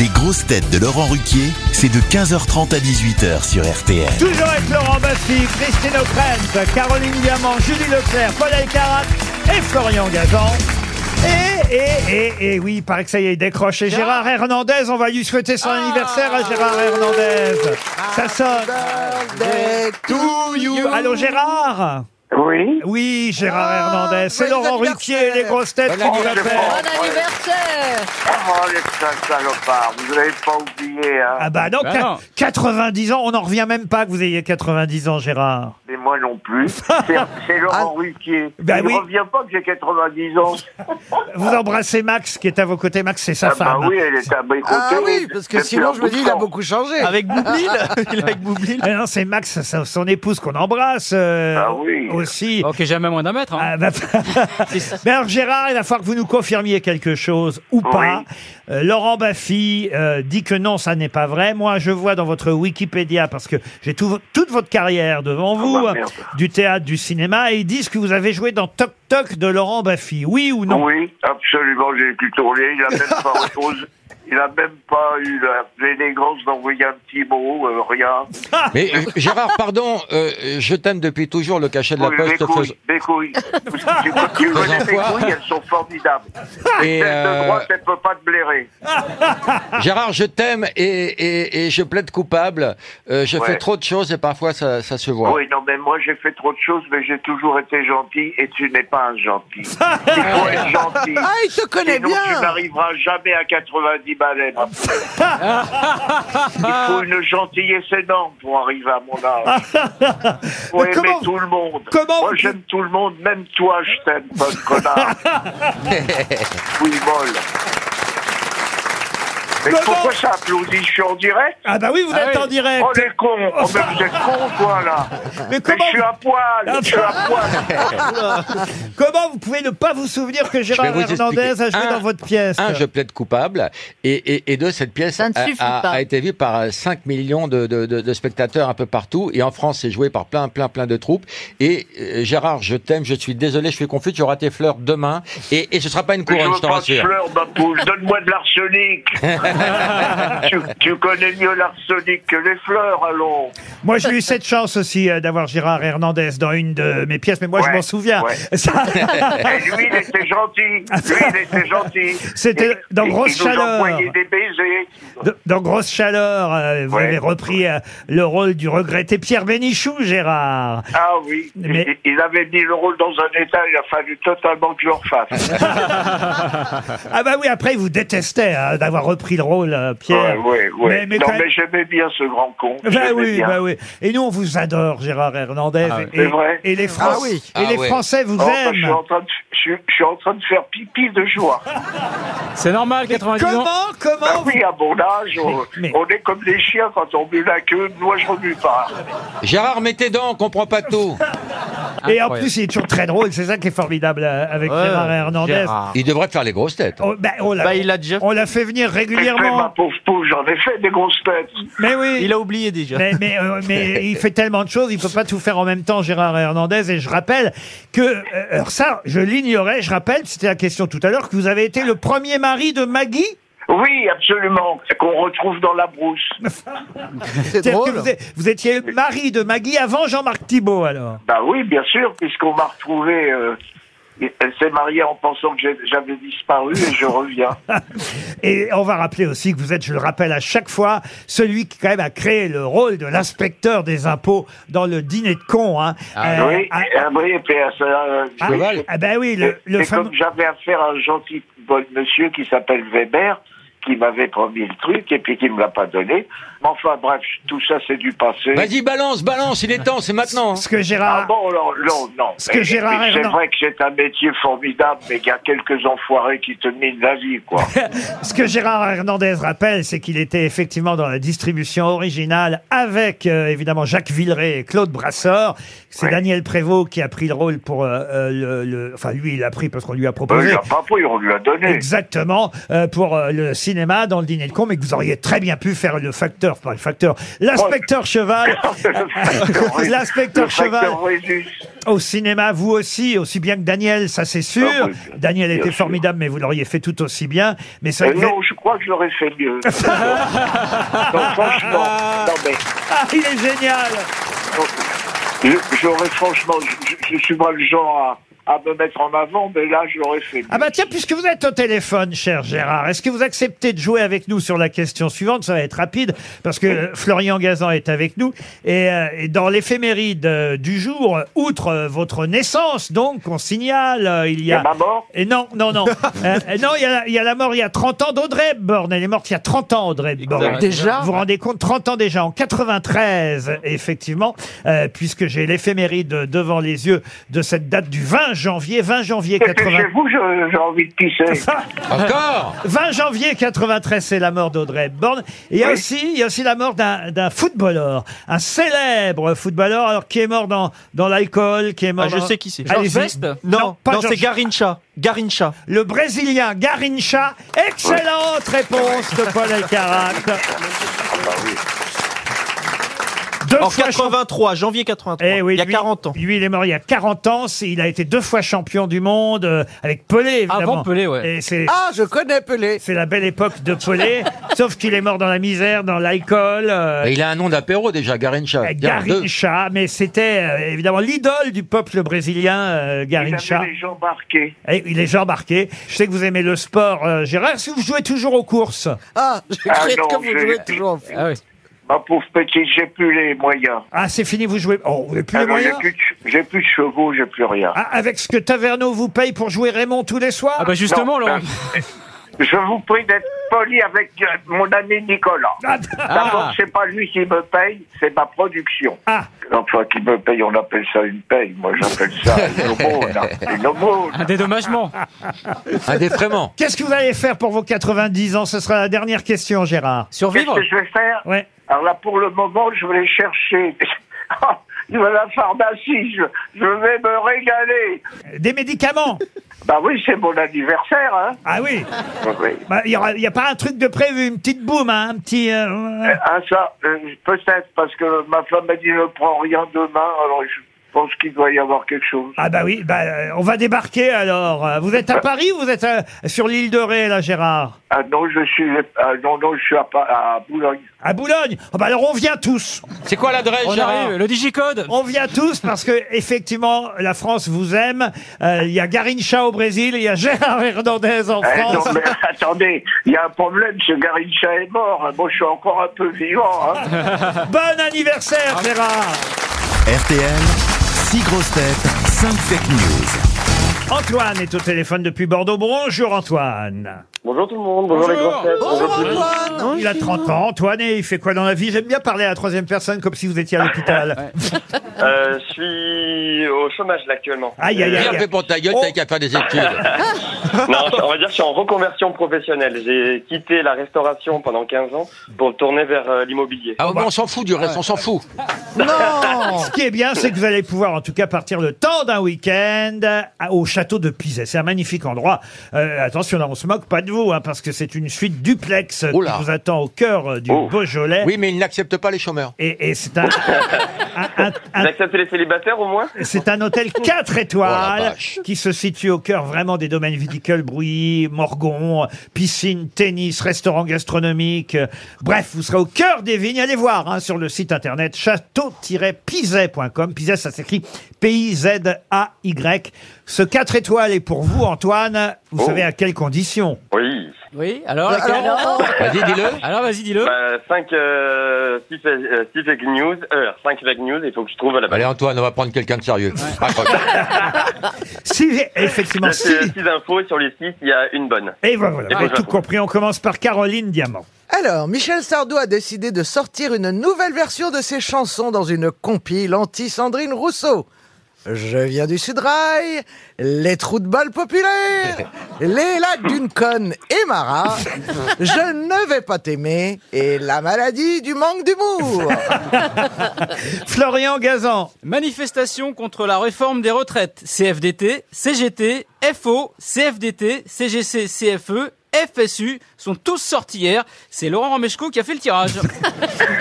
S1: Les grosses têtes de Laurent Ruquier, c'est de 15h30 à 18h sur RTL.
S2: Toujours avec Laurent Bassi, Christine O'Krent, Caroline Diamant, Julie Leclerc, Paul Alcarat et Florian Gazan. Et, et, et, et oui, il paraît que ça y est, il décroche. Et Gérard Hernandez, on va lui souhaiter son anniversaire à Gérard Hernandez. Ça sonne. Allô Gérard
S21: Oui.
S2: Oui, Gérard
S22: Ah,
S2: Hernandez. C'est
S21: bon
S2: Laurent Ruquier, les grosses têtes qui
S21: Bon
S2: nous
S21: anniversaire.
S2: appellent.
S21: Bon anniversaire
S22: Oh, les petits salopards, vous n'avez pas oublié, hein
S2: Ah bah non,
S22: Bah
S2: qua-
S22: non.
S2: 90 ans, on n'en revient même pas que vous ayez 90 ans, Gérard.
S22: Mais moi non plus. C'est- C'est Laurent Ruquier.
S2: Bah
S22: Il
S2: oui.
S22: revient pas que j'ai 90 ans.
S2: Vous embrassez Max qui est à vos côtés. Max, c'est sa
S22: Ah bah
S2: femme.
S22: oui, elle est à mes côtés.
S4: Ah oui, parce que
S22: depuis
S4: sinon,
S22: un
S4: je
S22: bout
S4: me
S22: de
S4: dis, il a
S22: temps.
S4: beaucoup changé. Avec
S2: Boublil
S4: Il est avec Boublil
S2: Ah non, c'est Max, sa- son épouse qu'on embrasse euh,
S22: Ah
S2: aussi. Ah, bah,
S9: Ok, jamais moins d'un mètre. hein.
S2: *laughs* Mais alors Gérard, il va falloir que vous nous confirmiez quelque chose ou pas. Euh, Laurent Baffy euh, dit que non, ça n'est pas vrai. Moi, je vois dans votre Wikipédia, parce que j'ai tout- toute votre carrière devant vous,
S22: bah,
S2: euh,
S22: merde.
S2: du théâtre, du cinéma, et ils disent que vous avez joué dans Toc Toc de Laurent Baffy. Oui ou non
S5: *laughs*
S22: Oui, absolument, j'ai pu tourner la même chose. Il a même pas eu la- l'élégance d'envoyer un petit mot, euh, rien.
S2: Ah
S5: Mais euh, Gérard, pardon, euh, je t'aime depuis toujours, le cachet de la
S22: Oui, mes
S5: poste.
S22: couilles,
S5: fais-
S22: mes
S5: *laughs*
S22: couilles. Tu- tu- Tu connais mes
S5: Faisons quoi
S22: couilles, elles sont formidables.
S5: Et,
S22: Celle Ah, de
S5: euh,
S22: droite, elle peut pas te blairer.
S5: Gérard, je t'aime et, et- et je plaide coupable. Euh, je
S22: Ouais.
S5: fais trop de choses et parfois ça, ça se voit.
S22: Oui, non, mais moi j'ai fait trop de choses, mais j'ai toujours été gentil et tu n'es pas un gentil.
S5: *laughs*
S22: Il faut être gentil.
S4: Ah, il te
S2: Eh
S4: connaît
S22: Sinon,
S4: bien.
S22: Tu
S2: *laughs*
S22: n'arriveras jamais à 90 baleines.
S2: Ah.
S22: Il faut une gentillesse énorme pour arriver à mon
S2: *laughs*
S22: âge. Faut aimer tout le monde. Moi j'aime tout le monde, même toi je t'aime, bonne
S2: *laughs*
S22: connard. Oui, molle. Mais pourquoi ça applaudit Je suis en direct
S2: Ah bah oui, vous êtes en direct.
S22: Oh les cons Oh mais vous êtes cons, quoi,
S2: *laughs*
S22: là Mais, je suis à poil Je suis à poil
S2: Comment vous pouvez ne pas vous souvenir que
S5: Je vais
S2: Gérard
S5: vous
S2: Hernandez a
S5: expliquer.
S2: joué
S5: Un-
S2: dans votre pièce
S5: Un, je plaide coupable. Et, et, et deux, cette pièce
S2: Ça
S5: a,
S2: ne suffit
S5: a-
S2: pas.
S5: a été vue par euh, 5 millions de, de- de- de spectateurs un peu partout. Et en France, c'est joué par plein, plein, plein de troupes. Et euh, Gérard, je t'aime, je suis désolé, je suis confus, tu auras tes fleurs demain. Et, et ce sera pas une
S22: Mais je
S5: couronne,
S22: veux
S5: je t'en
S22: pas de
S5: rassure.
S22: fleurs, ma pauvre. Donne-moi de
S5: *laughs*
S22: l'arsenic. tu, tu connais mieux l'arsenic que les fleurs,
S5: *laughs*
S22: allons.
S2: Moi, j'ai eu cette chance aussi euh, d'avoir Gérard Hernandez dans une de mes pièces, mais moi, je m'en souviens. *laughs* Ça-
S22: Et lui, il était gentil. Lui, il était gentil.
S2: C'était
S22: Il-
S2: dans
S22: il-
S2: Grosse
S22: Il nous
S2: Chaleur.
S22: envoyait des baisers.
S2: D- Dans Grosse Chaleur, euh, vous avez repris euh, le rôle du regretté Pierre Bénichou, Gérard.
S22: *laughs* Ah oui,
S2: Mais-
S22: il, il avait mis le rôle dans un état, il a fallu totalement que je le refasse.
S2: Ah bah oui, après, il vous détestait hein, d'avoir repris le rôle, euh, *laughs* Pierre.
S22: Oui, oui.
S2: Mais, mais
S22: non,
S2: quand
S22: mais
S2: même-
S22: j'aimais bien ce grand con.
S2: *laughs* Bah
S22: J'aimais
S2: oui,
S22: bien.
S2: bah oui. Et nous, on vous adore, Gérard Hernandez.
S22: Ah oui.
S2: et,
S22: hein. C'est vrai
S2: et les, Fran-
S22: Ah oui.
S2: et les Français vous
S22: Oh, bah, je, suis
S2: aiment.
S22: en train de, je, suis- je suis en train de faire pipi de joie.
S9: C'est normal, 90 ans.
S2: Comment
S22: bah Oui, à mon âge, on, on est comme des chiens quand on mue la queue. Moi, je remue pas.
S2: Oh.
S5: Gérard, mets tes dents, on comprend pas tout.
S2: Et en plus, il est toujours très drôle. C'est ça qui est formidable euh, avec Gérard Hernandez.
S5: Il devrait te faire les grosses têtes.
S2: Oh, bah, on l'a- on l'a fait venir
S22: Mais ma
S2: régulièrement.
S22: pauvre poule, j'en ai fait des grosses têtes.
S2: Mais oui.
S22: Il a
S8: oublié déjà.
S2: Mais, mais, euh, mais il fait tellement de choses, il peut pas tout faire en même temps, Gérard Hernandez. Et je rappelle que, euh, alors ça, je l'ignorais, je rappelle, c'était la question tout à l'heure, que vous avez été le premier mari de Maggie.
S22: Oui, absolument. Qu'on retrouve dans la
S2: *laughs*
S22: brousse.
S2: C'est drôle. Vous, êtes- vous étiez le mari de Maggie avant Jean-Marc Thibault, alors.
S22: Bah oui, bien sûr, puisqu'on m'a retrouvé. euh, elle s'est mariée en pensant que j'ai- j'avais disparu et je reviens.
S2: Et on va rappeler aussi que vous êtes, je le rappelle à chaque fois, celui qui quand même a créé le rôle de l'inspecteur des impôts dans le dîner de cons. Hein. Euh,
S22: oui,
S2: ah,
S22: un vrai PS. euh,
S2: Ah,
S22: oui.
S2: ah ben oui, le-
S22: Et-
S2: le
S22: et
S2: fameux-
S22: comme j'avais affaire à un gentil bon monsieur qui s'appelle Weber, qui m'avait promis le truc et puis qui me l'a pas donné. Mais Enfin bref, tout ça c'est du passé.
S5: Vas-y, *laughs*
S2: bah,
S5: balance, balance, il est temps, c'est maintenant. hein.
S2: ce que Gérard.
S22: Ah bon, non, non, non.
S2: Ce que
S22: Mais-
S2: Gérard
S22: mais C'est
S2: Hernan-
S22: vrai que c'est un métier formidable, mais il y a quelques enfoirés qui te minent la vie,
S2: *laughs*
S22: quoi. Euh,
S2: Ce que Gérard Hernandez rappelle, c'est qu'il était effectivement dans la distribution originale avec euh, évidemment Jacques Villeray et Claude Brasseur. C'est Daniel Prévost qui a pris le rôle pour euh, euh, le, le- Enfin, lui, il a pris parce qu'on lui
S22: Ben,
S2: a
S22: il
S2: proposé.
S22: l'a pas pris, on lui a donné.
S2: Exactement, euh, pour euh, le cinéma, dans le dîner de con, mais que vous auriez très bien pu faire le facteur, pas le facteur,
S22: *laughs*
S2: l'inspecteur cheval, *laughs* l'inspecteur
S22: Le facteur
S2: cheval
S22: Résus.
S2: au cinéma, vous aussi, aussi bien que Daniel, ça c'est sûr.
S22: Ah oui,
S2: Daniel
S22: bien
S2: était
S22: sûr.
S2: formidable, mais vous l'auriez fait tout aussi bien. Mais ça
S22: Euh,
S2: devait-
S22: non, je crois que j'aurais fait
S2: *laughs*
S22: mieux. non, franchement, non, mais
S2: Ah, il est génial
S22: je- j'aurais franchement, je, je- je suis pas le genre à, à me mettre en avant, mais là, je l'aurais fait mieux.
S2: Ah bah tiens, puisque vous êtes au téléphone, cher Gérard, est-ce que vous acceptez de jouer avec nous sur la question suivante Ça va être rapide, parce que euh, Florian Gazan est avec nous. Et, euh, et dans l'éphéméride euh, du jour, euh, outre euh, votre naissance, donc, on signale, euh, il y a...
S22: Il y a ma mort
S2: Et non, non, non. Euh, euh, non, il y, a, la- il y a la mort il y a 30 ans d'Audrey Borne. Elle est morte il y a 30 ans, Audrey Borne.
S4: Déjà
S2: Vous vous rendez compte, 30 ans déjà, en 93, effectivement, euh, puisque j'ai l'éphéméride devant les yeux de cette date du 20 janvier, 20 janvier
S22: C'était
S2: 93.
S22: chez vous, je- j'ai envie de
S2: *laughs*
S22: pisser.
S5: Encore
S2: 20 janvier 93, c'est la mort d'Audrey Hepburn. Et il y a aussi, il y a aussi la mort d'un d'un footballeur, un célèbre footballeur, alors qui est mort dans, dans l'alcool, qui est mort.
S8: Ah, je
S2: dans-
S8: sais qui c'est.
S2: Allez-y.
S8: Non, non,
S2: George-
S8: c'est Garincha. Garincha.
S2: Le Brésilien Garincha. Ah Excellente réponse de Paul Alcarat.
S8: en 83, janvier 83.
S2: Eh oui, il y a 40 ans. Lui, il est mort il y a 40 ans. C'est- Il a été deux fois champion du monde euh, avec Pelé, évidemment.
S4: Avant Pelé, ouais.
S2: Et c'est-
S4: Ah, je connais Pelé.
S2: C'est la belle époque de Pelé, sauf qu'il est mort dans la misère, dans l'alcool. euh,
S4: Ah,
S5: Mais Il a un nom d'apéro déjà, Garincha.
S2: Garincha, mais c'était euh, évidemment l'idole du peuple brésilien, euh, Garincha.
S22: les gens marqués.
S2: Et il est Jean Barquet. Je sais que vous aimez le sport, euh, Gérard. Si vous jouez toujours aux courses.
S4: Ah,
S22: j'ai- Ma pauvre petite, j'ai plus les moyens.
S2: Ah, c'est fini, vous jouez. Oh, vous n'avez plus les
S22: Ah non, j'ai
S2: moyens
S22: plus de ch- J'ai plus de chevaux, j'ai plus rien.
S2: Ah, Avec ce que Taverneau vous paye pour jouer Raymond tous les soirs Ah, bah
S22: justement, Non, Laurent. Je vous prie d'être poli avec euh, mon ami Nicolas.
S2: Ah.
S22: D'abord, c'est pas lui qui me paye, c'est ma production.
S2: Ah.
S22: Enfin, qui me paye, on appelle ça une paye. Moi, j'appelle ça une aumône. hein. Une aumône.
S9: Un dédommagement.
S2: Ah,
S22: Ah,
S5: Un défraiement.
S2: *laughs* Qu'est-ce que vous allez faire pour vos 90 ans Ce sera la dernière question, Gérard.
S22: Qu'est-ce que je vais faire
S2: Ouais.
S22: Alors là, pour le moment, je vais chercher *laughs* Ah, de la pharmacie. Je, je vais me régaler.
S2: Des médicaments
S22: Bah oui, c'est mon anniversaire. Hein.
S2: Ah oui
S22: Oui.
S2: Bah, Il n'y a pas un truc de prévu, une petite boum, hein, un petit. euh,
S22: Euh, Ah ça, euh, peut-être, parce que ma femme m'a dit ne prends rien demain, alors je pense qu'il doit y avoir quelque chose.
S2: Ah bah oui, bah, euh, on va débarquer alors. Euh, Vous êtes à Paris ou vous êtes euh, sur l'île de Ré, là, Gérard
S22: Ah non, je suis, ah non, non, je suis à, Pa- à Boulogne.
S2: À Boulogne Ah bah alors on vient tous
S5: C'est quoi l'adresse,
S9: On Gérard arrive, le digicode
S2: On vient tous parce que, effectivement, la France vous aime. Euh, Il y a Garincha au Brésil, il y a Gérard Hernandez en
S22: Eh, non,
S2: France. *laughs*
S22: mais attendez, il y a un problème, ce Garincha est mort. hein. Moi, je suis encore un peu vivant. Hein.
S2: Bon anniversaire, Gérard
S1: RTL, 6 grosses têtes, 5 fake news.
S2: Antoine est au téléphone depuis Bordeaux. Bonjour Antoine.
S20: Bonjour tout le monde, bonjour, les grosses têtes. tout le monde.
S2: Il a 30 ans, Antoine, et il fait quoi dans la vie J'aime bien parler à la troisième personne comme si vous étiez à l'hôpital.
S20: Euh, je suis au chômage là actuellement.
S2: Aïe, aïe, aïe. Bien fait
S5: pour ta gueule, t'as qu'à faire des
S20: études. *laughs* non, on va dire que je suis en reconversion professionnelle. J'ai quitté la restauration pendant 15 ans pour me tourner vers euh, l'immobilier.
S5: Ah, mais on s'en fout du reste, on s'en fout.
S2: Ce qui est bien, c'est que vous allez pouvoir en tout cas partir le temps d'un week-end à- au château de Pizet. C'est un magnifique endroit. Euh, attention, là, on se moque pas de vous, hein, parce que c'est une suite duplex
S5: Oula. Oh.
S2: qui vous attend au cœur euh, du Beaujolais.
S5: Oui, mais il n'accepte pas les chômeurs.
S2: Et, et
S5: *laughs*
S2: c'est un,
S20: Vous acceptez les célibataires au moins
S2: C'est un hôtel 4
S20: Oh la
S2: étoiles qui se situe au cœur vraiment des domaines viticoles, bruit, morgon, piscine, tennis, restaurant gastronomique. Euh, Bref, vous serez au cœur des vignes. Allez voir hein, sur le site internet château-pizet.com. Pizet, ça s'écrit P-I-Z-A-Y. Ce 4 étoiles est pour vous, Antoine. Vous
S20: Oh.
S2: savez à quelles conditions
S20: Oui.
S9: Oui, alors,
S20: Alors,
S9: laquelle
S20: alors Vas-y, dis-le.
S9: Alors, vas-y, dis-le.
S20: 5 fake Bah, euh, six fake news, 5 fake news, il faut que je trouve la bonne.
S5: Allez, Antoine, on va prendre quelqu'un de sérieux. Raccroche.
S2: Si, effectivement,
S20: Parce
S2: si.
S20: que six infos et sur les 6, il y a une bonne.
S2: Et voilà, vous
S20: C'est bon,
S2: avez
S20: je
S2: tout
S20: la trouve.
S2: compris. On commence par Caroline Diamant.
S4: Alors, Michel Sardou a décidé de sortir une nouvelle version de ses chansons dans une compile anti-Sandrine Rousseau. Je viens du Sudrail, les trous de balles
S5: *laughs*
S4: populaires, les lacs d'une conne et Marat, je ne vais pas t'aimer et la maladie du manque
S5: *laughs*
S4: d'humour.
S2: Florian Gazan.
S9: Manifestation contre la réforme des retraites. CFDT, CGT, FO, CFDT, CGC, CFE, FSU sont tous sortis hier. C'est Laurent Romeshko qui a fait
S2: *laughs*
S9: le tirage.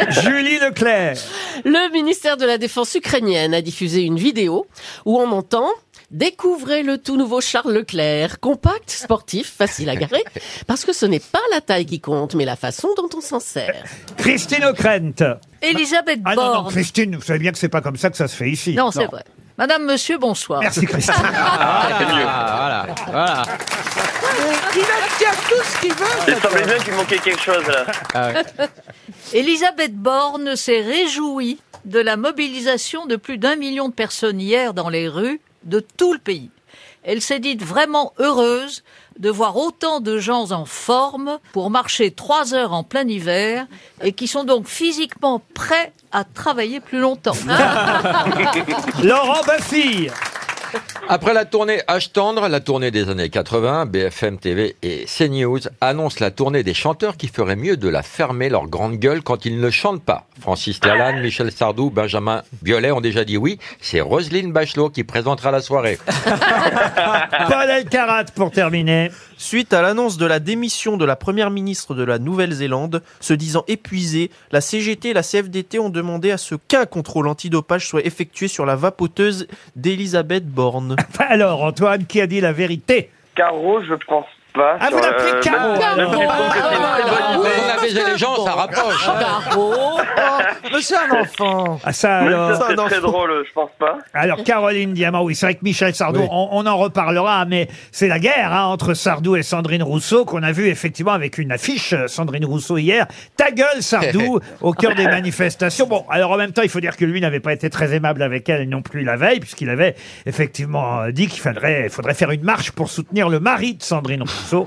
S2: Julie Leclerc.
S3: Le ministère de la Défense ukrainienne a diffusé une vidéo où on entend Découvrez le tout nouveau Charles Leclerc, compact, sportif, facile à garer, parce que ce n'est pas la taille qui compte, mais la façon dont on s'en sert.
S2: Christine O'Krent.
S6: Elisabeth
S2: Ah non, non,
S6: Borne.
S2: Christine, vous savez bien que c'est pas comme ça que ça se fait ici.
S6: Non, c'est vrai. Madame, monsieur, bonsoir. *laughs*
S2: Merci, Christine. Ah,
S9: voilà, voilà.
S4: Il obtient tout ce qu'il veut.
S20: Il semblait bien qu'il manquait quelque chose là.
S9: Ah
S6: *laughs* Elisabeth Borne s'est réjouie de la mobilisation de plus d'un million de personnes hier dans les rues de tout le pays. Elle s'est dite vraiment heureuse de voir autant de gens en forme pour marcher trois heures en plein hiver et qui sont donc physiquement
S20: Ah.
S6: prêts à travailler plus longtemps.
S2: Laurent Baffy.
S5: Après la tournée H tendre, la tournée des années 80, BFM TV et CNews annoncent la tournée des chanteurs qui feraient mieux de la fermer leur grande gueule quand ils ne chantent pas. Francis Lalanne, Michel Sardou, Benjamin Biolay ont déjà dit oui. C'est Roselyne Bachelot qui présentera la soirée.
S2: Paul Elkarat pour terminer.
S8: Suite à l'annonce de la démission de la première ministre de la Nouvelle-Zélande, se disant épuisée, la CGT et la CFDT ont demandé à ce qu'un contrôle antidopage soit effectué sur la vapoteuse d'Elisabeth
S2: *laughs*
S8: Borne.
S2: Alors, Antoine, qui a dit la vérité
S20: Caro, je pense pas.
S2: Ah, vous
S20: sur,
S2: l'appelez
S20: euh,
S2: Caro,
S20: même- même
S2: alors.
S20: si je trouve que c'est une
S2: Ah,
S20: très bonne
S2: ah,
S20: idée.
S5: On a baisé les gens, ça rapproche. hein.
S22: *laughs*
S4: Oh, monsieur un enfant.
S2: Ah, ça
S20: Même
S2: alors.
S20: ça, c'est très drôle, je pense pas.
S2: Alors, Caroline Diamant, oui, c'est vrai que Michel Sardou,
S20: Oui.
S2: on, on en reparlera, mais c'est la guerre hein, entre Sardou et Sandrine Rousseau qu'on a vu effectivement avec une affiche euh, Sandrine Rousseau hier. Ta gueule, Sardou, au cœur des manifestations. Bon, alors en même temps, il faut dire que lui n'avait pas été très aimable avec elle non plus la veille, puisqu'il avait effectivement euh, dit qu'il faudrait, faudrait faire une marche pour soutenir le mari de Sandrine Rousseau.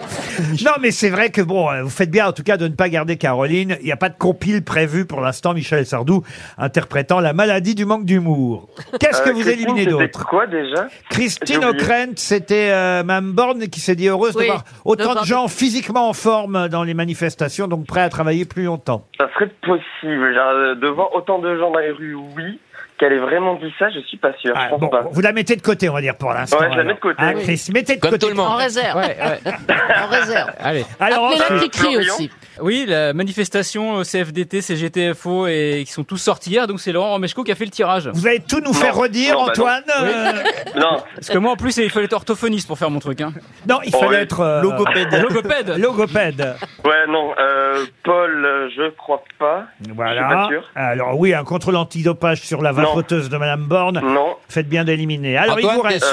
S2: non, mais c'est vrai que bon, euh, vous faites bien en tout cas de ne pas garder Caroline. Il n'y a pas de compile prévu pour l'instant, Michel Sardou interprétant la maladie du manque d'humour. Qu'est-ce que
S20: Euh,
S2: vous
S20: Christine,
S2: éliminez
S20: c'était
S2: d'autre
S20: quoi déjà
S2: Christine
S20: J'ai oublié.
S2: O'Krent, c'était euh, Mme Borne qui s'est dit heureuse
S20: Oui,
S2: de voir autant
S20: de
S2: de gens physiquement en forme dans les manifestations, donc prêts à travailler plus longtemps.
S20: Ça serait possible. Genre, euh, de voir autant de gens dans les rues, oui. Qu'elle ait vraiment dit ça, je suis pas sûr.
S2: Ah,
S20: je pense pas.
S2: Vous la mettez de côté, on va dire, pour l'instant.
S20: Bah. Ouais, je la mets de
S2: alors.
S20: côté.
S2: Hein,
S20: Oui.
S2: Chris, mettez de côté.
S7: En réserve. Ouais, ouais.
S3: En réserve.
S7: Allez.
S2: Alors,
S3: Appelez-la ensuite- qui crie aussi.
S7: Oui, la manifestation euh, CFDT, CGTFO et qui sont tous sortis hier, donc c'est Laurent Romeshko qui a fait le tirage.
S2: Vous allez tout nous faire redire, Antoine, euh,
S20: Non.
S7: Parce que moi, en plus, il fallait être orthophoniste pour faire mon truc. Hein.
S2: Non, il fallait être euh,
S7: Logopède.
S2: Logopède.
S20: Ouais, non. euh, Paul, euh, je crois pas. Je suis pas
S2: Voilà.
S20: sûr.
S2: Alors oui, un contrôle antidopage sur la vapoteuse de Madame Borne.
S20: Non.
S2: Faites bien d'éliminer. Alors il vous reste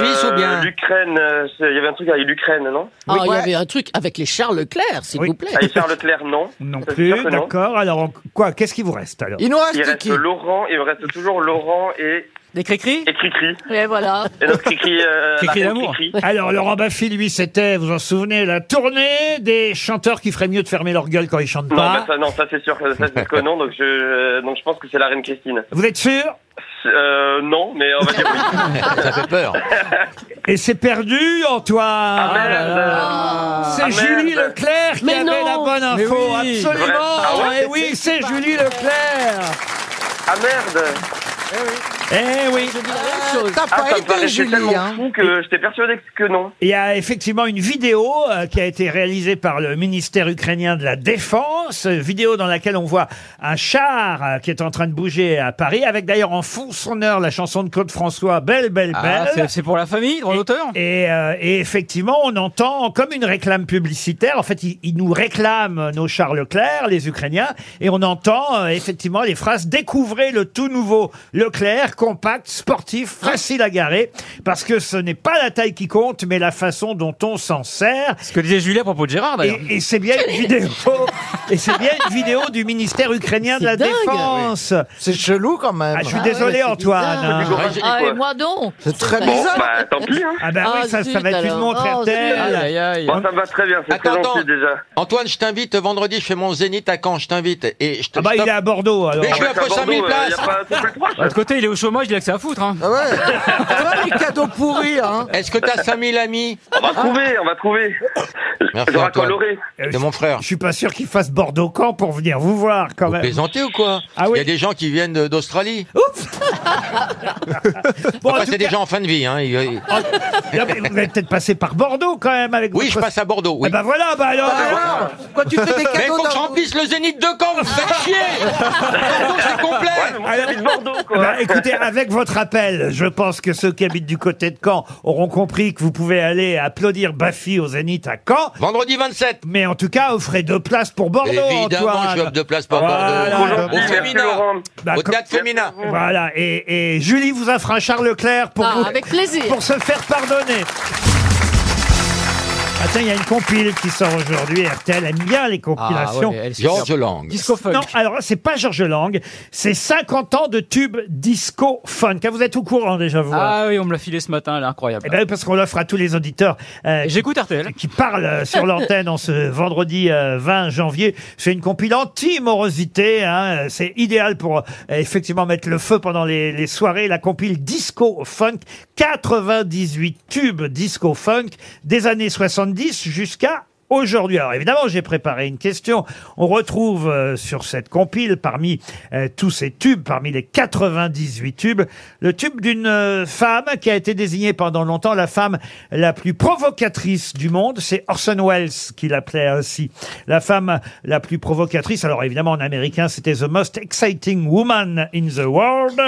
S20: Euh, L'Ukraine, euh, c'est- il y avait un truc avec l'Ukraine, non
S3: Ah, il y avait un truc avec les Charles Leclerc, s'il vous plaît.
S20: Avec Ah, Charles Leclerc, non.
S2: Non
S20: Ça, c'est
S2: plus,
S20: sûr que non.
S2: d'accord. Alors on- quoi Qu'est-ce qui vous reste alors
S20: Il reste Laurent, il reste toujours Laurent et.
S7: Des cricri
S20: Et cricri.
S6: Hein
S3: Et voilà.
S20: Et notre cricri.
S2: *laughs*
S20: Euh, la reine Cricri.
S2: Alors Laurent Baffy, lui, c'était, vous en souvenez, la tournée des chanteurs qui feraient mieux de fermer leur gueule quand ils chantent
S20: Non,
S2: pas.
S20: bah, ça, non, ça c'est sûr, que- ça c'est que non, donc je, euh, donc je pense que c'est la reine Christine.
S2: Vous êtes sûr
S20: Euh, non, mais on va dire oui.
S5: *laughs* Ça fait peur.
S2: Et c'est perdu, Antoine. Ah C'est
S20: Ah,
S2: Julie
S20: merde.
S2: Leclerc qui
S20: Mais
S2: avait
S20: non.
S2: la bonne
S20: Mais
S2: info,
S20: oui.
S2: absolument.
S20: Ah ouais,
S2: Eh oui, c'est Julie Leclerc.
S20: Ah merde
S2: Eh oui.
S4: euh, T'as
S20: Ah,
S4: pas
S20: ça me
S4: aidé,
S20: paraissait
S4: Julie.
S20: tellement
S4: Hein.
S20: fou que j'étais persuadé que- que non.
S2: Il y a effectivement une vidéo euh, qui a été réalisée par le ministère ukrainien de la Défense, euh, vidéo dans laquelle on voit un char euh, qui est en train de bouger à Paris, avec d'ailleurs en fond sonore la chanson de Claude François, Belle, Belle,
S7: Ah,
S2: Belle.
S7: c'est- c'est pour la famille, droit d'auteur
S2: Et, euh, et effectivement, on entend comme une réclame publicitaire. En fait, ils, ils nous réclament nos Charles Leclerc, les Ukrainiens, et on entend euh, effectivement les phrases Découvrez le tout nouveau Leclerc, compact, sportif, facile à garer, parce que ce n'est pas la taille qui compte, mais la façon dont on s'en sert.
S7: Ce que disait Julie à propos de Gérard, d'ailleurs.
S2: Et, et c'est bien une vidéo. *laughs* et c'est bien une vidéo du ministère ukrainien de la
S4: C'est dingue.
S2: Défense.
S4: C'est chelou quand même.
S2: Ah, je suis désolé, Antoine. hein.
S6: Ah, et moi donc
S4: C'est très
S20: Bon,
S4: bizarre.
S20: bah tant pis. Hein.
S2: Ah bah oui, ça, ça va être une
S6: Oh,
S2: montre RTL.
S5: hein
S20: Bon, ça me va très bien, c'est très
S5: Attends,
S20: gentil
S5: attends.
S20: déjà.
S5: Antoine, je t'invite vendredi, je fais mon zénith à Caen, je t'invite. Et je te-
S2: Ah bah
S5: je
S2: il
S5: t'offre-
S2: est à Bordeaux alors.
S5: Mais je suis
S20: Ah bah,
S5: à 5
S20: euh,
S5: 000 places.
S7: Bah, De l'autre côté, il est au chômage, il a que ça à foutre.
S5: Ah
S7: Hein.
S2: Ah
S4: les cadeaux pourris, hein.
S5: Est-ce que t'as 5000 amis
S20: On va trouver, on va trouver.
S5: Merci
S20: Laura
S5: Antoine.
S20: Coloré.
S5: De mon frère.
S2: Euh, Je suis pas sûr qu'il fasse Bordeaux-Camp pour venir vous voir quand
S5: Vous
S2: même.
S5: plaisantez ou quoi
S2: Ah oui.
S5: Il y a des gens qui viennent de- d'Australie. *laughs*
S2: en
S5: Enfin,
S2: tout
S5: c'est
S2: cas-
S5: des
S2: Ah,
S5: gens en fin de vie. Hein. ils- ils-
S2: Non, mais vous allez peut-être passer par Bordeaux quand même avec
S5: Oui,
S2: votre-
S5: je passe à Bordeaux. Oui.
S2: Eh ben voilà, bah alors.
S4: Quand Ah, tu fais des
S5: Mais
S4: cadeaux
S5: faut que je
S4: dans-
S5: remplisse le zénith de Caen, vous faites chier Bordeaux, c'est complet
S20: Bordeaux, quoi.
S2: Bah, écoutez, avec votre appel, je pense que ceux qui habitent du côté de Caen auront compris que vous pouvez aller applaudir Baffy au Zénith à Caen.
S5: Vendredi 27
S2: Mais en tout cas, offrez deux places pour Bordeaux,
S5: Évidemment,
S2: Antoine.
S5: je offre deux places pour Bordeaux. Au féminin.
S2: Bah,
S5: Au
S2: comme-
S5: théâtre féminin.
S2: Voilà, et, et Julie vous offre un Charles Leclerc pour
S3: Ah,
S2: vous-
S3: avec plaisir.
S2: pour se faire pardonner. Ah, tiens, il y a une compile qui sort aujourd'hui. RTL aime bien les compilations.
S5: Ah, ouais, elle- Georges Lang.
S2: Disco funk. Non, alors c'est pas Georges Lang. C'est 50 ans de tubes disco funk. Ah, Vous êtes au courant déjà, vous. hein
S9: Ah oui, on me l'a filé ce matin, elle est incroyable.
S2: Eh ben, parce qu'on l'offre à tous les auditeurs. euh,
S9: J'écoute RTL.
S2: Qui parlent euh, sur l'antenne en ce vendredi euh, 20 janvier. C'est une compile anti-morosité. hein. C'est idéal pour euh, effectivement mettre le feu pendant les, les soirées. La compile Disco Funk. 98 tubes Disco Funk des années 70 jusqu'à Aujourd'hui, alors évidemment, j'ai préparé une question. On retrouve euh, sur cette compile, parmi euh, tous ces tubes, parmi les 98 tubes, le tube d'une euh, femme qui a été désignée pendant longtemps la femme la plus provocatrice du monde. C'est Orson Welles qui l'appelait ainsi. La femme la plus provocatrice. Alors évidemment, en américain, c'était The Most Exciting Woman in the World.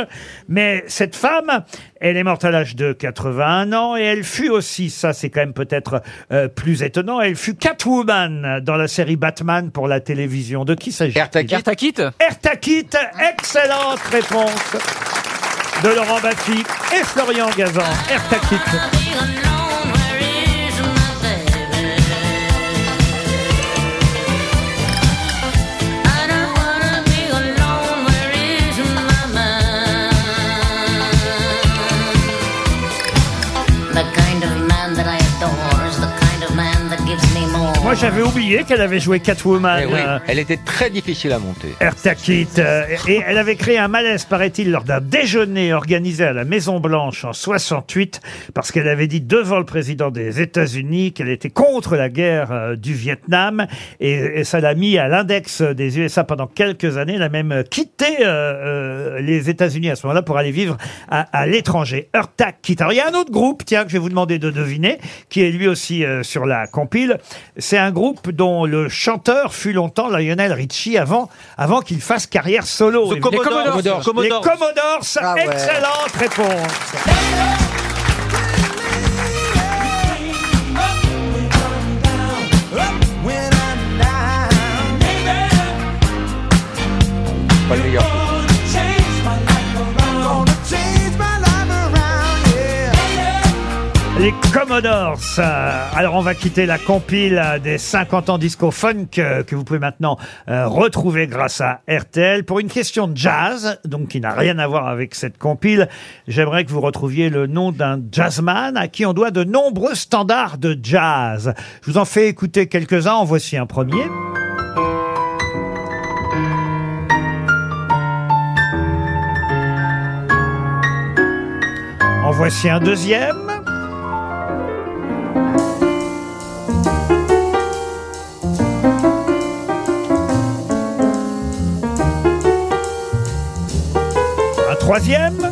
S2: Mais cette femme, elle est morte à l'âge de 81 ans et elle fut aussi, ça c'est quand même peut-être euh, plus étonnant, elle fut Catwoman dans la série Batman pour la télévision. De qui s'agit-il
S9: Erta Kitt
S2: Erta Kitt, excellente réponse de Laurent Baffi et Florian Gazan. Erta Kitt.
S21: The kind of man that I adore is the kind of man that gives me more.
S2: Moi j'avais oublié qu'elle avait joué Catwoman.
S5: Eh oui,
S2: euh,
S5: elle était très difficile à monter.
S2: Erta Kitt, euh, et elle avait créé un malaise, paraît-il, lors d'un déjeuner organisé à la Maison Blanche en 68, parce qu'elle avait dit devant le président des États-Unis qu'elle était contre la guerre euh, du Vietnam, et, et ça l'a mis à l'index des USA pendant quelques années. Elle a même quitté euh, euh, les États-Unis à ce moment-là pour aller vivre à, à l'étranger. Erta Kitt. Alors il y a un autre groupe, tiens, que je vais vous demander de deviner, qui est lui aussi euh, sur la compile. C'est un groupe dont le chanteur fut longtemps Lionel Richie avant, avant qu'il fasse carrière solo.
S8: The Commodores.
S2: Les Commodores.
S8: Commodores.
S2: Les Commodores.
S8: Ah ouais.
S2: Excellente réponse.
S5: Pas le meilleur.
S2: Les Commodores. euh, Alors, on va quitter la compile euh, des 50 ans disco funk euh, que vous pouvez maintenant euh, retrouver grâce à RTL pour une question de jazz, donc qui n'a rien à voir avec cette compile. J'aimerais que vous retrouviez le nom d'un jazzman à qui on doit de nombreux standards de jazz. Je vous en fais écouter quelques-uns. En voici un premier. En voici un deuxième. Un troisième.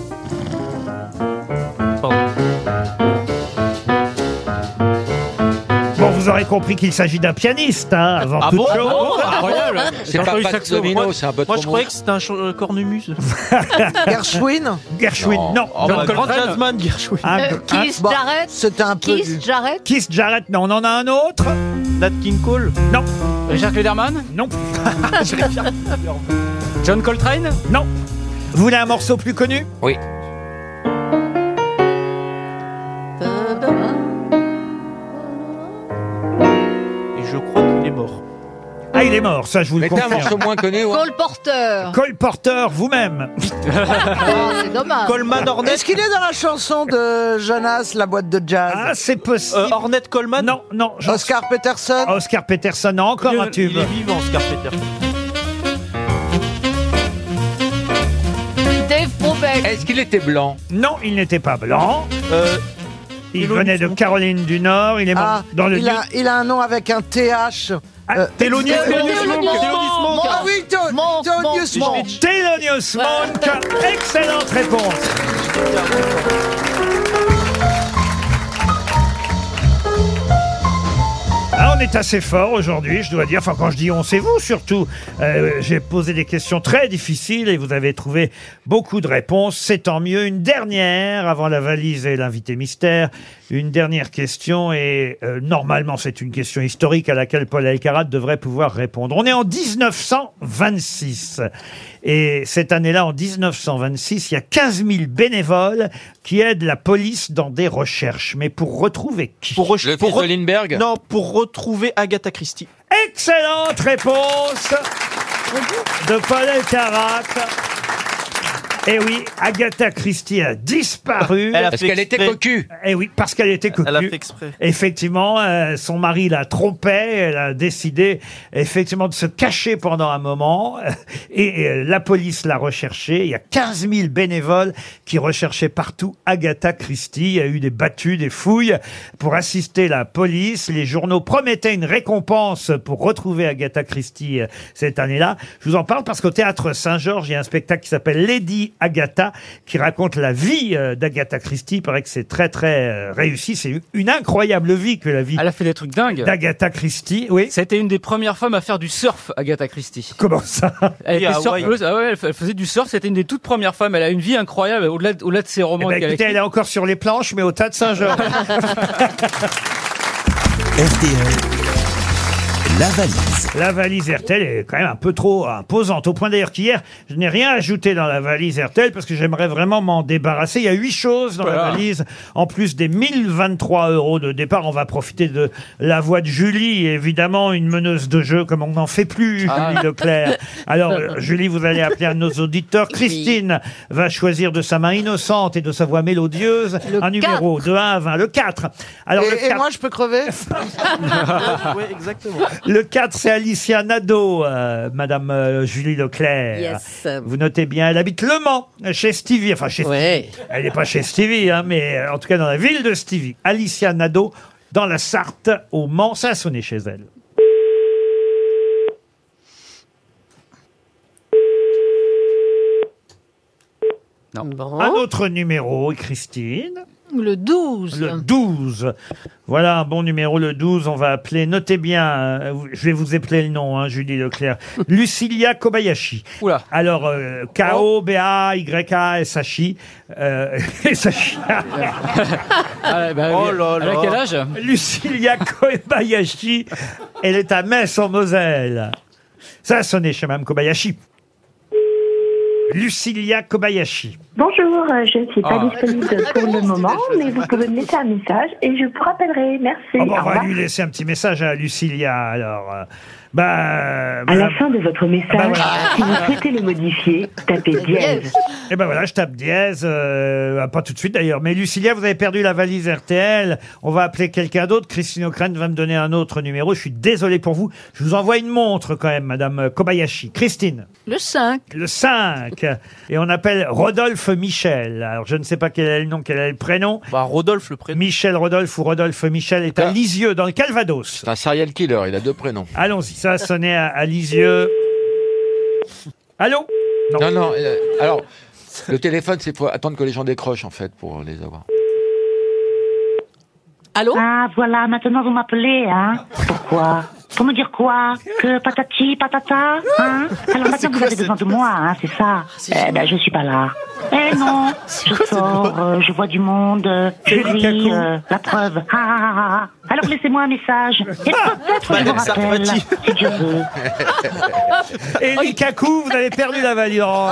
S2: Bon, vous aurez compris qu'il s'agit d'un pianiste, hein, avant
S8: Ah
S2: toute
S8: bon
S2: chose. *laughs*
S5: C'est pas Pat Domino, c'est un peu
S8: Moi,
S5: trop
S8: je croyais
S5: mou.
S8: que c'était un ch- euh, cornemuse.
S5: *laughs*
S4: Gershwin
S2: Gershwin, non.
S8: Oh, bah, grand jazzman, Gershwin.
S2: Un- un-
S6: Kiss Euh, Jarrett
S4: C'était un peu.
S6: Kiss
S4: du-
S6: Jarrett
S2: Kiss Jarrett, non. On en a un autre.
S8: Nat King Cole
S2: Non.
S9: Richard Klederman
S8: *laughs*
S2: Non.
S9: John Coltrane
S2: Non. Vous voulez un morceau plus connu
S5: Oui.
S8: Et je crois qu'il est mort.
S2: Ah, il est mort, ça, je vous le
S5: Mettez un
S2: confirme.
S5: morceau moins connu. ouais.
S6: Cole Porter
S2: Cole Porter, vous-même.
S6: Ah, C'est dommage
S8: Coleman Hornet
S4: Est-ce qu'il est dans la chanson de Jonas, la boîte de jazz
S2: Ah, c'est possible.
S8: Euh, Hornet Coleman
S2: Non, non. j'en-
S4: Oscar Peterson
S2: Oscar Peterson a encore
S8: il,
S2: un tube.
S8: il est vivant, Oscar Peterson.
S6: Dave Brubeck
S5: Est-ce qu'il était blanc
S2: Non, il n'était pas blanc.
S8: Euh,
S2: Il venait de Caroline du Nord. Il est mort
S4: Ah,
S2: dans le Ah,
S4: il, a, il a un nom avec un TH. Euh,
S2: Thelonious
S4: Thelonious
S2: Monk.
S4: Monk.
S8: Thelonious Monk.
S4: Ah oui, Thel-
S6: Monk,
S4: Thelonious
S8: Monk.
S4: Monk.
S2: Thelonious Monk. Excellente réponse. Ah, on est est assez fort aujourd'hui, je dois dire. Enfin, quand je dis on, c'est vous surtout. Euh, J'ai posé des questions très difficiles et vous avez trouvé beaucoup de réponses. C'est tant mieux. Une dernière avant la valise et l'invité mystère. Une dernière question et euh, normalement c'est une question historique à laquelle Paul Alcarat devrait pouvoir répondre. On est en 1926 et cette année-là, en 1926, il y a 15 000 bénévoles qui aident la police dans des recherches. Mais pour retrouver qui pour
S5: Le fils de Lindbergh
S8: Non, pour retrouver Agatha Christie.
S2: Excellente réponse de Paul Elkarat. Eh oui, Agatha Christie a disparu.
S5: Elle a Parce fait qu'elle exprès. était cocue.
S2: Eh oui, parce qu'elle était cocue.
S8: Elle a fait exprès.
S2: Effectivement, euh, son mari la trompait. Elle a décidé effectivement de se cacher pendant un moment. *laughs* Et euh, la police l'a recherchée. Il y a 15 000 bénévoles qui recherchaient partout Agatha Christie. Il y a eu des battues, des fouilles pour assister la police. Les journaux promettaient une récompense pour retrouver Agatha Christie euh, cette année-là. Je vous en parle parce qu'au théâtre Saint-Georges, il y a un spectacle qui s'appelle Lady Agatha, qui raconte la vie euh, d'Agatha Christie. Il paraît que c'est très, très euh, réussi. C'est une incroyable vie que la vie.
S9: Elle a fait des trucs dingues.
S2: D'Agatha Christie, oui.
S9: C'était une des premières femmes à faire du surf, Agatha Christie.
S2: Comment ça
S9: Elle
S2: Et à
S9: était
S2: Hawaï.
S9: surfeuse. Ah ouais, elle fa- elle faisait du surf. C'était une des toutes premières femmes. Elle a une vie incroyable au-delà de, au-delà de ses romans.
S2: Eh ben,
S9: qu'elle a
S2: écoutez,
S9: écrits.
S2: elle est encore sur les planches, mais au tas de
S9: *laughs*
S2: Saint-Georges.
S1: La valise.
S2: La valise RTL est quand même un peu trop imposante. Au point d'ailleurs qu'hier, je n'ai rien ajouté dans la valise RTL parce que j'aimerais vraiment m'en débarrasser. Il y a huit choses dans la
S9: Voilà.
S2: valise. En plus des 1023 euros de départ, on va profiter de la voix de Julie, évidemment, une meneuse de jeu comme on n'en fait plus, Julie
S9: Ah.
S2: Leclerc. Alors,
S9: *laughs*
S2: euh, Julie, vous allez appeler un de nos auditeurs. Christine va choisir de sa main innocente et de sa voix mélodieuse un numéro de 1 à 20, le 4. Alors,
S4: et,
S2: le
S4: et
S2: 4
S4: moi, je peux
S2: *laughs*
S4: crever
S8: oui, exactement.
S2: le 4, c'est Alicia Nadeau, euh, Madame euh, Julie Leclerc.
S3: Yes.
S2: Vous notez bien, elle habite Le Mans, chez Stevie. Enfin, chez Stevie. Elle n'est pas chez Stevie, hein, mais euh, en tout cas dans la ville de Stevie. Alicia Nadeau, dans la Sarthe, au Mans. Ça a sonné chez elle. Un autre numéro, Christine.
S6: Le 12.
S2: Le 12. Voilà un bon numéro, le 12. On va appeler, notez bien, euh, je vais vous épeler le nom, hein, Julie
S9: *laughs*
S2: Leclerc. Lucilia Kobayashi.
S9: Oula. Oh.
S2: Alors, euh, K-O-B-A-Y-A-S-H-I. euh, *laughs* S-H-I.
S9: Ah, bah,
S2: Oh là
S9: elle a
S2: là.
S9: quel âge
S2: Lucilia Kobayashi. Elle est à Metz, en Moselle. Ça a sonné chez Mme Kobayashi. Lucilia Kobayashi.
S10: Bonjour, euh, je ne suis pas
S2: Ah.
S10: disponible pour
S2: *laughs*
S10: le moment, mais vous pouvez me laisser un message et je vous rappellerai. Merci.
S2: Ah bon,
S10: Au
S2: on va
S10: revoir.
S2: lui laisser un petit message à Lucilia, alors. euh, Bah,
S10: À la
S2: madame-
S10: fin de votre message,
S2: Ah bah voilà.
S10: si vous souhaitez le modifier, tapez dièse.
S2: Eh ben voilà, je tape dièse, euh, ah, pas tout de suite d'ailleurs. Mais Lucilia, vous avez perdu la valise RTL. On va appeler quelqu'un d'autre. Christine O'Crane va me donner un autre numéro. Je suis désolé pour vous. Je vous envoie une montre quand même, Madame Kobayashi. Christine.
S6: Le 5.
S2: Le 5. Et on appelle Rodolphe Michel. Alors, je ne sais pas quel est le nom, quel est le prénom.
S8: Bah, Rodolphe, le prénom.
S2: Michel Rodolphe ou Rodolphe Michel est à Lisieux, dans le Calvados.
S5: C'est un serial killer, il a deux
S2: *laughs*
S5: prénoms.
S2: Allons-y, ça a sonné à, à Lisieux. Allô Non,
S5: non, euh,
S2: *laughs*
S5: alors, le téléphone, c'est pour attendre que les gens décrochent, en fait, pour les avoir.
S10: Allô Ah, voilà, maintenant vous m'appelez, hein Pourquoi Pour me dire quoi Que patati, patata hein Alors maintenant vous avez besoin de moi, hein, c'est ça Eh ben, je suis pas là. Eh non, je sors, euh, je vois du monde, euh, je
S2: Julie
S10: ris,
S2: Cacou.
S10: euh, la preuve. Ah, ah, ah, ah. Alors laissez-moi un message. Et peut-être je vous
S2: Madame
S10: rappelle,
S2: Sarfati.
S10: si
S2: *laughs*
S10: Dieu veut.
S2: Eli Kakou, vous avez perdu la valise. Oh,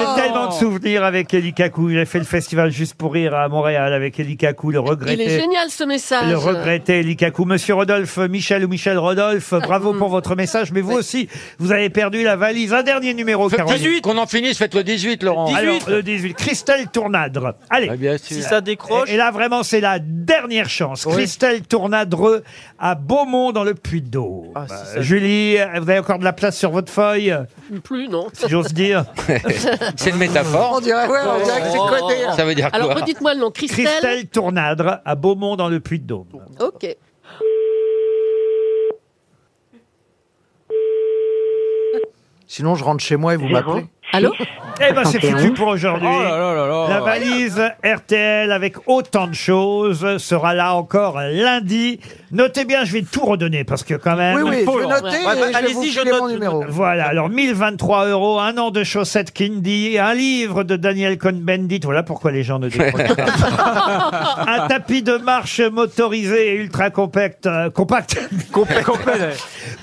S2: J'ai tellement de souvenirs avec Eli Kakou. J'ai fait le festival juste pour rire à Montréal avec Eli Kakou, le
S3: Il
S2: regretté.
S3: est génial ce message.
S2: Le regretté Eli Kakou. Monsieur Rodolphe, Michel ou Michel Rodolphe, bravo pour votre message, mais vous aussi, vous avez perdu la valise. Un dernier numéro, Caroline. euh,
S5: 18 Qu'on en finisse, faites le 18, Laurent. euh,
S2: Alors, le 18. Christelle Tournadre. Allez.
S5: sûr.
S8: Si ça décroche.
S2: Et, et là, vraiment, c'est la dernière chance. Christelle Tournadreux à Beaumont dans le Puy-de-Dôme.
S3: Ah,
S8: ça-
S2: Julie, vous avez encore de la place sur votre feuille,
S3: Plus, non.
S2: si j'ose dire.
S5: *laughs* C'est une métaphore.
S4: On dirait, ouais, on dirait que c'est codé. hein.
S5: Ça veut dire
S3: Alors
S5: quoi
S3: redites-moi le nom. Christelle.
S2: Christelle Tournadre à Beaumont dans le Puy-de-Dôme.
S3: Ok.
S4: Sinon, je rentre chez moi et vous
S10: Zéro,
S4: m'appelez.
S3: Allô
S2: *laughs* Eh ben, c'est foutu pour aujourd'hui.
S9: Oh là là là là.
S2: La valise RTL avec autant de choses sera là encore lundi. Notez bien, je vais tout redonner parce que quand même.
S4: Oui, oui, je vais
S9: bah,
S4: noter et je vais vous filer mon numéro.
S2: Voilà, alors 1023 euros, un an de chaussettes Kindy, un livre de Daniel Cohn-Bendit. Voilà pourquoi les gens ne décrochent
S9: *laughs*
S2: pas. un tapis de marche motorisé et ultra compact. euh, compact. Pour,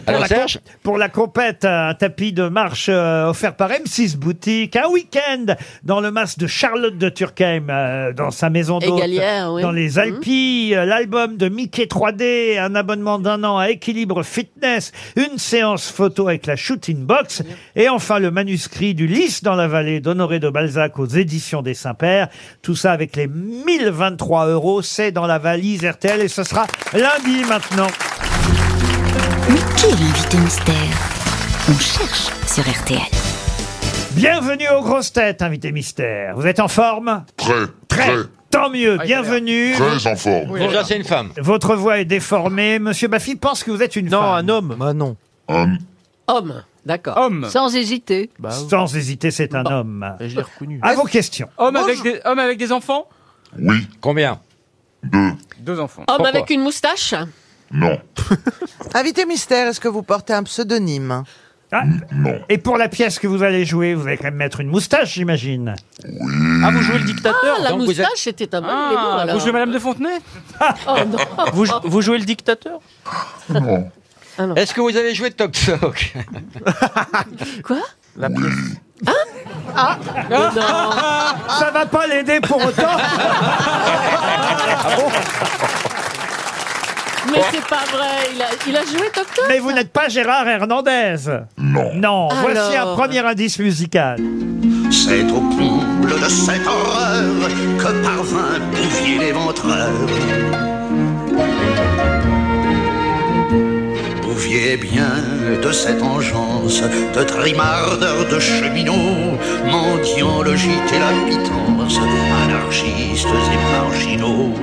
S5: Alors,
S2: la
S5: Serge
S2: com- pour la compète, un tapis de marche euh, offert par M6 Boutique, un week-end dans le mas de Charlotte de Turckheim, euh, dans sa maison
S3: Et
S2: d'hôte,
S3: Galière, oui.
S2: dans les Alpilles, euh, l'album de Mickey 3D, un abonnement d'un an à Équilibre Fitness, une séance photo avec la Shooting Box, et enfin le manuscrit du Lys dans la vallée d'Honoré de Balzac aux éditions des Saint-Pères. Tout ça avec les 1023 euros, c'est dans la valise RTL, et ce sera lundi maintenant.
S11: Mais qui est l'invité mystère On cherche sur RTL.
S2: Bienvenue aux grosses têtes, invité mystère. Vous êtes en forme
S23: Très,
S2: Très. Tant mieux, bienvenue.
S23: très en forme.
S5: Déjà, c'est une femme.
S2: Votre voix est déformée. Monsieur Baffy pense que vous êtes une femme. Non, un homme. Bah non.
S23: Homme.
S3: Homme, d'accord.
S9: Homme.
S6: Sans hésiter.
S2: Sans hésiter, c'est un homme.
S8: Je l'ai reconnu.
S2: À vos questions.
S9: Homme avec, des, homme avec des enfants
S23: Oui.
S5: Combien
S9: Deux enfants.
S3: Homme avec une moustache
S23: Non.
S4: Invité mystère, est-ce que vous portez un pseudonyme
S2: Ah. Et pour la pièce que vous allez jouer, vous allez quand même mettre une moustache, j'imagine.
S8: Ah, vous jouez le dictateur
S3: Ah, la
S8: donc vous êtes-
S3: moustache, c'était un bon
S9: Ah,
S3: élément, alors.
S9: vous jouez Madame de Fontenay
S3: Oh non
S8: vous, jou- vous jouez le dictateur
S23: Non.
S3: Ah,
S5: Est-ce que vous avez joué Toc Toc
S3: *laughs* Quoi
S8: La
S18: Mm.
S8: pièce.
S3: Ah mais non
S2: *laughs* Ça va pas l'aider pour autant.
S3: Mais c'est pas vrai, il a, il a joué Toc Toc
S2: Mais vous n'êtes pas Gérard Hernandez. Non. Non. Voici un
S3: Alors.
S2: premier indice musical.
S18: C'est au comble de cette horreur que parvint Bouvier l'éventreur. Bouvier bien de cette engeance, de trimardeur de cheminots, mendiant le gîte et la pitance, anarchistes et marginaux.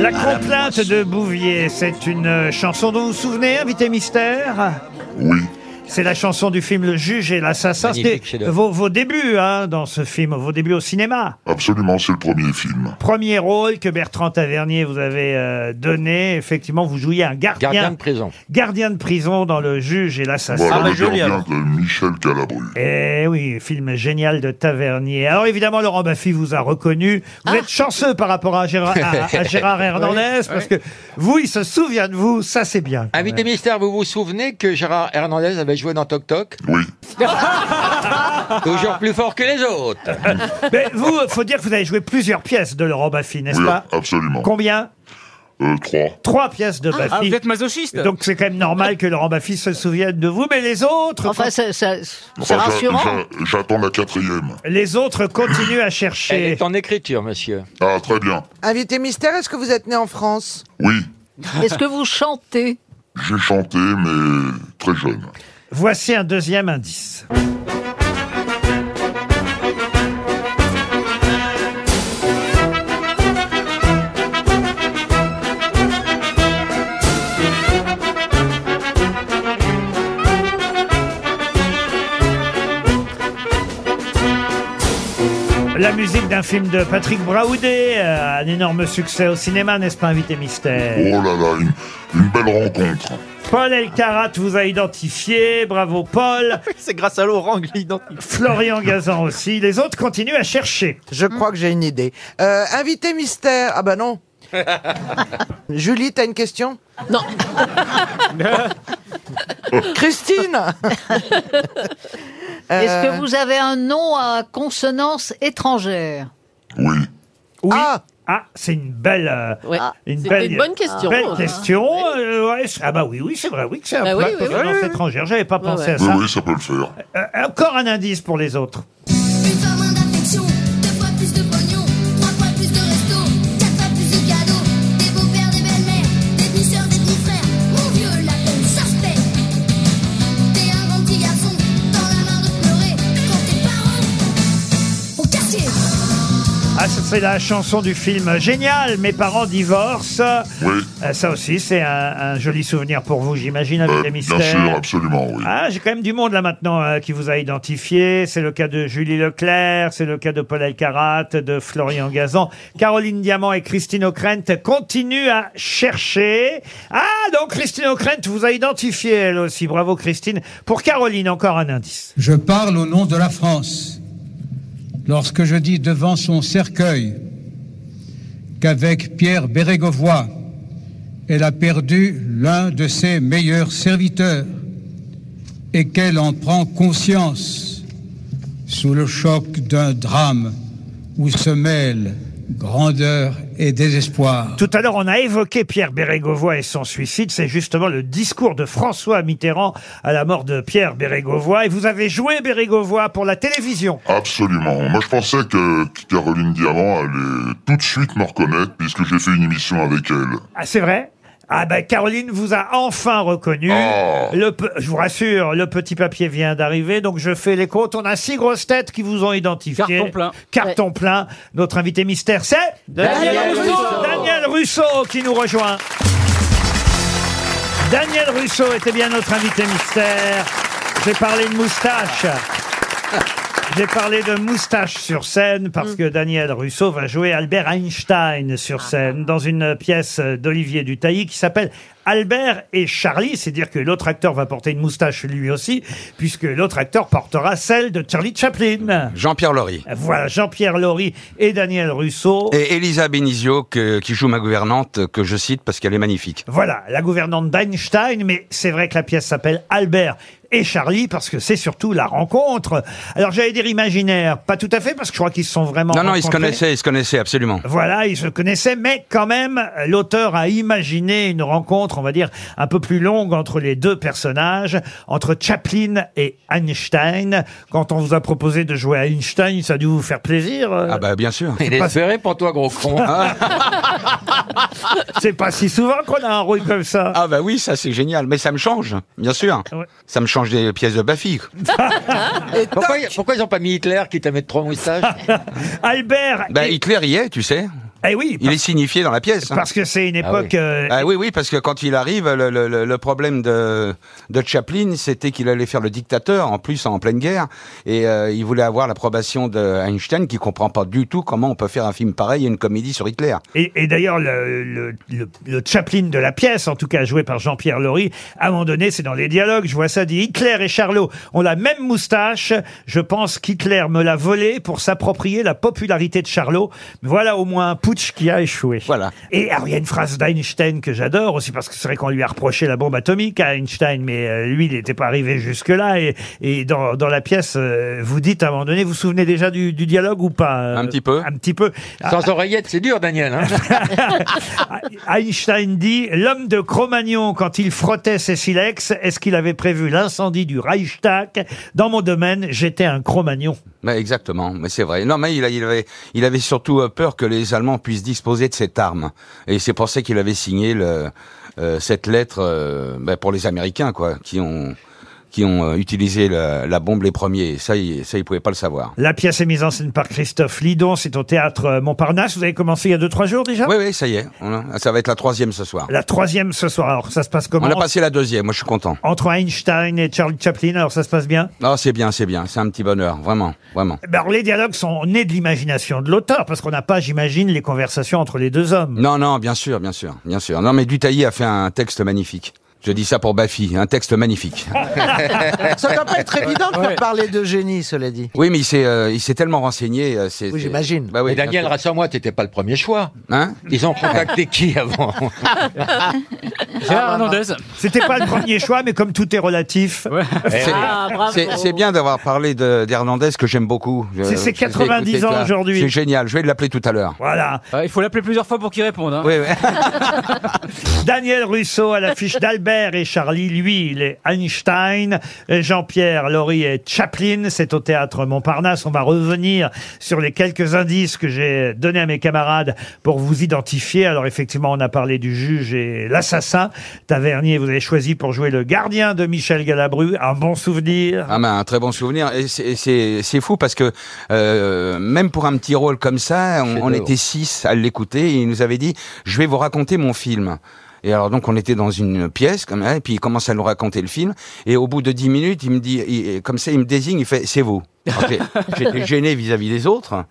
S2: La complainte de Bouvier, c'est une euh, chanson dont vous vous souvenez, invité mystère
S23: Oui.
S2: c'est la chanson du film Le Juge et l'Assassin. C'était
S5: Magnifique chef-d'œuvre.
S2: vos, vos débuts hein, dans ce film, vos débuts au cinéma.
S23: Absolument, c'est le premier film.
S2: Premier rôle que Bertrand Tavernier vous avait euh, donné. Effectivement, vous jouiez un gardien,
S5: Gardien de prison.
S2: gardien de prison dans Le Juge et l'Assassin.
S23: Voilà, le gardien de Michel Calabru.
S2: Eh oui, film génial de Tavernier. Alors évidemment, Laurent Baffy vous a reconnu. Vous
S6: Ah.
S2: êtes chanceux par rapport à Gérard,
S6: *laughs*
S2: à- à Gérard Hernandez, parce que vous, il se souvient de vous, ça c'est bien.
S5: Invité mystère, vous vous souvenez que Gérard Hernandez avait joué dans Toc Toc
S23: Oui.
S5: Toujours plus fort que les autres.
S2: *laughs* Mais vous, faut dire que vous avez joué plusieurs pièces de Laurent Baffy, n'est-ce
S23: Oui,
S2: pas
S23: absolument.
S2: Combien
S23: Euh, trois.
S2: Trois pièces de
S9: Ah,
S2: Baffy.
S9: vous êtes masochiste
S2: donc c'est quand même normal que Laurent Baffy se souvienne de vous, mais les autres,
S6: Enfin, ça- ça- c'est
S23: Enfin, j'a-
S6: rassurant.
S23: j'a- J'attends la quatrième.
S2: les autres continuent à
S5: Elle
S2: chercher.
S5: est en écriture, monsieur.
S23: Ah, très bien.
S4: Invité mystère, est-ce que vous êtes né en France
S23: Oui.
S6: Est-ce que vous chantez
S23: J'ai chanté, mais très jeune.
S2: Voici un deuxième indice. La musique d'un film de Patrick Braoudé, euh, un énorme succès au cinéma, n'est-ce pas, invité mystère
S23: Oh là là, une, une belle rencontre.
S2: Paul Elkarat vous a identifié, bravo
S8: *laughs*
S2: Paul.
S8: C'est grâce à Laurent que je l'ai identifié.
S2: Florian Gazan aussi. Les autres continuent à chercher.
S4: Je crois que j'ai une idée. Euh, invité mystère, ah bah
S2: *laughs*
S4: non. Julie, t'as une question
S3: Non.
S4: Christine
S6: Est-ce que vous avez un nom à consonance étrangère
S23: Oui.
S2: Oui.
S4: Ah
S2: Ah, c'est une belle, euh,
S3: Ouais.
S2: une
S3: C'était
S2: belle,
S3: une bonne question.
S2: belle
S3: hein.
S2: question. Euh, ouais, c'est- ah bah oui, oui, c'est vrai, oui que c'est un
S3: Bah
S2: plat
S3: oui,
S2: de
S3: oui, oui.
S2: provenance étrangère. J'avais pas pensé à
S23: Oui,
S2: ça.
S23: oui, ça peut le faire.
S2: Euh, encore un indice pour les autres.
S21: Une fois moins d'affection, deux fois plus de pognon, trois fois plus de resto, quatre fois plus de cadeaux, des beaux-pères, des belles-mères, des demi-sœurs, des demi-frères, mon vieux, la peine, ça se paie. T'es un grand petit garçon, dans la main de pleurer, quand tes parents ont cassé.
S2: Ah, Ah, ça, c'est la chanson du film Génial, mes parents divorcent.
S23: Oui.
S2: Euh, Ça aussi, c'est un, un joli souvenir pour vous, j'imagine, avec les mystères.
S23: Euh, Bien sûr, absolument, oui.
S2: Ah, j'ai quand même du monde là maintenant euh, qui vous a identifié. C'est le cas de Julie Leclerc, c'est le cas de Paul Elkarat, de Florian Gazan. Caroline Diamant et Christine O'Krent continuent à chercher. Ah, donc Christine O'Krent vous a identifié elle aussi. Bravo Christine. Pour Caroline, encore un indice.
S24: Je parle au nom de la France. Lorsque je dis devant son cercueil qu'avec Pierre Bérégovoy, elle a perdu l'un de ses meilleurs serviteurs et qu'elle en prend conscience sous le choc d'un drame où se mêlent grandeur et désespoir.
S2: Tout à l'heure, on a évoqué Pierre Bérégovoy et son suicide. C'est justement le discours de François Mitterrand à la mort de Pierre Bérégovoy. Et vous avez joué Bérégovoy pour la télévision.
S23: Absolument. Moi, je pensais que Caroline Diamant allait tout de suite me reconnaître puisque j'ai fait une émission avec elle.
S2: Ah, c'est vrai ah ben Caroline vous a enfin reconnu. Le pe- je vous rassure, le petit papier vient d'arriver, donc je fais les comptes. On a six grosses têtes qui vous ont identifié.
S9: Carton plein.
S2: Carton plein. Notre invité mystère, c'est
S9: Daniel Rousseau.
S2: Daniel Russo qui nous rejoint. Daniel Russo était bien notre invité mystère. J'ai parlé de moustache. J'ai parlé de moustache sur scène parce que Daniel Russo va jouer Albert Einstein sur scène dans une pièce d'Olivier Dutailly qui s'appelle Albert et Charlie. C'est dire que l'autre acteur va porter une moustache lui aussi puisque l'autre acteur portera celle de Charlie Chaplin.
S25: Jean-Pierre Laurie.
S2: Voilà, Jean-Pierre Laurie et Daniel Russo.
S25: Et Elisa Benizio, que- qui joue ma gouvernante, que je cite parce qu'elle est magnifique.
S2: Voilà, la gouvernante d'Einstein, mais c'est vrai que la pièce s'appelle Albert et Charlie parce que c'est surtout la rencontre. Alors j'allais dire imaginaire, pas tout à fait parce que je crois qu'ils se sont vraiment
S25: Non, non, ils se
S2: rencontrés.
S25: connaissaient, ils se connaissaient, absolument.
S2: Voilà, ils se connaissaient, mais quand même, l'auteur a imaginé une rencontre, on va dire, un peu plus longue entre les deux personnages, entre Chaplin et Einstein. Quand on vous a proposé de jouer à Einstein, ça a dû vous faire plaisir. euh.
S25: Ah bah bien sûr.
S2: Il est
S25: serré pour toi, gros con. hein.
S2: C'est pas si souvent qu'on a un rôle comme ça.
S25: Ah bah oui, ça c'est génial, mais ça me change, bien sûr. Ça me change des pièces de Baffy.
S5: pourquoi, pourquoi ils n'ont pas mis Hitler qui t'a mis trop moustache
S2: Ah, Albert
S25: Bah Hitler y est, tu sais.
S2: Eh oui.
S25: Il est signifié dans la pièce. hein.
S2: Parce que c'est une époque... euh,
S25: Ah oui, oui, parce que quand il arrive, le, le- le- le problème de, de Chaplin, c'était qu'il allait faire le dictateur, en plus en pleine guerre, et euh, il voulait avoir l'approbation de Einstein, qui comprend pas du tout comment on peut faire un film pareil et une comédie sur Hitler.
S2: Et, et d'ailleurs, le, le- le- le Chaplin de la pièce, en tout cas joué par Jean-Pierre Laurie, à un moment donné, c'est dans les dialogues, je vois ça, dit Hitler et Charlot ont la même moustache, je pense qu'Hitler me l'a volé pour s'approprier la popularité de Charlot. Voilà au moins un putsch qui a échoué.
S25: Voilà.
S2: Et alors, il y a une phrase d'Einstein que j'adore aussi, parce que c'est vrai qu'on lui a reproché la bombe atomique à Einstein, mais euh, lui, il n'était pas arrivé jusque-là. Et, et dans, dans la pièce, euh, vous dites à un moment donné, vous vous souvenez déjà du, du dialogue ou pas euh,
S5: Un petit peu.
S2: Un petit peu.
S5: Sans oreillette, c'est dur, Daniel. hein.
S2: *laughs* Einstein dit L'homme de Cro-Magnon, quand il frottait ses silex, est-ce qu'il avait prévu l'incendie du Reichstag Dans mon domaine, j'étais un Cro-Magnon.
S25: Mais exactement, mais c'est vrai. Non, mais il, a- il avait, il avait surtout euh, peur que les Allemands puissent disposer de cette arme, et c'est pour ça qu'il avait signé le, euh, cette lettre euh, ben, pour les Américains, quoi, qui ont qui ont euh, utilisé la, la bombe les premiers. Ça, ils ça, ils pouvaient pas le savoir.
S2: La pièce est mise en scène par Christophe Lidon, c'est au théâtre euh, Montparnasse. Vous avez commencé il y a 2-3 jours déjà
S25: Oui, oui, ça y est. On a- ça va être la troisième ce soir.
S2: La troisième ce soir. Alors, ça se passe
S25: On
S2: comment
S25: a passé la deuxième, moi je suis content.
S2: Entre Einstein et Charlie Chaplin, alors ça se passe bien
S25: Ah, c'est bien, c'est bien, c'est un petit bonheur, vraiment, vraiment.
S2: Eh ben, alors, les dialogues sont nés de l'imagination de l'auteur, parce qu'on n'a pas, j'imagine, les conversations entre les deux hommes.
S25: Non, non, bien sûr, bien sûr, bien sûr. Non, mais Dutailly a fait un texte magnifique. Je dis ça pour Baffy, un texte magnifique. *laughs*
S4: Ça doit pas être évident de faire parler de génie, cela dit.
S25: Oui, mais il s'est, euh, il s'est tellement renseigné. euh, c'est,
S4: Oui, j'imagine.
S25: Bah oui,
S5: Et Daniel,
S25: bien sûr.
S5: rassure-moi, t'étais pas le premier choix.
S25: Hein
S5: Ils ont contacté qui avant
S9: Gérard
S25: Ah, bah,
S9: Hernandez.
S2: Ah, bah, C'était pas
S25: *laughs*
S2: le premier choix, mais comme tout est relatif.
S25: *laughs* C'est, c'est- c'est bien d'avoir parlé de, d'Hernandez que j'aime beaucoup. Je-
S2: C'est ses
S25: je l'ai
S2: 90
S25: écouté,
S2: ans
S25: ça.
S2: aujourd'hui.
S25: C'est génial, je vais l'appeler tout à l'heure.
S2: *laughs* Voilà.
S9: Euh, il faut l'appeler plusieurs fois pour qu'il réponde. hein.
S2: *laughs* Daniel Russo à l'affiche d'Albert. Weber et Charlie, lui, il est Einstein. Et Jean-Pierre, Laurie et Chaplin. C'est au théâtre Montparnasse. On va revenir sur les quelques indices que j'ai donnés à mes camarades pour vous identifier. Alors effectivement, on a parlé du juge et l'assassin. Tavernier, vous avez choisi pour jouer le gardien de Michel Galabru. Un bon souvenir.
S25: Ah ben, un très bon souvenir. Et c'est- c'est c'est fou parce que euh, même pour un petit rôle comme ça, on, on était six à l'écouter et il nous avait dit je vais vous raconter mon film. Et alors donc on était dans une pièce comme ça, et puis il commence à nous raconter le film et au bout de dix minutes il me dit il- comme ça il me désigne il fait c'est vous. Alors, j'ai- J'étais gêné vis-à-vis des autres.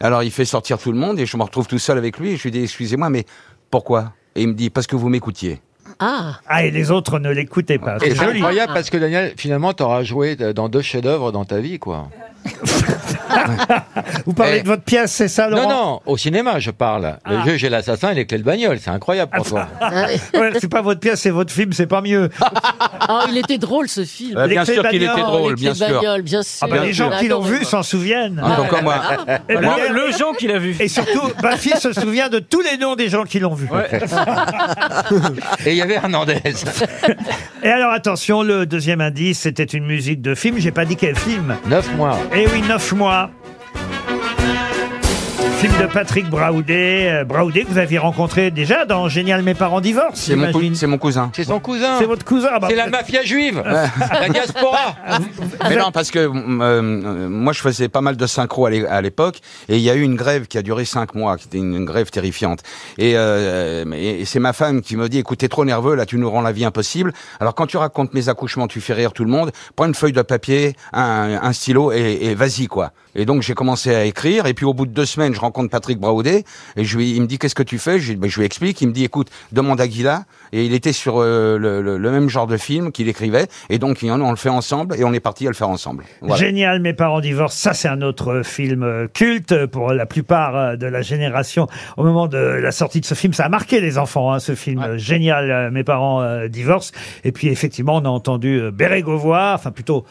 S25: Alors il fait sortir tout le monde et je me retrouve tout seul avec lui et je lui dis excusez-moi mais pourquoi Et il me dit parce que vous m'écoutiez.
S3: Ah.
S2: Ah, et les autres ne l'écoutaient pas.
S5: Et
S2: C'est
S5: c'est
S2: joli.
S5: incroyable parce que Daniel, finalement, t'auras joué euh, dans deux chefs-d'œuvre dans ta vie, quoi.
S2: *laughs*
S5: Eh.
S2: Vous parlez de votre pièce, c'est ça, Laurent Ah.
S5: Non, non, au cinéma, je parle. Le juge et l'assassin et les clés de bagnole, c'est incroyable pour toi.
S2: Ouais, c'est pas votre pièce, c'est votre film, c'est pas mieux.
S3: Ah, il était drôle ce film.
S2: Euh, bien Les sûr clés qu'il était bagnoles, drôle, les bien clés sûr. bagnoles,
S3: bien
S2: Ah
S3: sûr.
S2: bah, les gens qui l'ont vu s'en souviennent.
S25: Ah,
S2: Et ben,
S9: Le Jean qui l'a vu.
S2: Et surtout, Baffy se souvient de tous les noms des gens qui l'ont vu. *laughs*
S5: Et il y avait Hernandez.
S2: Et alors attention, le deuxième indice, c'était une musique de film. J'ai pas dit quel film.
S5: Neuf mois.
S2: Eh oui, neuf mois. Film de Patrick Braoudet. Euh, Braoudet que vous aviez rencontré déjà dans Génial mes parents divorcent.
S25: C'est mon, cou-
S2: j'imagine.
S25: c'est mon cousin.
S5: C'est son cousin.
S2: C'est votre cousin. *laughs* bah,
S5: C'est
S2: vous
S5: la
S2: êtes-
S5: mafia
S2: *laughs*
S5: juive. la diaspora.
S25: *laughs* Mais non, parce que euh, euh, moi, je faisais pas mal de synchro à l'é- à l'époque, et il y a eu une grève qui a duré cinq mois, qui était une, une grève terrifiante. Et, euh, et- et c'est ma femme qui me dit, écoute, t'es trop nerveux, là, tu nous rends la vie impossible. Alors, quand tu racontes mes accouchements, tu fais rire tout le monde, prends une feuille de papier, un, un stylo, et, et vas-y, quoi. Et donc, j'ai commencé à écrire, et puis au bout de deux semaines, je rencontre Patrick Braaudet, et je lui, il me dit, qu'est-ce que tu fais je, lui- ben, je lui explique, il me dit, écoute, demande à Guilla, et il était sur euh, le, le- le même genre de film qu'il écrivait, et donc, il- on le fait ensemble, et on est parti à le faire ensemble. Voilà.
S2: Génial, mes parents divorcent. Ça, c'est un autre euh, film euh, culte euh, pour la plupart euh, de la génération. Au moment de la sortie de ce film, ça a marqué les enfants, hein, ce film euh, génial, euh, mes parents euh, divorcent. Et puis, effectivement, on a entendu euh, Bérégovoy, enfin plutôt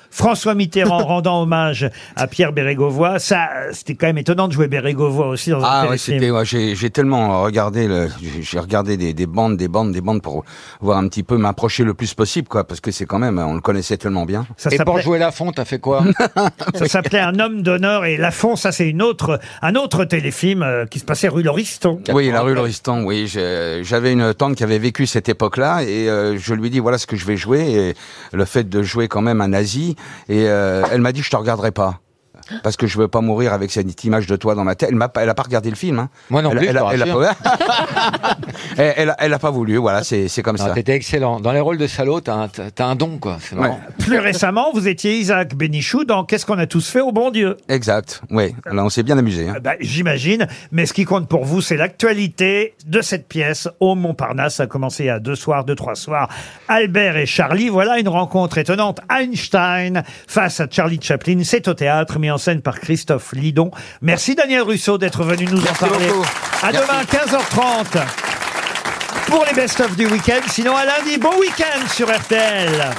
S25: *laughs*
S2: François Mitterrand rendant hommage à Pierre Bérégovoy. Ça, euh, c'était quand même étonnant de jouer Bérégovoy aussi dans un
S25: Ah ouais,
S2: téléfilm.
S25: c'était ouais, j'ai j'ai tellement regardé le- j'ai- j'ai regardé des, des bandes des bandes des bandes pour voir un petit peu m'approcher le plus possible quoi parce que c'est quand même on le connaissait tellement bien.
S2: Ça Et pour s'appelait- jouer
S5: la fonte, t'as fait
S25: *laughs*
S5: quoi
S2: *laughs* Ça s'appelait Un homme d'honneur et Lafont, ça c'est une autre, un autre téléfilm euh, qui se passait rue Lauriston.
S25: Oui, la rue Lauriston, oui. j'ai- J'avais une tante qui avait vécu cette époque-là et euh, je lui dis voilà ce que je vais jouer et le fait de jouer quand même un nazi et euh, elle m'a dit je te regarderai pas. Parce que je veux pas mourir avec cette image de toi dans ma tête. Elle m'a pas, elle a pas regardé le film. Hein.
S5: Moi non
S25: elle,
S5: plus,
S25: Elle,
S5: je
S25: a-
S5: te
S25: elle, a
S5: rassure.
S25: pas- elle, elle a- elle a pas voulu. Voilà, c'est c'est comme ça.
S5: T'étais excellent. Dans les rôles de salaud, t'as un, t'as un don, quoi. C'est marrant.
S2: Plus récemment, vous étiez Isaac Bénichou dans Qu'est-ce qu'on a tous fait au bon Dieu
S25: Exact. Oui. Là, on s'est bien amusé. hein.
S2: Bah, J'imagine, mais ce qui compte pour vous, c'est l'actualité de cette pièce au Montparnasse. Ça a commencé il y a deux soirs, deux, trois soirs. Albert et Charlie, voilà une rencontre étonnante. Einstein face à Charlie Chaplin, c'est au théâtre, mis en scène par Christophe Lidon. Merci Daniel Russo d'être venu nous en parler.
S25: beaucoup.
S2: À
S25: Merci.
S2: demain, 15h30 pour les best-of du week-end. Sinon, à lundi, bon week-end sur RTL.